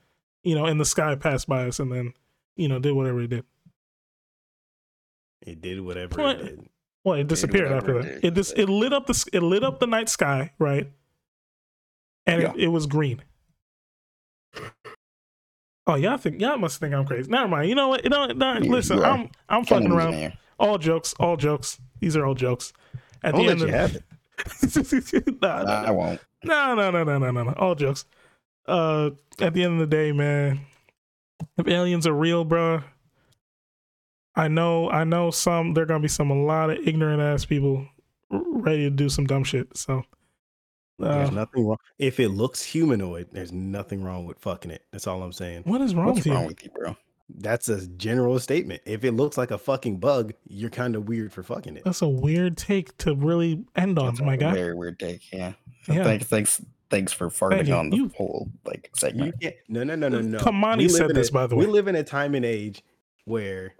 [SPEAKER 1] you know, in the sky passed by us, and then, you know, did whatever it did.
[SPEAKER 3] It did whatever
[SPEAKER 1] What?
[SPEAKER 3] it did.
[SPEAKER 1] Well, it disappeared after
[SPEAKER 2] whatever it
[SPEAKER 1] that.
[SPEAKER 2] did.
[SPEAKER 1] It just it lit up the s- it lit up the night sky, right? And it, it was green. Oh, y'all think y'all must think I'm crazy. Never mind. You know what? You know, what? no,
[SPEAKER 2] You-
[SPEAKER 1] listen,
[SPEAKER 2] you are.
[SPEAKER 1] I'm I'm
[SPEAKER 2] Come
[SPEAKER 1] fucking
[SPEAKER 2] on,
[SPEAKER 1] around.
[SPEAKER 2] man.
[SPEAKER 1] All jokes, all jokes. These are all jokes. At
[SPEAKER 3] Don't
[SPEAKER 1] the
[SPEAKER 3] let
[SPEAKER 1] end
[SPEAKER 3] you
[SPEAKER 1] of
[SPEAKER 3] have it.
[SPEAKER 1] Nah, nah,
[SPEAKER 2] I won't.
[SPEAKER 1] No, no, no, no, no, no, no. All jokes. Uh, at the end of the day, man, if aliens are real, bruh, I know, I know some. There gonna be some a lot of ignorant ass people r- ready to do some dumb shit. So,
[SPEAKER 3] There's
[SPEAKER 1] uh,
[SPEAKER 3] nothing wrong. If it looks humanoid, there's nothing wrong with fucking it. That's all I'm saying.
[SPEAKER 1] what is wrong
[SPEAKER 2] What's
[SPEAKER 1] with you?
[SPEAKER 2] wrong with you, bro?
[SPEAKER 3] That's a general statement. If it looks like a fucking bug, you're kind of weird for fucking it.
[SPEAKER 1] That's a weird take to really end on,
[SPEAKER 2] That's
[SPEAKER 1] Oh my
[SPEAKER 2] a
[SPEAKER 1] guy.
[SPEAKER 2] Very weird take. Yeah.
[SPEAKER 1] Yeah.
[SPEAKER 2] Thanks, thanks, thanks for farting
[SPEAKER 1] you.
[SPEAKER 2] on the
[SPEAKER 1] You-
[SPEAKER 2] whole like
[SPEAKER 3] You
[SPEAKER 2] segment.
[SPEAKER 3] can't. No, no, no, no, no.
[SPEAKER 1] Kamani
[SPEAKER 3] We live
[SPEAKER 1] said
[SPEAKER 3] in
[SPEAKER 1] this,
[SPEAKER 3] a-
[SPEAKER 1] by the
[SPEAKER 3] We
[SPEAKER 1] way.
[SPEAKER 3] live in a time and age where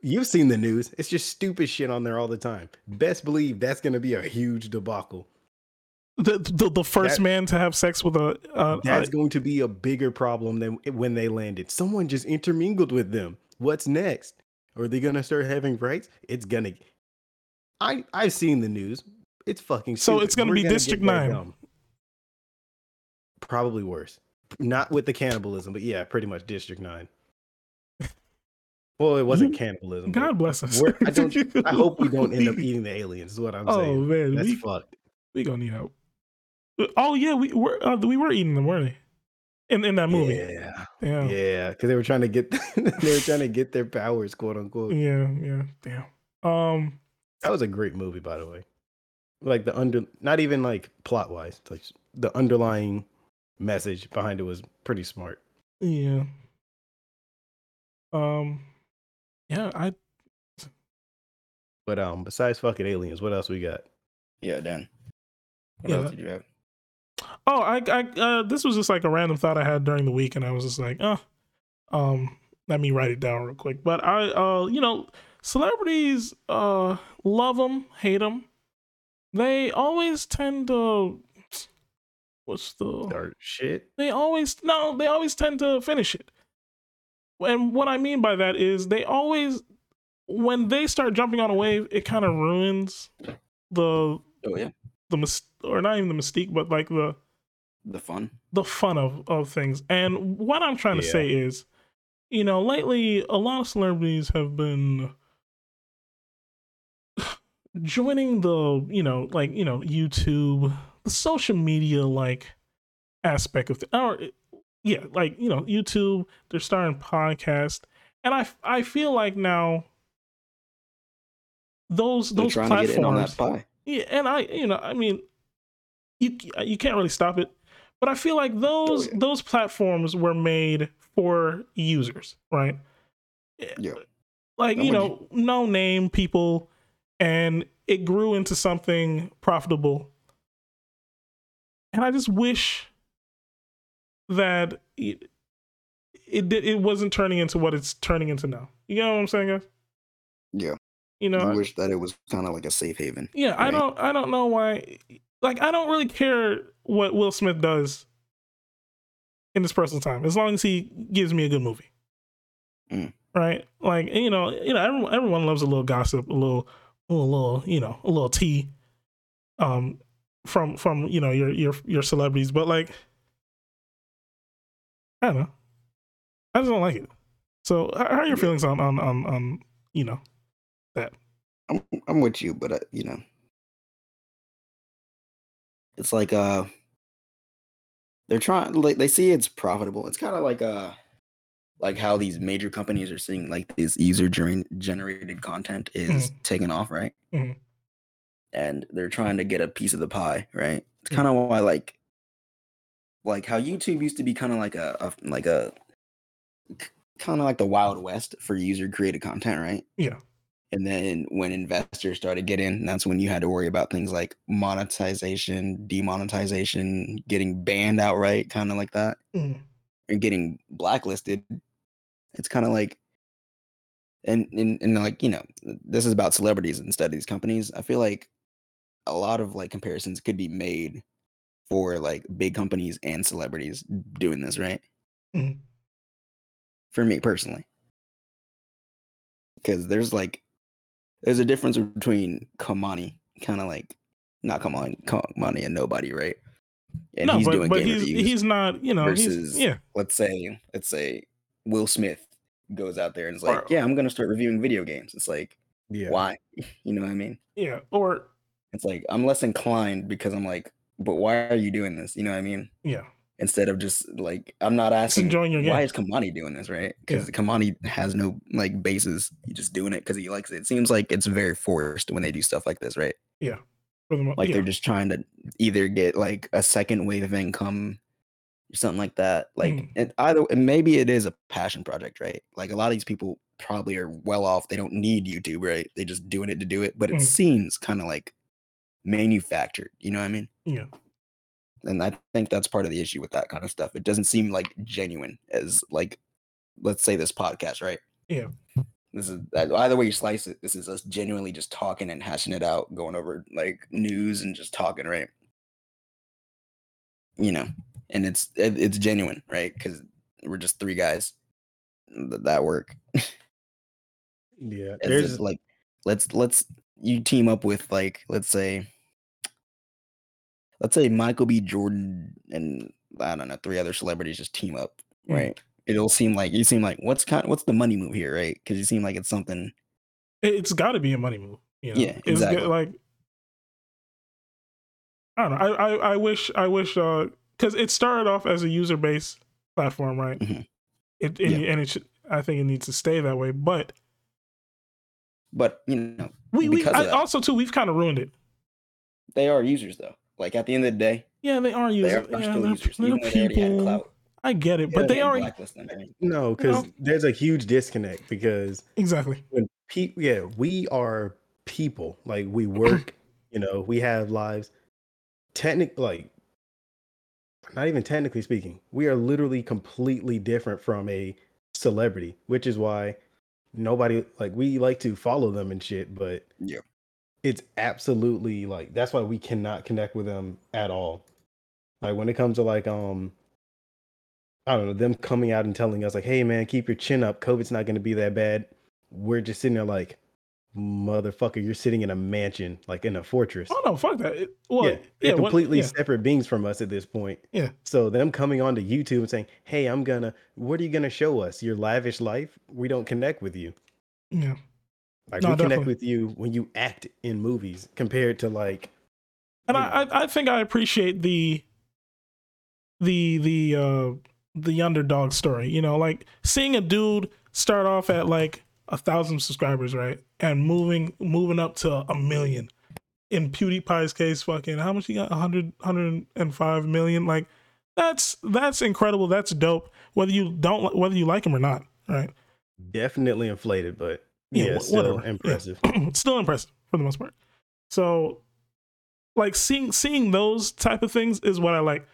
[SPEAKER 3] you've seen the news. It's just stupid shit on there all the time. Best believe that's going to be a huge debacle.
[SPEAKER 1] The, the, the first
[SPEAKER 3] That-
[SPEAKER 1] man to have sex with a, uh, uh,
[SPEAKER 3] That's going to be a bigger problem than it- when they landed. Someone just intermingled with them. What's next? Are they going to start having rights? It's going to. I I've seen the news. It's fucking.
[SPEAKER 1] So
[SPEAKER 3] stupid.
[SPEAKER 1] it's gonna
[SPEAKER 3] We're
[SPEAKER 1] be
[SPEAKER 3] gonna get
[SPEAKER 1] District
[SPEAKER 3] that
[SPEAKER 1] 9.
[SPEAKER 3] dumb. Probably worse. Not with the cannibalism, but yeah, pretty much District Nine. Well, it wasn't cannibalism. but
[SPEAKER 1] God bless us.
[SPEAKER 3] we're- I don't. I hope we don't end up eating the aliens. Is what I'm
[SPEAKER 1] Oh
[SPEAKER 3] saying.
[SPEAKER 1] man,
[SPEAKER 3] That's
[SPEAKER 1] we,
[SPEAKER 3] fucked.
[SPEAKER 1] we gonna need help. Oh yeah, we were uh, we were eating them, weren't we? In in that movie, yeah,
[SPEAKER 3] Yeah.
[SPEAKER 1] yeah, yeah,
[SPEAKER 3] Yeah, because they were trying to get they were trying to get their powers, quote unquote.
[SPEAKER 1] yeah, Damn. Um,
[SPEAKER 3] That was a great movie, by the way. Like the under, not even like plot wise, like the underlying message behind it was pretty smart.
[SPEAKER 1] yeah. Um, yeah. I
[SPEAKER 3] But um, besides fucking aliens, what else we got?
[SPEAKER 2] Yeah, Dan. What
[SPEAKER 1] Yeah,
[SPEAKER 2] else
[SPEAKER 1] that-
[SPEAKER 2] did you have?
[SPEAKER 1] oh I I uh, this was just like a random thought I had during the week, and I was just like, uh, um, let me write it down real quick. But I uh, you know, celebrities uh love them, hate them. They always tend to. What's the
[SPEAKER 3] Start shit.
[SPEAKER 1] they always no they always tend to finish it and what i mean by that is they always when they start jumping on a wave it kind of ruins the
[SPEAKER 2] Oh yeah,
[SPEAKER 1] the mys- or not even the mystique but like the
[SPEAKER 2] the fun.
[SPEAKER 1] the fun of of things and what i'm trying to
[SPEAKER 3] Yeah.
[SPEAKER 1] say is you know lately a lot of celebrities have been joining the you know like you know youtube the social media like aspect of the or yeah like you know youtube they're starting podcast and i i feel like now those
[SPEAKER 2] They're
[SPEAKER 1] those
[SPEAKER 2] trying
[SPEAKER 1] platforms
[SPEAKER 2] to get in on that pie.
[SPEAKER 1] yeah, and I, you know, I mean, you you can't really stop it, but I feel like those
[SPEAKER 2] yeah.
[SPEAKER 1] those platforms were made for users, right?
[SPEAKER 2] Yeah.
[SPEAKER 1] Like
[SPEAKER 2] That
[SPEAKER 1] you
[SPEAKER 2] would-
[SPEAKER 1] know, no name people, and it grew into something profitable. And I just wish that it, it did, it wasn't turning into what it's turning into now. You know what I'm saying, guys?
[SPEAKER 2] Yeah.
[SPEAKER 1] You know,
[SPEAKER 2] I
[SPEAKER 1] I-
[SPEAKER 2] wish that it was kind of like a safe haven.
[SPEAKER 1] yeah, I
[SPEAKER 2] Right.
[SPEAKER 1] don't I don't know why like I don't really care what Will Smith does in his personal time as long as he gives me a good movie.
[SPEAKER 2] Mm.
[SPEAKER 1] Right? Like you know, you know everyone, everyone loves a little gossip, a little a little, you know, a little tea um from from, you know, your your your celebrities, but like I don't know. I just don't like it. So, how how are your feelings on on on on, you know,
[SPEAKER 2] I'm I'm with you, but uh, you know, it's like uh, they're trying like they see it's profitable. It's kind of like uh, like how these major companies are seeing like this user gener- generated content is taking off, right?
[SPEAKER 1] Mhm.
[SPEAKER 2] And they're trying to get a piece of the pie, right? It's kind of why like like how YouTube used to be kind of like a, a like a kind of like the wild west for user created content, right?
[SPEAKER 1] Yeah.
[SPEAKER 2] And then when investors started getting, that's when you had to worry about things like monetization, demonetization, getting banned outright, kind of like that,
[SPEAKER 1] mm,
[SPEAKER 2] and getting blacklisted. It's kind of like, and, and and like you know, this is about celebrities instead of these companies. I feel like a lot of like comparisons could be made for like big companies and celebrities doing this, right?
[SPEAKER 1] mm.
[SPEAKER 2] for me personally. Because there's like, there's a difference between Kamani, kind of like, not Kamani, Kamani and nobody, right? And he's doing game
[SPEAKER 1] he's,
[SPEAKER 2] reviews.
[SPEAKER 1] he's not, you know,
[SPEAKER 2] versus
[SPEAKER 1] he's, yeah,
[SPEAKER 2] let's say, let's say Will Smith goes out there and is like,
[SPEAKER 1] Or-
[SPEAKER 2] yeah, I'm gonna start reviewing video games. It's like,
[SPEAKER 3] Yeah.
[SPEAKER 2] why? You know what I mean?
[SPEAKER 1] yeah, or
[SPEAKER 2] It's like I'm less inclined because I'm like, but why are you doing this? You know what I mean?
[SPEAKER 1] yeah,
[SPEAKER 2] Instead of just like, I'm not
[SPEAKER 1] just
[SPEAKER 2] asking
[SPEAKER 1] enjoying your game.
[SPEAKER 2] why is Kamani doing this, right? Because Kamani has no like basis. He's just doing it because he likes it. It seems like it's very forced when they do stuff like this, right?
[SPEAKER 1] for the mo-
[SPEAKER 2] Like
[SPEAKER 1] yeah.
[SPEAKER 2] they're just trying to either get like a second wave of income or something like that. Like
[SPEAKER 1] Mhm.
[SPEAKER 2] and either and maybe it is a passion project, right? Like a lot of these people probably are well off. They don't need YouTube, right? They just doing it to do it. But it
[SPEAKER 1] Mhm.
[SPEAKER 2] seems kind of like manufactured. You know what I mean?
[SPEAKER 1] Yeah.
[SPEAKER 2] and i think that's part of the issue with that kind of stuff it doesn't seem like genuine as like let's say this podcast right
[SPEAKER 1] Yeah.
[SPEAKER 2] this is that- either way you slice it this is us genuinely just talking and hashing it out going over like news and just talking right you know and it's it, it's genuine right because we're just three guys th- that work
[SPEAKER 3] Yeah.
[SPEAKER 2] as
[SPEAKER 3] There's
[SPEAKER 2] if, like let's let's you team up with like let's say let's say Michael B. Jordan and I don't know three other celebrities just team up,
[SPEAKER 1] Mm.
[SPEAKER 2] right? It'll seem like you seem like what's kind what's the money move here, right? Because you seem like it's something.
[SPEAKER 1] It- it's got to be a money move. You know?
[SPEAKER 2] Yeah,
[SPEAKER 1] It's go-
[SPEAKER 2] exactly.
[SPEAKER 1] like I don't know. I I, I wish I wish uh because it started off as a user based platform, right?
[SPEAKER 2] Mhm.
[SPEAKER 1] It, and,
[SPEAKER 2] Yeah.
[SPEAKER 1] and it should, I think it needs to stay that way. But
[SPEAKER 2] But you know
[SPEAKER 1] we we
[SPEAKER 2] Because of
[SPEAKER 1] I,
[SPEAKER 2] that.
[SPEAKER 1] also too we've kind of ruined it.
[SPEAKER 2] they are users though. Like at the end of the day,
[SPEAKER 1] Yeah, they are
[SPEAKER 2] they
[SPEAKER 1] users.
[SPEAKER 2] are
[SPEAKER 1] yeah,
[SPEAKER 2] still
[SPEAKER 1] they're-
[SPEAKER 2] users,
[SPEAKER 1] they're
[SPEAKER 2] even though they already had
[SPEAKER 1] people.
[SPEAKER 2] clout.
[SPEAKER 1] I get it, but they
[SPEAKER 2] already
[SPEAKER 1] are
[SPEAKER 2] had blacklist them, right?
[SPEAKER 3] no, because
[SPEAKER 1] know.
[SPEAKER 3] there's a huge disconnect because
[SPEAKER 1] exactly.
[SPEAKER 3] when people yeah we are people like we work you know we have lives technic like not even technically speaking we are literally completely different from a celebrity which is why nobody like we like to follow them and shit but
[SPEAKER 2] Yeah.
[SPEAKER 3] it's absolutely like that's why we cannot connect with them at all like when it comes to like um i don't know them coming out and telling us like hey man keep your chin up covid's not going to be that bad we're just sitting there like motherfucker you're sitting in a mansion like in a fortress
[SPEAKER 1] Oh no, fuck that. It, well,
[SPEAKER 3] yeah,
[SPEAKER 1] yeah,
[SPEAKER 3] they're
[SPEAKER 1] what-
[SPEAKER 3] completely
[SPEAKER 1] yeah.
[SPEAKER 3] separate beings from us at this point
[SPEAKER 1] Yeah.
[SPEAKER 3] so them coming onto youtube and saying hey i'm gonna what are you gonna show us your lavish life we don't connect with you
[SPEAKER 1] yeah.
[SPEAKER 3] like
[SPEAKER 1] No,
[SPEAKER 3] we connect
[SPEAKER 1] definitely.
[SPEAKER 3] with you when you act in movies compared to like
[SPEAKER 1] and
[SPEAKER 3] you
[SPEAKER 1] I,
[SPEAKER 3] know.
[SPEAKER 1] I I think I appreciate the the the uh the underdog story. You know, like seeing a dude start off at like a thousand subscribers, right, and moving moving up to a million. In PewDiePie's case, fucking how much he got? 100, 105 million. Like that's that's incredible. That's dope. Whether you don't li- whether you like him or not, right?
[SPEAKER 3] definitely inflated but
[SPEAKER 1] Yeah,
[SPEAKER 3] yeah,
[SPEAKER 1] wha-
[SPEAKER 3] still
[SPEAKER 1] whatever. Yeah.
[SPEAKER 3] impressive
[SPEAKER 1] still impressive for the most part. So, like seeing seeing those type of things is what I like.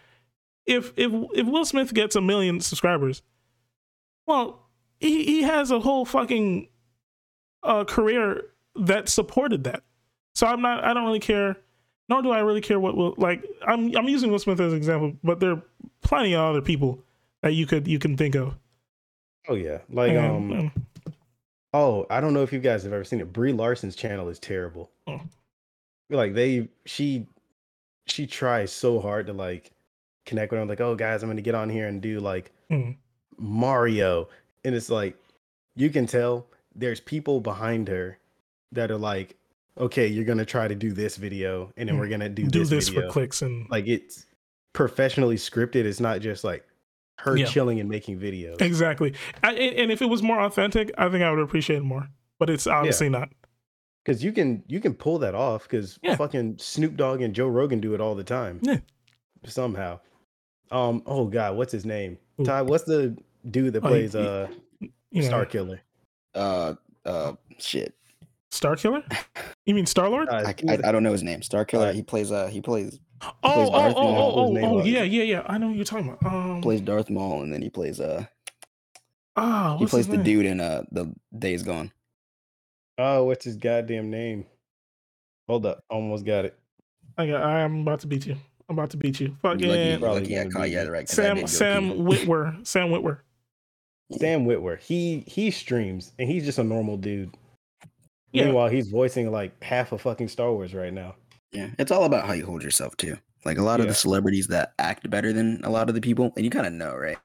[SPEAKER 1] If if if Will Smith gets a million subscribers, Well, he, he has a whole fucking uh, career that supported that. So I'm not. I don't really care. Nor do I really care what will like. I'm I'm using Will Smith as an example, but there are plenty of other people that you could you can think of.
[SPEAKER 3] Oh yeah, like
[SPEAKER 1] And-
[SPEAKER 3] um.
[SPEAKER 1] and-
[SPEAKER 3] Oh, I don't know if you guys have ever seen it. Brie Larson's channel is terrible.
[SPEAKER 1] Oh.
[SPEAKER 3] Like they, she, she tries so hard to like connect with them. Like, oh guys, I'm gonna get on here and do like
[SPEAKER 1] Mm.
[SPEAKER 3] Mario, and it's like you can tell there's people behind her that are like, okay, you're gonna try to do this video, and then
[SPEAKER 1] Mm.
[SPEAKER 3] we're gonna do,
[SPEAKER 1] do
[SPEAKER 3] this,
[SPEAKER 1] this,
[SPEAKER 3] video.
[SPEAKER 1] for clicks and
[SPEAKER 3] Like it's professionally scripted. It's not just like her
[SPEAKER 1] Yeah.
[SPEAKER 3] chilling and making videos.
[SPEAKER 1] exactly. I, and and if it was more authentic, I think I would appreciate it more. But it's obviously not.
[SPEAKER 3] Because you can you can pull that off because
[SPEAKER 1] Yeah.
[SPEAKER 3] fucking Snoop Dogg and Joe Rogan do it all the time.
[SPEAKER 1] Yeah.
[SPEAKER 3] Somehow. Um, oh god, what's his name?
[SPEAKER 1] Who?
[SPEAKER 3] Ty, what's the dude that
[SPEAKER 1] Oh, he-
[SPEAKER 3] plays
[SPEAKER 1] he-
[SPEAKER 3] uh
[SPEAKER 1] You know,
[SPEAKER 3] Star Killer?
[SPEAKER 2] Uh, uh, shit.
[SPEAKER 1] Star Killer? You mean Star Lord?
[SPEAKER 3] Uh,
[SPEAKER 2] I,
[SPEAKER 3] who's
[SPEAKER 2] I,
[SPEAKER 3] the-
[SPEAKER 2] I don't know his name. Star Killer.
[SPEAKER 3] Alright.
[SPEAKER 2] He plays. Uh, he plays
[SPEAKER 1] Oh, oh, oh,
[SPEAKER 2] Darth Maul.
[SPEAKER 1] oh,
[SPEAKER 3] His
[SPEAKER 1] oh,
[SPEAKER 3] name
[SPEAKER 1] oh,
[SPEAKER 3] was-
[SPEAKER 1] yeah, yeah, yeah. I know what you're talking about. Um,
[SPEAKER 2] plays Darth Maul, and then he plays. Uh,
[SPEAKER 1] ah,
[SPEAKER 2] he
[SPEAKER 1] what's
[SPEAKER 2] plays
[SPEAKER 1] his
[SPEAKER 2] the
[SPEAKER 1] name?
[SPEAKER 2] dude in uh the Days Gone.
[SPEAKER 3] Oh, what's his goddamn name? Hold up, almost got it.
[SPEAKER 1] I got, I'm about to beat you. I'm about to beat you.
[SPEAKER 2] You lucky, you
[SPEAKER 1] Fucking
[SPEAKER 3] Probably
[SPEAKER 2] lucky I
[SPEAKER 3] gonna
[SPEAKER 2] caught
[SPEAKER 3] be
[SPEAKER 2] you at
[SPEAKER 3] good.
[SPEAKER 2] the right. 'cause I did
[SPEAKER 1] Sam Sam
[SPEAKER 2] go pee.
[SPEAKER 1] Whitwer. Sam Whitwer.
[SPEAKER 3] Sam Whitwer. He he streams and he's just a normal dude.
[SPEAKER 1] Yeah.
[SPEAKER 3] Meanwhile, he's voicing like half of fucking Star Wars right now.
[SPEAKER 2] Yeah, it's all about how you hold yourself too. Like a lot of
[SPEAKER 3] Yeah.
[SPEAKER 2] the celebrities that act better than a lot of the people, and you kind of know, right?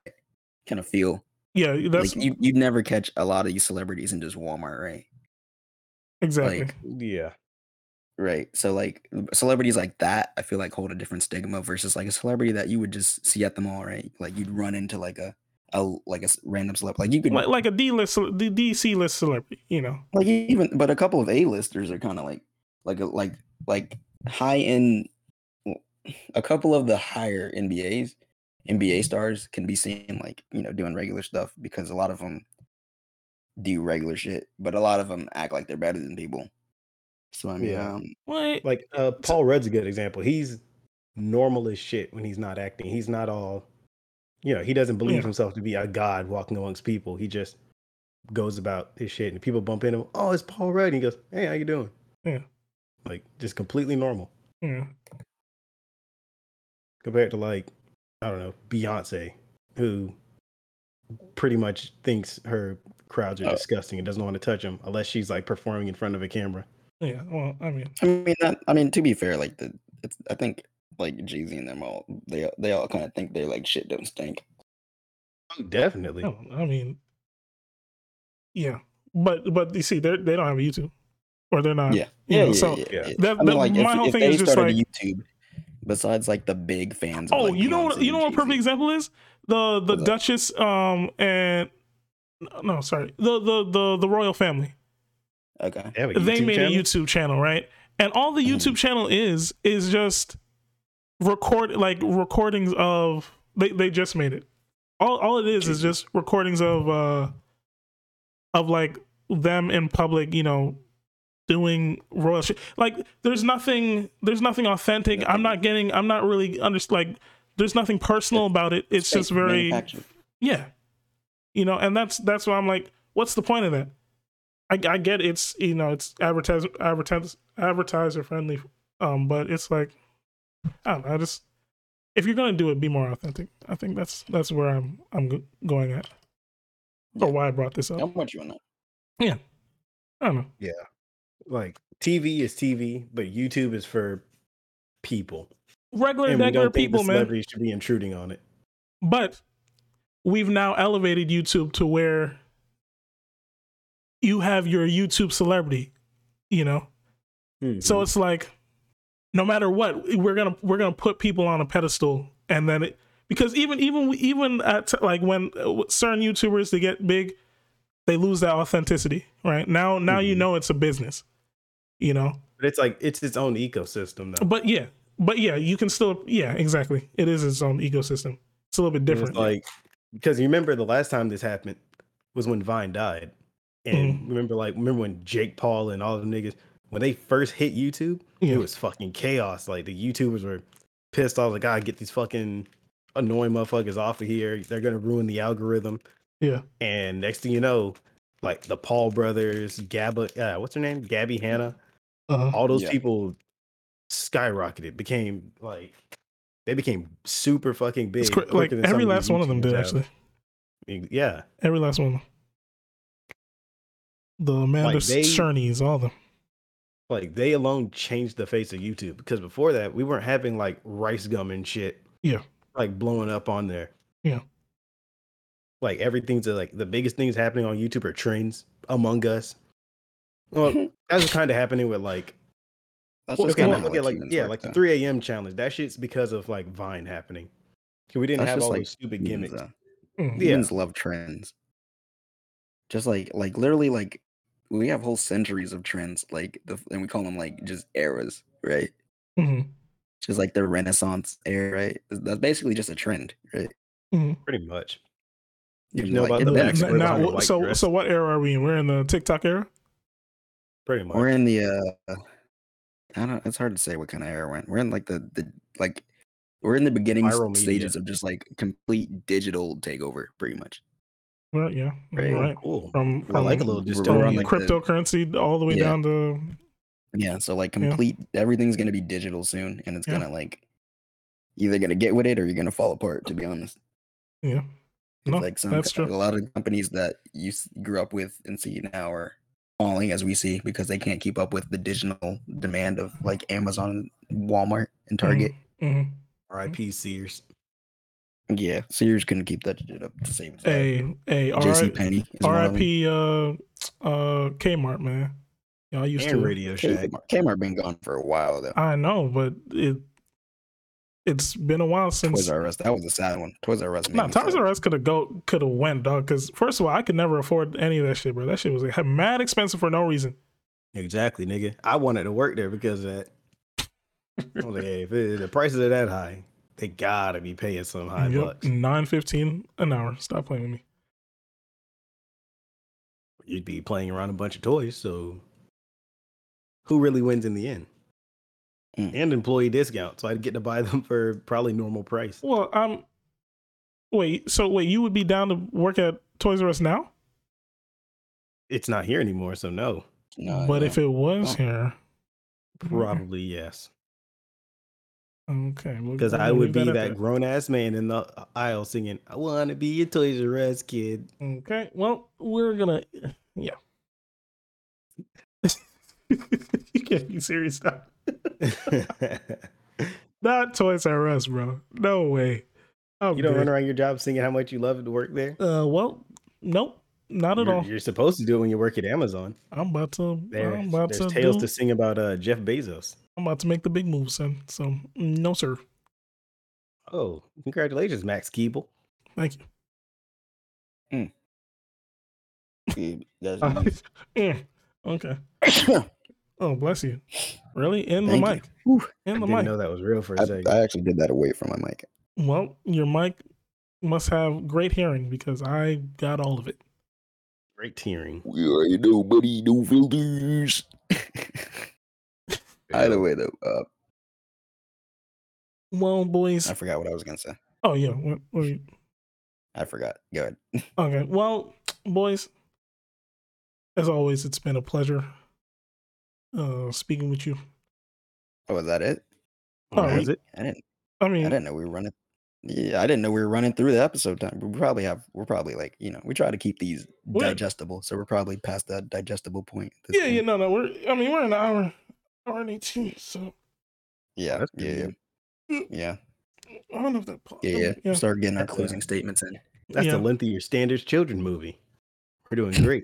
[SPEAKER 2] Kind of feel
[SPEAKER 1] Yeah, that's
[SPEAKER 2] like you you'd never catch a lot of these celebrities in just Walmart, right?
[SPEAKER 1] exactly.
[SPEAKER 2] Like
[SPEAKER 3] Yeah.
[SPEAKER 2] right. So like celebrities like that, I feel like hold a different stigma versus like a celebrity that you would just see at the mall, right? Like you'd run into like a a like a s- random celeb, like you could
[SPEAKER 1] like, like a D list, D D C list celebrity, you know.
[SPEAKER 2] like even but a couple of a-listers are kind of like like a- like like high end a couple of the higher nbas nba stars can be seen like you know doing regular stuff because a lot of them do regular shit but a lot of them act like they're better than people so i mean
[SPEAKER 3] Yeah.
[SPEAKER 2] um,
[SPEAKER 1] What?
[SPEAKER 3] Like uh Paul Rudd's a good example. He's normal as shit when he's not acting. He's not all you know, he doesn't believe
[SPEAKER 1] Yeah.
[SPEAKER 3] himself to be a god walking amongst people. He just goes about his shit and people bump into him, Oh, it's Paul Rudd. And he goes, Hey, how you doing?
[SPEAKER 1] Yeah.
[SPEAKER 3] Like just completely normal
[SPEAKER 1] yeah.
[SPEAKER 3] compared to like, I don't know, Beyonce, who pretty much thinks her crowds are
[SPEAKER 2] Oh.
[SPEAKER 3] disgusting and doesn't want to touch them unless she's like performing in front of a camera.
[SPEAKER 1] Yeah. Well, I mean,
[SPEAKER 2] i mean not, i mean to be fair like the it's, i think like Jeezy and them all they all- they all kind of think they're like shit don't stink
[SPEAKER 3] Oh, definitely.
[SPEAKER 1] no, I mean, yeah. But but you see, they they don't have a YouTube, or they're not.
[SPEAKER 2] yeah
[SPEAKER 1] you know, Uh, so
[SPEAKER 3] yeah.
[SPEAKER 1] That,
[SPEAKER 2] I
[SPEAKER 1] that-
[SPEAKER 2] mean, like
[SPEAKER 1] my
[SPEAKER 2] if,
[SPEAKER 1] whole
[SPEAKER 2] if
[SPEAKER 1] thing
[SPEAKER 2] they
[SPEAKER 1] is just
[SPEAKER 2] started
[SPEAKER 1] like,
[SPEAKER 2] YouTube, besides like the big fans.
[SPEAKER 1] oh,
[SPEAKER 2] of, like,
[SPEAKER 1] you know what?
[SPEAKER 2] Beyonce
[SPEAKER 1] You know what?
[SPEAKER 2] and
[SPEAKER 1] A perfect
[SPEAKER 2] Jay-Z.
[SPEAKER 1] example is the the
[SPEAKER 2] What's that?
[SPEAKER 1] Duchess, um, and no, sorry, the the the the royal family.
[SPEAKER 2] Okay,
[SPEAKER 3] They, have a
[SPEAKER 1] they
[SPEAKER 3] YouTube
[SPEAKER 1] made
[SPEAKER 3] channel?
[SPEAKER 1] a YouTube channel, right? And all the YouTube channel is is just record like recordings of they they just made it. All all it is is just recordings of uh of like them in public, you know, doing royal shit. Like there's nothing there's nothing authentic. I'm not getting I'm not really under like there's nothing personal about it. It's just
[SPEAKER 2] Fake
[SPEAKER 1] very
[SPEAKER 2] manufactured.
[SPEAKER 1] yeah you know and that's that's why i'm like what's the point of that i, I get it's you know it's advertise advertise advertiser friendly um but it's like i don't know i just if you're gonna do it be more authentic i think that's that's where i'm i'm go- going at or
[SPEAKER 2] Yeah.
[SPEAKER 1] why i brought this up
[SPEAKER 2] How much you want that?
[SPEAKER 1] i don't know
[SPEAKER 3] like TV is TV, but YouTube is for people.
[SPEAKER 1] regular
[SPEAKER 3] And we
[SPEAKER 1] regular
[SPEAKER 3] don't think
[SPEAKER 1] people
[SPEAKER 3] the
[SPEAKER 1] man
[SPEAKER 3] celebrities should be intruding on it.
[SPEAKER 1] but we've now elevated youtube to where you have your youtube celebrity you know
[SPEAKER 3] Mm-hmm.
[SPEAKER 1] So it's like, no matter what, we're gonna we're gonna put people on a pedestal, and then it because even even even at like when uh, certain YouTubers they get big, they lose that authenticity, right? Now now you
[SPEAKER 3] Mhm.
[SPEAKER 1] know it's a business, you know.
[SPEAKER 3] but it's like it's its own ecosystem though.
[SPEAKER 1] But yeah, but yeah, you can still yeah exactly. It is its own ecosystem. It's a little bit
[SPEAKER 3] And it's
[SPEAKER 1] different.
[SPEAKER 3] like because you remember the last time this happened was when Vine died. And
[SPEAKER 1] Mm-hmm.
[SPEAKER 3] remember like remember when Jake Paul and all the niggas when they first hit YouTube,
[SPEAKER 1] Yeah.
[SPEAKER 3] it was fucking chaos. Like the YouTubers were "Ah, pissed off like, "God, get these fucking annoying motherfuckers off of here. They're going to ruin the algorithm."
[SPEAKER 1] Yeah.
[SPEAKER 3] And next thing you know, like the Paul brothers, Gabba, uh, what's her name? Gabby Hanna,
[SPEAKER 1] Uh-huh.
[SPEAKER 3] all those
[SPEAKER 2] Yeah.
[SPEAKER 3] people skyrocketed, became like they became super fucking big.
[SPEAKER 1] It's cra-
[SPEAKER 3] quicker
[SPEAKER 1] like
[SPEAKER 3] than some
[SPEAKER 1] every
[SPEAKER 3] these
[SPEAKER 1] last one of them
[SPEAKER 3] YouTubers
[SPEAKER 1] did
[SPEAKER 3] have.
[SPEAKER 1] actually.
[SPEAKER 3] Ex- Yeah.
[SPEAKER 1] Every last one of them. The Amanda
[SPEAKER 3] Like, they-
[SPEAKER 1] Cerny's, all of them.
[SPEAKER 3] Like they alone changed the face of YouTube because before that we weren't having like rice gum and shit.
[SPEAKER 1] Yeah.
[SPEAKER 3] Like blowing up on there.
[SPEAKER 1] Yeah.
[SPEAKER 3] Like everything's uh, like the biggest things happening on YouTube are trends among us. Well, that's kind of happening with like
[SPEAKER 2] That's
[SPEAKER 3] Well,
[SPEAKER 2] just
[SPEAKER 3] okay,
[SPEAKER 2] kinda
[SPEAKER 3] no,
[SPEAKER 2] how,
[SPEAKER 3] okay, like
[SPEAKER 2] humans
[SPEAKER 3] yeah,
[SPEAKER 2] work,
[SPEAKER 3] like the
[SPEAKER 2] though.
[SPEAKER 3] 3 a.m. challenge. That shit's because of like Vine happening. 'Cause We didn't
[SPEAKER 2] That's
[SPEAKER 3] have
[SPEAKER 2] just,
[SPEAKER 3] all
[SPEAKER 2] like,
[SPEAKER 3] those stupid
[SPEAKER 2] Humans,
[SPEAKER 3] gimmicks.
[SPEAKER 2] though.
[SPEAKER 1] Mm.
[SPEAKER 3] Yeah.
[SPEAKER 2] Humans love trends. Just like like literally like we have whole centuries of trends like the and we call them like just eras, right?
[SPEAKER 1] Mhm.
[SPEAKER 2] Just like the Renaissance era, right? That's basically just a trend, right?
[SPEAKER 3] Pretty much.
[SPEAKER 2] You
[SPEAKER 3] know about
[SPEAKER 2] in
[SPEAKER 3] the
[SPEAKER 1] Uh,
[SPEAKER 2] the
[SPEAKER 3] next
[SPEAKER 1] n-
[SPEAKER 3] one,
[SPEAKER 1] now,
[SPEAKER 3] wearing a
[SPEAKER 1] wh-
[SPEAKER 3] white
[SPEAKER 1] so
[SPEAKER 3] dress.
[SPEAKER 1] so what era are we in? We're in the TikTok era.
[SPEAKER 3] Pretty much.
[SPEAKER 2] We're in the uh I don't it's hard to say what kind of era we're in. We're in like the the like we're in the beginning s-
[SPEAKER 3] Viral media.
[SPEAKER 2] stages of just like complete digital takeover, pretty much.
[SPEAKER 1] Right. Yeah.
[SPEAKER 2] Right.
[SPEAKER 1] Right.
[SPEAKER 3] cool.
[SPEAKER 1] From,
[SPEAKER 2] We're
[SPEAKER 1] from
[SPEAKER 3] like a little
[SPEAKER 2] we're- we're
[SPEAKER 1] from
[SPEAKER 3] dystopian.
[SPEAKER 2] on, like, the-
[SPEAKER 1] cryptocurrency all the way
[SPEAKER 2] Yeah.
[SPEAKER 1] down to
[SPEAKER 2] Yeah, so like
[SPEAKER 1] Yeah.
[SPEAKER 2] complete everything's gonna be digital soon, and it's
[SPEAKER 1] Yeah.
[SPEAKER 2] gonna like either gonna get with it or you're gonna fall apart. To be honest,
[SPEAKER 1] yeah.
[SPEAKER 2] It's
[SPEAKER 1] No,
[SPEAKER 3] Oh,
[SPEAKER 2] like some
[SPEAKER 1] that's
[SPEAKER 2] co-
[SPEAKER 1] true.
[SPEAKER 2] a lot of companies that you s- grew up with and see now are falling as we see because they can't keep up with the digital demand of like Amazon, Walmart,
[SPEAKER 3] Mm-hmm.
[SPEAKER 2] and Target.
[SPEAKER 1] hmm
[SPEAKER 3] R.I.P. Sears.
[SPEAKER 2] Yeah, Sears couldn't keep that shit up the same time.
[SPEAKER 1] Hey, hey,
[SPEAKER 2] JC
[SPEAKER 1] R-
[SPEAKER 2] Penny,
[SPEAKER 1] R.I.P. Uh, uh, Kmart, man. Y'all used
[SPEAKER 3] And
[SPEAKER 1] to.
[SPEAKER 3] Radio Shack.
[SPEAKER 2] Kmart, Kmart been gone for a while though.
[SPEAKER 1] I know, but it it's been a while since.
[SPEAKER 2] Toys R Us, that was a sad one. Toys R Us. made
[SPEAKER 1] Nah,
[SPEAKER 2] me
[SPEAKER 1] Toys
[SPEAKER 2] sad.
[SPEAKER 1] R Us could have go could have went dog. Because first of all, I could never afford any of that shit, bro. That shit was like, mad expensive for no reason.
[SPEAKER 3] Exactly, nigga. I wanted to work there because of that. I was like, hey, if it, the prices are that high, they gotta be paying some high bucks.
[SPEAKER 1] nine fifteen an hour. Stop playing with me.
[SPEAKER 3] You'd be playing around a bunch of toys, so who really wins in the end?
[SPEAKER 2] Mm.
[SPEAKER 3] And employee discount, so I'd get to buy them for probably normal price.
[SPEAKER 1] Well, I'm. Wait, so wait, you would be down to work at Toys R Us now?
[SPEAKER 3] It's not here anymore, so no.
[SPEAKER 2] No,
[SPEAKER 1] but
[SPEAKER 2] no.
[SPEAKER 1] if it was
[SPEAKER 2] Oh.
[SPEAKER 1] here,
[SPEAKER 3] Uh, Probably yes,
[SPEAKER 1] okay, we'll-
[SPEAKER 3] because
[SPEAKER 1] we'll
[SPEAKER 3] I would
[SPEAKER 1] leave
[SPEAKER 3] be
[SPEAKER 1] at
[SPEAKER 3] that grown ass man in the aisle singing, "I want to be a Toys R Us kid."
[SPEAKER 1] Okay, well, we're gonna, yeah. you can't be serious now.
[SPEAKER 3] you
[SPEAKER 1] Not Toys R Us, bro. No way. I'm
[SPEAKER 3] don't run
[SPEAKER 1] good.
[SPEAKER 3] around your job singing how much you love to work there.
[SPEAKER 1] Uh, well, nope, not at
[SPEAKER 3] you're,
[SPEAKER 1] all.
[SPEAKER 3] you're supposed to do it when you work at Amazon.
[SPEAKER 1] I'm about to.
[SPEAKER 3] There's,
[SPEAKER 1] I'm about
[SPEAKER 3] there's
[SPEAKER 1] to.
[SPEAKER 3] tales
[SPEAKER 1] do-
[SPEAKER 3] to sing about uh, Jeff Bezos.
[SPEAKER 1] I'm about to make the big move, son. So mm, no, sir.
[SPEAKER 3] Oh, congratulations, Max Keeble.
[SPEAKER 1] Thank you.
[SPEAKER 2] Dude, that's
[SPEAKER 3] Uh-huh.
[SPEAKER 1] Mm, okay.
[SPEAKER 2] nice.
[SPEAKER 1] Oh, bless you. Really? In the
[SPEAKER 2] Thank you.
[SPEAKER 1] mic.
[SPEAKER 2] Whew.
[SPEAKER 1] In the
[SPEAKER 3] I didn't
[SPEAKER 1] mic.
[SPEAKER 3] know that was real for a
[SPEAKER 2] I,
[SPEAKER 3] second.
[SPEAKER 2] I actually did that away from my mic.
[SPEAKER 1] Well, your mic must have great hearing because I got all of it.
[SPEAKER 3] Great tearing.
[SPEAKER 2] We already know, buddy. No filters. Either way, though, uh,
[SPEAKER 1] Well, boys.
[SPEAKER 2] I forgot what I was gonna say.
[SPEAKER 1] Oh yeah. What, what you-
[SPEAKER 2] I forgot. Go ahead.
[SPEAKER 1] okay. Well, boys. As always, it's been a pleasure uh, speaking with you.
[SPEAKER 2] Oh, was that it?
[SPEAKER 1] Oh,
[SPEAKER 3] Is it?
[SPEAKER 2] I didn't.
[SPEAKER 1] I
[SPEAKER 2] I
[SPEAKER 1] mean,
[SPEAKER 2] didn't know we were running. Yeah, I didn't know we were running through the episode time. We probably have. We're probably like you know. We try to keep these
[SPEAKER 1] We're-
[SPEAKER 2] digestible, so we're probably past that digestible point. at this
[SPEAKER 1] yeah, yeah,
[SPEAKER 2] point.
[SPEAKER 1] no, no. We're. I mean, we're an hour, hour and eighteen. So
[SPEAKER 2] yeah,
[SPEAKER 3] That's pretty
[SPEAKER 2] yeah, yeah,
[SPEAKER 5] Mm.
[SPEAKER 1] good.
[SPEAKER 2] yeah,
[SPEAKER 1] I don't know if that. pl-
[SPEAKER 2] yeah, yeah.
[SPEAKER 1] yeah.
[SPEAKER 2] Start getting uh, our
[SPEAKER 3] That's a-
[SPEAKER 2] closing statements in.
[SPEAKER 3] That's
[SPEAKER 1] yeah.
[SPEAKER 3] the length of your standards children movie. We're doing great.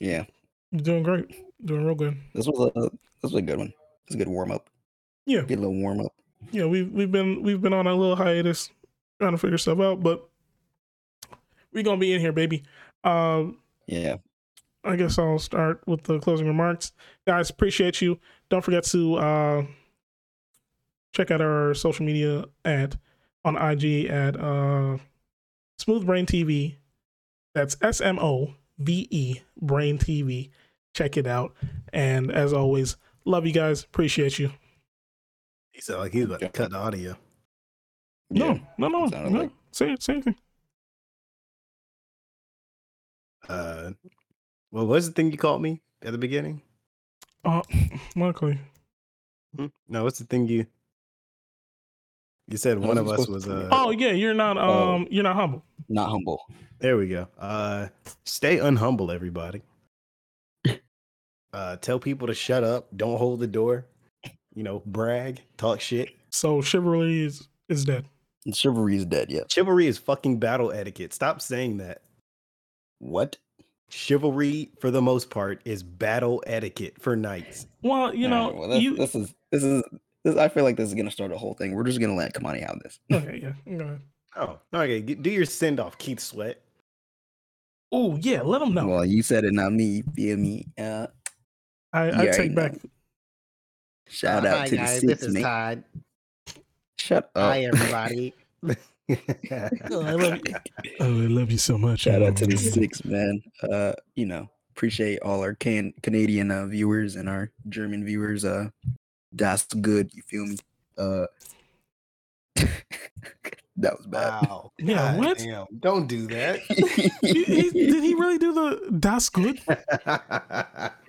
[SPEAKER 2] Yeah,
[SPEAKER 1] You're doing great. Doing real good.
[SPEAKER 2] this was a this was a good one. It's a good warm up.
[SPEAKER 1] Yeah.
[SPEAKER 2] Get a little warm up.
[SPEAKER 1] yeah, we've we've been we've been on a little hiatus trying to figure stuff out, but we're gonna be in here, baby. Um,
[SPEAKER 2] Yeah.
[SPEAKER 1] I guess I'll start with the closing remarks. Guys, appreciate you. Don't forget to uh check out our social media at on IG at uh Smooth Brain TV. That's S M O V E Brain TV. Check it out. And as always, love you guys. Appreciate you.
[SPEAKER 3] He sounded like he was about to cut the audio.
[SPEAKER 1] No, no, no,
[SPEAKER 2] sounded
[SPEAKER 1] no.
[SPEAKER 2] like-
[SPEAKER 1] Say it, say anything.
[SPEAKER 3] uh well, what was the thing you called me at the beginning?
[SPEAKER 1] Uh, Michael,
[SPEAKER 3] Hmm? No, what's the thing you you said
[SPEAKER 2] No,
[SPEAKER 3] one of
[SPEAKER 2] I'm
[SPEAKER 3] us was
[SPEAKER 2] supposed to-
[SPEAKER 3] uh
[SPEAKER 1] oh yeah, you're not
[SPEAKER 3] Oh.
[SPEAKER 1] um, you're not humble.
[SPEAKER 2] Not humble.
[SPEAKER 3] There we go. Uh, stay unhumble, everybody. Uh, tell people to shut up. Don't hold the door. You know, brag, talk shit.
[SPEAKER 1] So chivalry is is dead.
[SPEAKER 2] Chivalry is dead. Yeah.
[SPEAKER 3] Chivalry is fucking battle etiquette. Stop saying that.
[SPEAKER 2] What?
[SPEAKER 3] Chivalry, for the most part, is battle etiquette for knights.
[SPEAKER 1] Well, you know,
[SPEAKER 2] Alright, well, this,
[SPEAKER 1] you
[SPEAKER 2] this is this is this. I feel like this is gonna start a whole thing. We're just gonna let Kamani have this.
[SPEAKER 1] okay, yeah. Go ahead.
[SPEAKER 3] Oh, okay. g- Do your send off, Keith Sweat.
[SPEAKER 1] Oh yeah, let them know.
[SPEAKER 2] Well, you said it, not me. You feel me? Uh,
[SPEAKER 1] I, I
[SPEAKER 2] yeah,
[SPEAKER 1] take
[SPEAKER 2] you
[SPEAKER 1] back.
[SPEAKER 2] shout out
[SPEAKER 5] Uh, Hi
[SPEAKER 2] to
[SPEAKER 5] guys,
[SPEAKER 2] the
[SPEAKER 5] this
[SPEAKER 2] six
[SPEAKER 5] is
[SPEAKER 2] man.
[SPEAKER 5] Todd.
[SPEAKER 2] Shut up.
[SPEAKER 5] Hi everybody.
[SPEAKER 1] Oh, I love you. Oh, I love you so much.
[SPEAKER 2] shout out to the six man. Uh, you know, appreciate all our can Canadian uh, viewers and our German viewers. Uh, that's good. You feel me? Uh, that was bad.
[SPEAKER 3] wow.
[SPEAKER 1] Yeah,
[SPEAKER 3] God
[SPEAKER 1] what?
[SPEAKER 3] damn, Don't do that.
[SPEAKER 1] He- he- did he really do the that's good?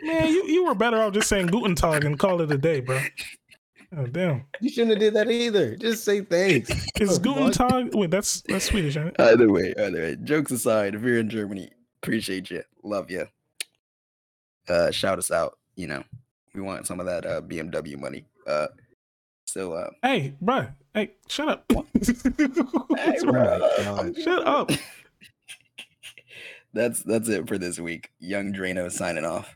[SPEAKER 1] Man, you, you were better off just saying Guten Tag and call it a day, bro. Oh damn.
[SPEAKER 3] you shouldn't have did that either. Just say thanks.
[SPEAKER 1] Is
[SPEAKER 3] The
[SPEAKER 1] Guten
[SPEAKER 3] fuck?
[SPEAKER 1] Tag wait, that's that's Swedish, ain't it?
[SPEAKER 2] Either way, either way. Jokes aside, if you're in Germany, appreciate you. Love you. Uh, shout us out. You know, we want some of that uh, BMW money. Uh, so, uh,
[SPEAKER 1] Hey, bro. Hey, shut up.
[SPEAKER 2] What? hey,
[SPEAKER 3] Oh my
[SPEAKER 2] bruh,
[SPEAKER 3] God.
[SPEAKER 2] I'm
[SPEAKER 1] Shut up.
[SPEAKER 2] that's that's it for this week. Young Drano signing off.